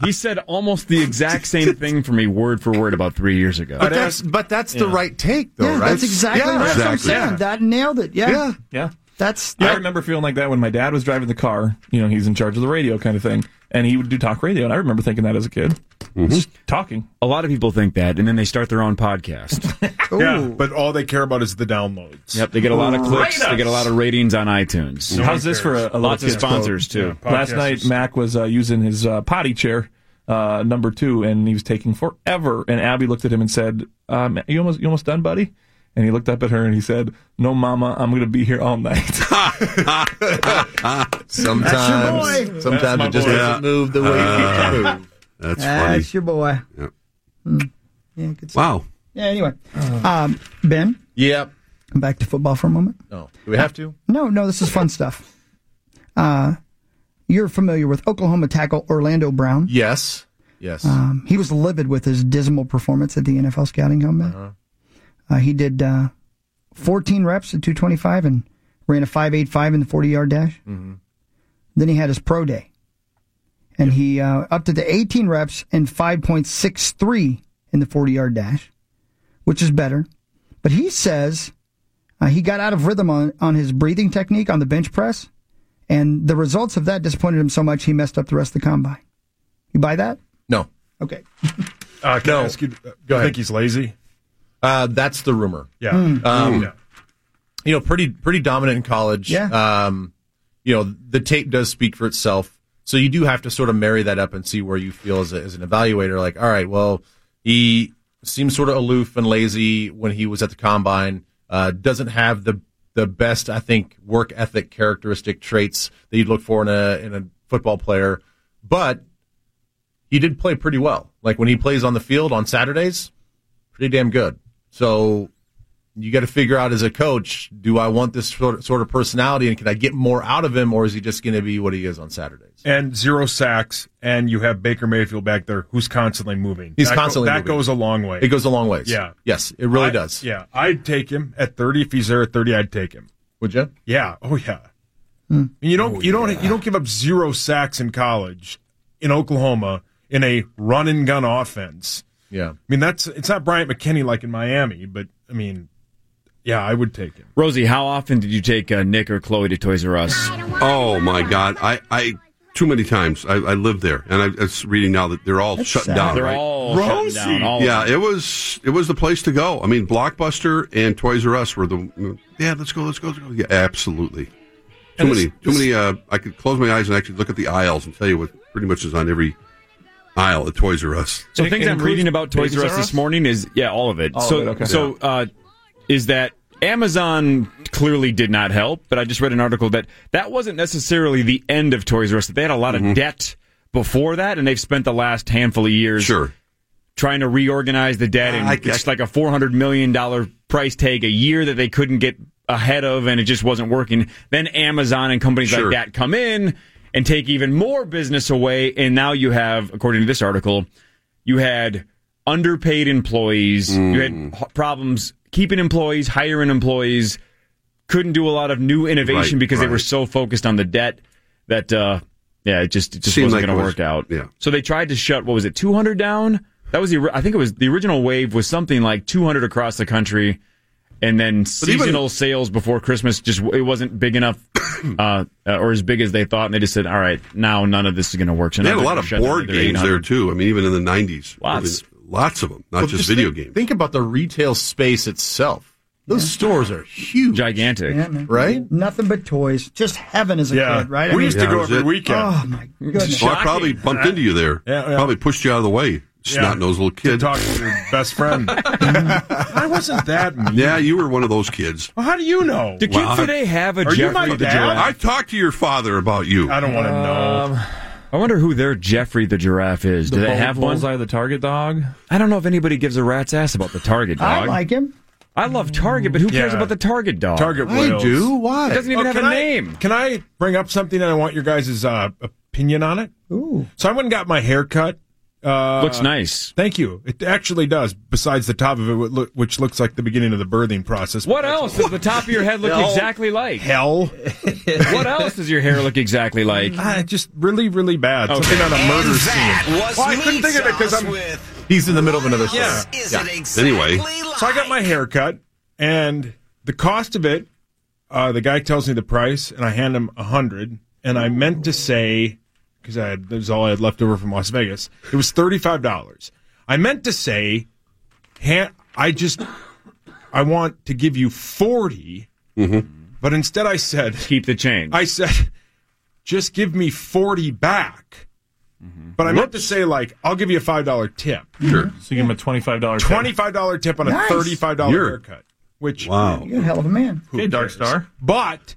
[SPEAKER 12] he said almost the exact same thing for me, word for word, about three years ago.
[SPEAKER 16] But that's but that's the
[SPEAKER 12] Yeah.
[SPEAKER 16] right take, though,
[SPEAKER 12] Yeah,
[SPEAKER 16] right?
[SPEAKER 12] that's
[SPEAKER 5] exactly
[SPEAKER 16] Yeah.
[SPEAKER 5] right. That's what I'm saying.
[SPEAKER 26] Yeah.
[SPEAKER 5] That nailed it. Yeah.
[SPEAKER 26] Yeah. Yeah.
[SPEAKER 5] That's
[SPEAKER 26] I remember feeling like that when my dad was driving the car. You know, he's in charge of the radio kind of thing, and he would do talk radio. And I remember thinking that as a kid, just talking.
[SPEAKER 12] A lot of people think that, and then they start their own podcast.
[SPEAKER 13] Yeah, but all they care about is the downloads.
[SPEAKER 12] Yep, they get a lot of clicks.
[SPEAKER 13] Rate
[SPEAKER 12] They get a
[SPEAKER 13] us.
[SPEAKER 12] lot of ratings on iTunes.
[SPEAKER 13] No
[SPEAKER 26] How's this for a, a
[SPEAKER 12] lots
[SPEAKER 26] little kid?
[SPEAKER 12] of sponsors too?
[SPEAKER 26] Last night, Mac was uh, using his uh, potty chair, uh, number two, and he was taking forever. And Abby looked at him and said, um, "You almost, you almost done, buddy." And he looked up at her and he said, "No, Mama, I'm going to be here all night."
[SPEAKER 16] Sometimes,
[SPEAKER 5] That's your boy.
[SPEAKER 16] sometimes
[SPEAKER 5] That's my
[SPEAKER 16] it just
[SPEAKER 5] boy.
[SPEAKER 16] doesn't move the way
[SPEAKER 5] Uh,
[SPEAKER 16] you move.
[SPEAKER 23] That's
[SPEAKER 5] That's your boy.
[SPEAKER 23] Yep.
[SPEAKER 5] Hmm. Yeah, good stuff.
[SPEAKER 23] Wow.
[SPEAKER 5] Yeah, anyway.
[SPEAKER 16] Uh-huh.
[SPEAKER 5] Um, ben,
[SPEAKER 16] Yep.
[SPEAKER 5] back to football for a moment.
[SPEAKER 16] No. Do we have to?
[SPEAKER 5] No, no, this is fun stuff. Uh, you're familiar with Oklahoma tackle Orlando Brown.
[SPEAKER 16] Yes. Yes.
[SPEAKER 5] Um, he was livid with his dismal performance at the NFL scouting combine.
[SPEAKER 16] Uh-huh.
[SPEAKER 5] uh he did uh, 14 reps at 225 and ran a 5.85 in the 40 yard dash.
[SPEAKER 16] hmm
[SPEAKER 5] Then he had his pro day, and he uh, upped it to 18 reps and 5.63 in the 40 yard dash, which is better. But he says uh, he got out of rhythm on, on his breathing technique on the bench press, and the results of that disappointed him so much he messed up the rest of the combine. You buy that?
[SPEAKER 16] No.
[SPEAKER 5] Okay.
[SPEAKER 13] Uh, can I ask you,
[SPEAKER 16] Go
[SPEAKER 13] you
[SPEAKER 16] ahead.
[SPEAKER 13] think he's lazy?
[SPEAKER 16] Uh, that's the rumor.
[SPEAKER 13] Yeah. Mm.
[SPEAKER 16] Um,
[SPEAKER 13] Yeah.
[SPEAKER 16] You know, pretty pretty dominant in college.
[SPEAKER 5] Yeah.
[SPEAKER 16] Um, you know, the tape does speak for itself. So you do have to sort of marry that up and see where you feel as, a, as an evaluator. Like, all right, well, he seems sort of aloof and lazy when he was at the combine. Uh, doesn't have the the best, I think, work ethic characteristic traits that you'd look for in a in a football player. But he did play pretty well. Like when he plays on the field on Saturdays, pretty damn good. So you got to figure out as a coach, do I want this sort of, sort of personality and can I get more out of him or is he just going to be what he is on Saturdays?
[SPEAKER 13] And zero sacks, and you have Baker Mayfield back there who's constantly moving.
[SPEAKER 16] He's
[SPEAKER 13] That go-
[SPEAKER 16] constantly
[SPEAKER 13] That
[SPEAKER 16] moving.
[SPEAKER 13] goes a long way.
[SPEAKER 16] It goes a long ways.
[SPEAKER 13] Yeah.
[SPEAKER 16] Yes, it really
[SPEAKER 13] I-
[SPEAKER 16] does.
[SPEAKER 13] Yeah. I'd take him at 30. If he's there at 30, I'd take him.
[SPEAKER 16] Would Oh, you?
[SPEAKER 13] Yeah. Oh, yeah.
[SPEAKER 12] Hmm.
[SPEAKER 13] And You don't, you don't, you don't give up zero sacks in college in Oklahoma in a run and gun offense.
[SPEAKER 16] Yeah.
[SPEAKER 13] I mean, that's, it's not Bryant McKinney like in Miami, but I mean, yeah, I would take him.
[SPEAKER 12] Rosie, how often did you take uh, Nick or Chloe to Toys R Us?
[SPEAKER 23] Oh my God! I, I too many times. I, I lived there, and I, I was reading now that they're all shut
[SPEAKER 12] sad.
[SPEAKER 23] down.
[SPEAKER 12] They're
[SPEAKER 23] right?
[SPEAKER 12] all shut Rosie! down, all of
[SPEAKER 23] yeah,
[SPEAKER 12] them.
[SPEAKER 23] it was it was the place to go. I mean, Blockbuster and Toys R Us were the yeah. Let's go, let's go, let's go. Yeah, absolutely. Too
[SPEAKER 13] And
[SPEAKER 23] many,
[SPEAKER 13] it's-
[SPEAKER 23] too many. Uh, I could close my eyes and actually look at the aisles and tell you what pretty much is on every aisle at Toys R Us.
[SPEAKER 12] So things I'm reading about Toys R Us this morning is yeah, all of it.
[SPEAKER 23] All of
[SPEAKER 12] so
[SPEAKER 23] it, okay.
[SPEAKER 12] so uh, is that Amazon clearly did not help, but I just read an article that that wasn't necessarily the end of Toys R Us. That they had a lot
[SPEAKER 23] Mm-hmm.
[SPEAKER 12] of debt before that, and they've spent the last handful of years
[SPEAKER 23] sure. Ah,
[SPEAKER 12] trying to reorganize the debt, and
[SPEAKER 23] I-
[SPEAKER 12] it's like a four hundred million dollar price tag a year that they couldn't get ahead of, and it just wasn't working. Then Amazon and companies
[SPEAKER 23] Sure.
[SPEAKER 12] like that come in and take even more business away, and now you have, according to this article, you had underpaid employees, you
[SPEAKER 23] Mm.
[SPEAKER 12] had h- problems keeping employees, hiring employees, couldn't do a lot of new innovation
[SPEAKER 23] Right,
[SPEAKER 12] because they were
[SPEAKER 23] right.
[SPEAKER 12] so focused on the debt that uh, yeah, it just it just
[SPEAKER 23] Seemed
[SPEAKER 12] wasn't
[SPEAKER 23] like
[SPEAKER 12] going
[SPEAKER 23] it
[SPEAKER 12] to
[SPEAKER 23] was-
[SPEAKER 12] work out.
[SPEAKER 23] yeah.
[SPEAKER 12] So they tried to shut what was it, 200 down? That was the ori- I think it was the original wave was something like 200 across the country, and then
[SPEAKER 23] even-
[SPEAKER 12] seasonal sales before Christmas just it wasn't big enough, uh, uh, or as big as they thought, and they just said, all right, now none of this is going to work. So
[SPEAKER 23] They
[SPEAKER 12] now
[SPEAKER 23] had a
[SPEAKER 12] they're
[SPEAKER 23] lot
[SPEAKER 12] gonna
[SPEAKER 23] of
[SPEAKER 12] shut down
[SPEAKER 23] board
[SPEAKER 12] their
[SPEAKER 23] games
[SPEAKER 12] 800.
[SPEAKER 23] there too. I mean, even in the nineties,
[SPEAKER 12] Lots.
[SPEAKER 23] lots of them, not
[SPEAKER 16] Well,
[SPEAKER 23] just, video
[SPEAKER 16] think,
[SPEAKER 23] games.
[SPEAKER 16] Think about the retail space itself. Those stores are huge.
[SPEAKER 12] Gigantic.
[SPEAKER 5] Yeah, man.
[SPEAKER 16] Right?
[SPEAKER 5] Nothing but toys. Just heaven as a
[SPEAKER 13] Yeah.
[SPEAKER 5] kid, right?
[SPEAKER 13] We used to Yeah, go that was every it. weekend.
[SPEAKER 5] Oh my goodness!
[SPEAKER 23] Well, I probably bumped into you there.
[SPEAKER 13] Yeah, yeah.
[SPEAKER 23] Probably pushed you out of the way.
[SPEAKER 13] Yeah.
[SPEAKER 23] Snot nosed little kid.
[SPEAKER 13] Talk to your best friend. I wasn't that mean.
[SPEAKER 23] Yeah, you were one of those kids.
[SPEAKER 13] Well, how do you know?
[SPEAKER 12] Do kids
[SPEAKER 23] Wow.
[SPEAKER 12] today have a
[SPEAKER 13] Are you my
[SPEAKER 12] Jeffrey the
[SPEAKER 13] dad?
[SPEAKER 23] I
[SPEAKER 12] Giraffe? Uh,
[SPEAKER 23] talked to your father about you.
[SPEAKER 13] I don't want to know.
[SPEAKER 12] Um, I wonder who their Jeffrey the Giraffe is. Do
[SPEAKER 26] The
[SPEAKER 12] they
[SPEAKER 26] bull-
[SPEAKER 12] have one?
[SPEAKER 26] bullseye, the target dog.
[SPEAKER 12] I don't know if anybody gives a rat's ass about the Target dog.
[SPEAKER 5] I like him.
[SPEAKER 12] I love Target, but who cares
[SPEAKER 13] Yeah.
[SPEAKER 12] about the Target dog?
[SPEAKER 13] Target whales.
[SPEAKER 12] It
[SPEAKER 16] Why?
[SPEAKER 12] doesn't even
[SPEAKER 13] Oh,
[SPEAKER 12] have a
[SPEAKER 13] can I-
[SPEAKER 12] name.
[SPEAKER 13] Can I bring up something and I want your guys' uh, opinion on it?
[SPEAKER 5] Ooh,
[SPEAKER 13] So I went and got my hair cut Uh,
[SPEAKER 12] Looks nice.
[SPEAKER 13] Thank you. It actually does. Besides the top of it, what look- which looks like the beginning of the birthing process.
[SPEAKER 12] What else does the top of your head look
[SPEAKER 13] Hell.
[SPEAKER 12] exactly like?
[SPEAKER 13] Hell.
[SPEAKER 12] What else does your hair look exactly like?
[SPEAKER 13] Ah, just really, really bad.
[SPEAKER 12] Okay.
[SPEAKER 13] Something on a murder
[SPEAKER 12] that
[SPEAKER 13] scene.
[SPEAKER 12] was
[SPEAKER 13] well, I couldn't
[SPEAKER 12] meat
[SPEAKER 13] think of it because
[SPEAKER 12] sauce
[SPEAKER 13] I'm.
[SPEAKER 16] He's in the middle of another story.
[SPEAKER 13] Yeah.
[SPEAKER 16] Is it exactly
[SPEAKER 23] Anyway.
[SPEAKER 13] So I got my hair cut, and the cost of it, uh, the guy tells me the price, and I hand him a hundred, and I meant to say, because I had, that was all I had left over from Las Vegas, it was thirty-five dollars. I meant to say, ha- I just, I want to give you 40 but instead I said,
[SPEAKER 12] keep the change.
[SPEAKER 13] I said, just give me forty back. But I meant to say, like, I'll give you a five dollar tip.
[SPEAKER 26] Sure. So you give him a twenty-five dollar
[SPEAKER 13] Twenty-five dollar tip on a
[SPEAKER 26] Nice.
[SPEAKER 13] thirty-five dollar
[SPEAKER 26] You're-
[SPEAKER 13] haircut. Which
[SPEAKER 26] Wow.
[SPEAKER 5] You're a hell of a man.
[SPEAKER 13] Who Dark Star. But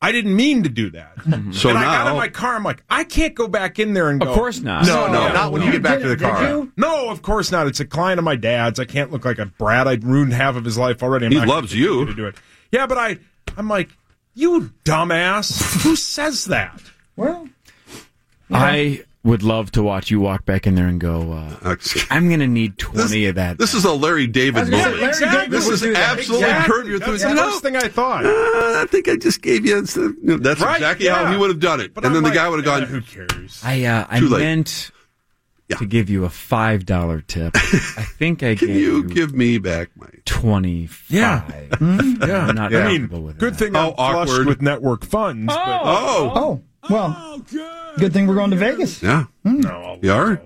[SPEAKER 13] I didn't mean to do that.
[SPEAKER 23] So
[SPEAKER 13] and I got
[SPEAKER 23] now-
[SPEAKER 13] in my car. I'm like, I can't go back in there and go.
[SPEAKER 23] Of course not. No, no, not when you get back to the Did car. you?
[SPEAKER 13] No, of course not. It's a client of my dad's. I can't look like a brat. I ruined half of his life already. I'm
[SPEAKER 23] He
[SPEAKER 13] not gonna
[SPEAKER 23] loves you.
[SPEAKER 13] continue To do it. Yeah, but I, I'm like, you dumbass. Who says that?
[SPEAKER 5] Well,
[SPEAKER 12] I would love to watch you walk back in there and go, uh, I'm going to need 20 of that.
[SPEAKER 23] This is a Larry David moment.
[SPEAKER 13] Exactly.
[SPEAKER 23] This is absolutely curb your
[SPEAKER 13] That's
[SPEAKER 23] enthusiasm.
[SPEAKER 13] the first thing I thought.
[SPEAKER 23] Uh, I think I just gave you. That's
[SPEAKER 13] Right,
[SPEAKER 23] exactly how
[SPEAKER 13] yeah.
[SPEAKER 23] he would have done it. and then the guy would have gone,
[SPEAKER 13] "Who cares?"
[SPEAKER 12] I, uh, I
[SPEAKER 23] Too late.
[SPEAKER 12] meant to give you a $5 tip. I think I Can gave you
[SPEAKER 23] give me back my
[SPEAKER 12] 25 Yeah.
[SPEAKER 13] Hmm? yeah.
[SPEAKER 12] I'm not
[SPEAKER 13] I
[SPEAKER 12] comfortable
[SPEAKER 13] mean,
[SPEAKER 12] with
[SPEAKER 13] good thing I'm flushed with network funds. but-
[SPEAKER 5] Oh. Oh. Well, good thing we're going to Vegas. Mm.
[SPEAKER 23] Yeah.
[SPEAKER 16] No, you are.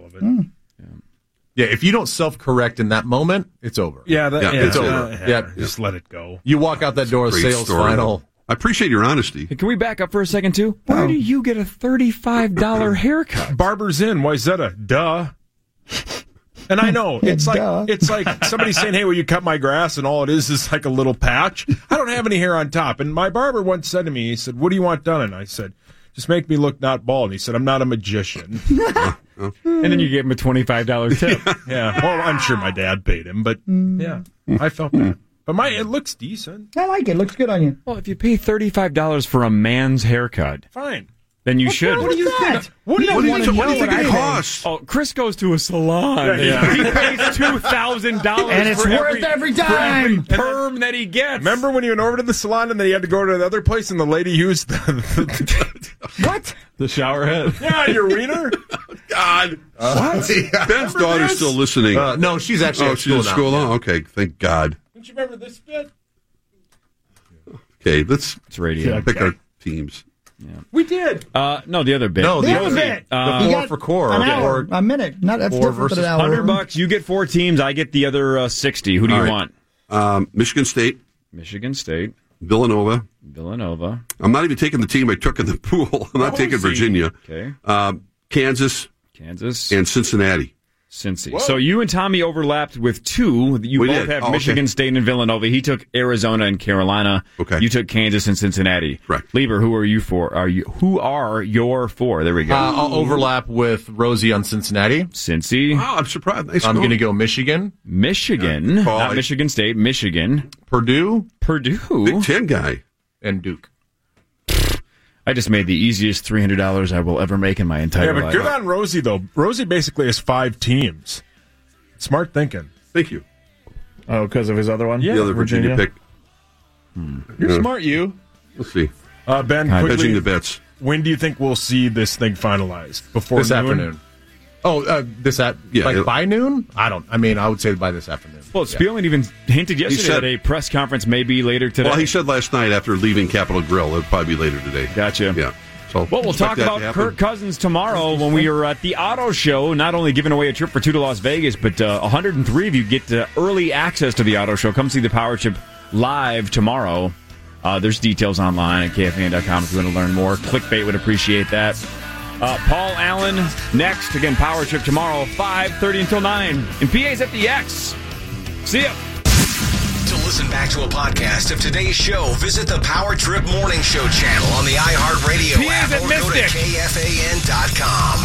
[SPEAKER 16] Yeah, if you don't self-correct in that moment, it's over.
[SPEAKER 13] Yeah, that- Yeah, yeah.
[SPEAKER 16] it's
[SPEAKER 13] yeah.
[SPEAKER 16] over.
[SPEAKER 13] Yeah.
[SPEAKER 16] Yep.
[SPEAKER 13] Just let it go.
[SPEAKER 16] You walk out that door,
[SPEAKER 23] Great
[SPEAKER 16] sales
[SPEAKER 23] story.
[SPEAKER 16] final.
[SPEAKER 23] I appreciate your honesty.
[SPEAKER 12] Can we back up for a second, too? Where do you get a $35 haircut?
[SPEAKER 13] Barbers in Wayzata, duh. And I know it's like it's like somebody saying, "Hey, will you cut my grass?" And all it is is like a little patch. I don't have any hair on top. And my barber once said to me, he said, "What do you want done?" And I said, "Just make me look not bald." And he said, "I'm not a magician." and
[SPEAKER 12] then you gave him a twenty five dollar tip.
[SPEAKER 13] yeah. Well, I'm sure my dad paid him, but yeah, I felt that. But my it looks decent.
[SPEAKER 5] I like it. Looks good on you.
[SPEAKER 12] Well, if you pay $35 for a man's haircut,
[SPEAKER 13] Fine.
[SPEAKER 12] then you should.
[SPEAKER 13] What do you think? What do you,
[SPEAKER 12] want
[SPEAKER 13] think?
[SPEAKER 12] to
[SPEAKER 13] What do
[SPEAKER 12] know
[SPEAKER 13] you think
[SPEAKER 12] what
[SPEAKER 13] it
[SPEAKER 12] I
[SPEAKER 13] costs?
[SPEAKER 12] Oh, Chris goes to a salon.
[SPEAKER 13] Yeah.
[SPEAKER 12] He pays two thousand dollars,
[SPEAKER 13] And it's
[SPEAKER 12] for
[SPEAKER 13] worth every dime.
[SPEAKER 12] for every perm that he gets.
[SPEAKER 13] Remember when you went over to the salon and then you had to go to another place and the lady used the,
[SPEAKER 5] what
[SPEAKER 26] the shower head?
[SPEAKER 13] Yeah, your wiener.
[SPEAKER 23] God,
[SPEAKER 13] What?
[SPEAKER 23] Uh, Ben's daughter's still listening.
[SPEAKER 16] Uh, no, she's actually
[SPEAKER 23] Oh,
[SPEAKER 16] at
[SPEAKER 23] she's
[SPEAKER 16] school
[SPEAKER 23] at school
[SPEAKER 16] now.
[SPEAKER 23] now? Okay, thank God.
[SPEAKER 13] Don't you remember this bit?
[SPEAKER 23] Okay, let's
[SPEAKER 12] it's radio.
[SPEAKER 23] pick our teams.
[SPEAKER 13] We did.
[SPEAKER 12] Uh, no, the other bit.
[SPEAKER 16] No, the The other other
[SPEAKER 5] bit. bit.
[SPEAKER 12] Uh,
[SPEAKER 5] You got An hour, a minute. Not that's different than an hour.
[SPEAKER 12] hundred bucks. You get four teams. I get the other uh, sixty. Who do you
[SPEAKER 23] All right.
[SPEAKER 12] want?
[SPEAKER 23] Um, Michigan State,
[SPEAKER 12] Michigan State,
[SPEAKER 23] Villanova.
[SPEAKER 12] Villanova. Oh,
[SPEAKER 23] I'm not even taking the team I took in the pool. I'm not taking Virginia.
[SPEAKER 12] Okay.
[SPEAKER 23] Um, Kansas.
[SPEAKER 12] Kansas.
[SPEAKER 23] And Cincinnati.
[SPEAKER 12] Cincy. So you and Tommy overlapped with two. You
[SPEAKER 23] We
[SPEAKER 12] both
[SPEAKER 23] did.
[SPEAKER 12] have
[SPEAKER 23] Oh, okay.
[SPEAKER 12] Michigan State and Villanova. He took Arizona and Carolina. Okay. You took Kansas and Cincinnati. Correct. Lieber, who are you for? Are you who are your four? There we go.
[SPEAKER 16] Uh, I'll overlap with Rosie on Cincinnati.
[SPEAKER 12] Cincy.
[SPEAKER 23] Wow, I'm surprised.
[SPEAKER 16] I'm
[SPEAKER 12] going
[SPEAKER 16] going to go Michigan.
[SPEAKER 12] Michigan,
[SPEAKER 23] Uh,
[SPEAKER 12] not Michigan State. Michigan.
[SPEAKER 16] Purdue.
[SPEAKER 12] Purdue. Big
[SPEAKER 23] Ten guy.
[SPEAKER 16] And Duke.
[SPEAKER 12] I just made the easiest three hundred dollars I will ever make in my entire
[SPEAKER 13] Yeah, but
[SPEAKER 12] life.
[SPEAKER 13] good on Rosie though. Rosie basically has five teams. Smart thinking.
[SPEAKER 23] Thank you.
[SPEAKER 26] Oh, because of his other one.
[SPEAKER 13] Yeah.
[SPEAKER 23] The other Virginia, pick.
[SPEAKER 12] Hmm.
[SPEAKER 13] You're
[SPEAKER 23] Yeah.
[SPEAKER 13] smart, you.
[SPEAKER 23] We'll see.
[SPEAKER 13] Uh, ben,
[SPEAKER 23] I'm
[SPEAKER 13] quickly,
[SPEAKER 23] hedging the bets.
[SPEAKER 13] When do you think we'll see this thing finalized? Before
[SPEAKER 16] This
[SPEAKER 13] noon?
[SPEAKER 16] afternoon. Oh, uh, this at
[SPEAKER 13] Yeah,
[SPEAKER 16] like
[SPEAKER 13] it'll-
[SPEAKER 16] by noon? I don't. I mean, I would say by this afternoon.
[SPEAKER 12] Well, Spielman even hinted
[SPEAKER 23] He
[SPEAKER 12] yesterday
[SPEAKER 23] said-
[SPEAKER 12] at a press conference maybe later today.
[SPEAKER 23] Well, he said last night after leaving Capitol Grill, it'll probably be later today.
[SPEAKER 12] Gotcha.
[SPEAKER 23] Yeah. So
[SPEAKER 12] Well, we'll
[SPEAKER 23] expect
[SPEAKER 12] talk
[SPEAKER 23] that to
[SPEAKER 12] about
[SPEAKER 23] happen.
[SPEAKER 12] Kirk Cousins tomorrow when we are at the Auto Show. Not only giving away a trip for two to Las Vegas, but uh, 103 of you get uh, early access to the Auto Show. Come see the Power Chip live tomorrow. Uh, there's details online at kfan.com if you want to learn more. Clickbait would appreciate that. Uh, Paul Allen next again. Power Trip tomorrow, 5:30 until 9. And PA's at the X. See ya.
[SPEAKER 3] To listen back to a podcast of today's show, visit the Power Trip Morning Show channel on the iHeartRadio app or go to KFAN.com.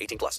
[SPEAKER 25] 18 plus.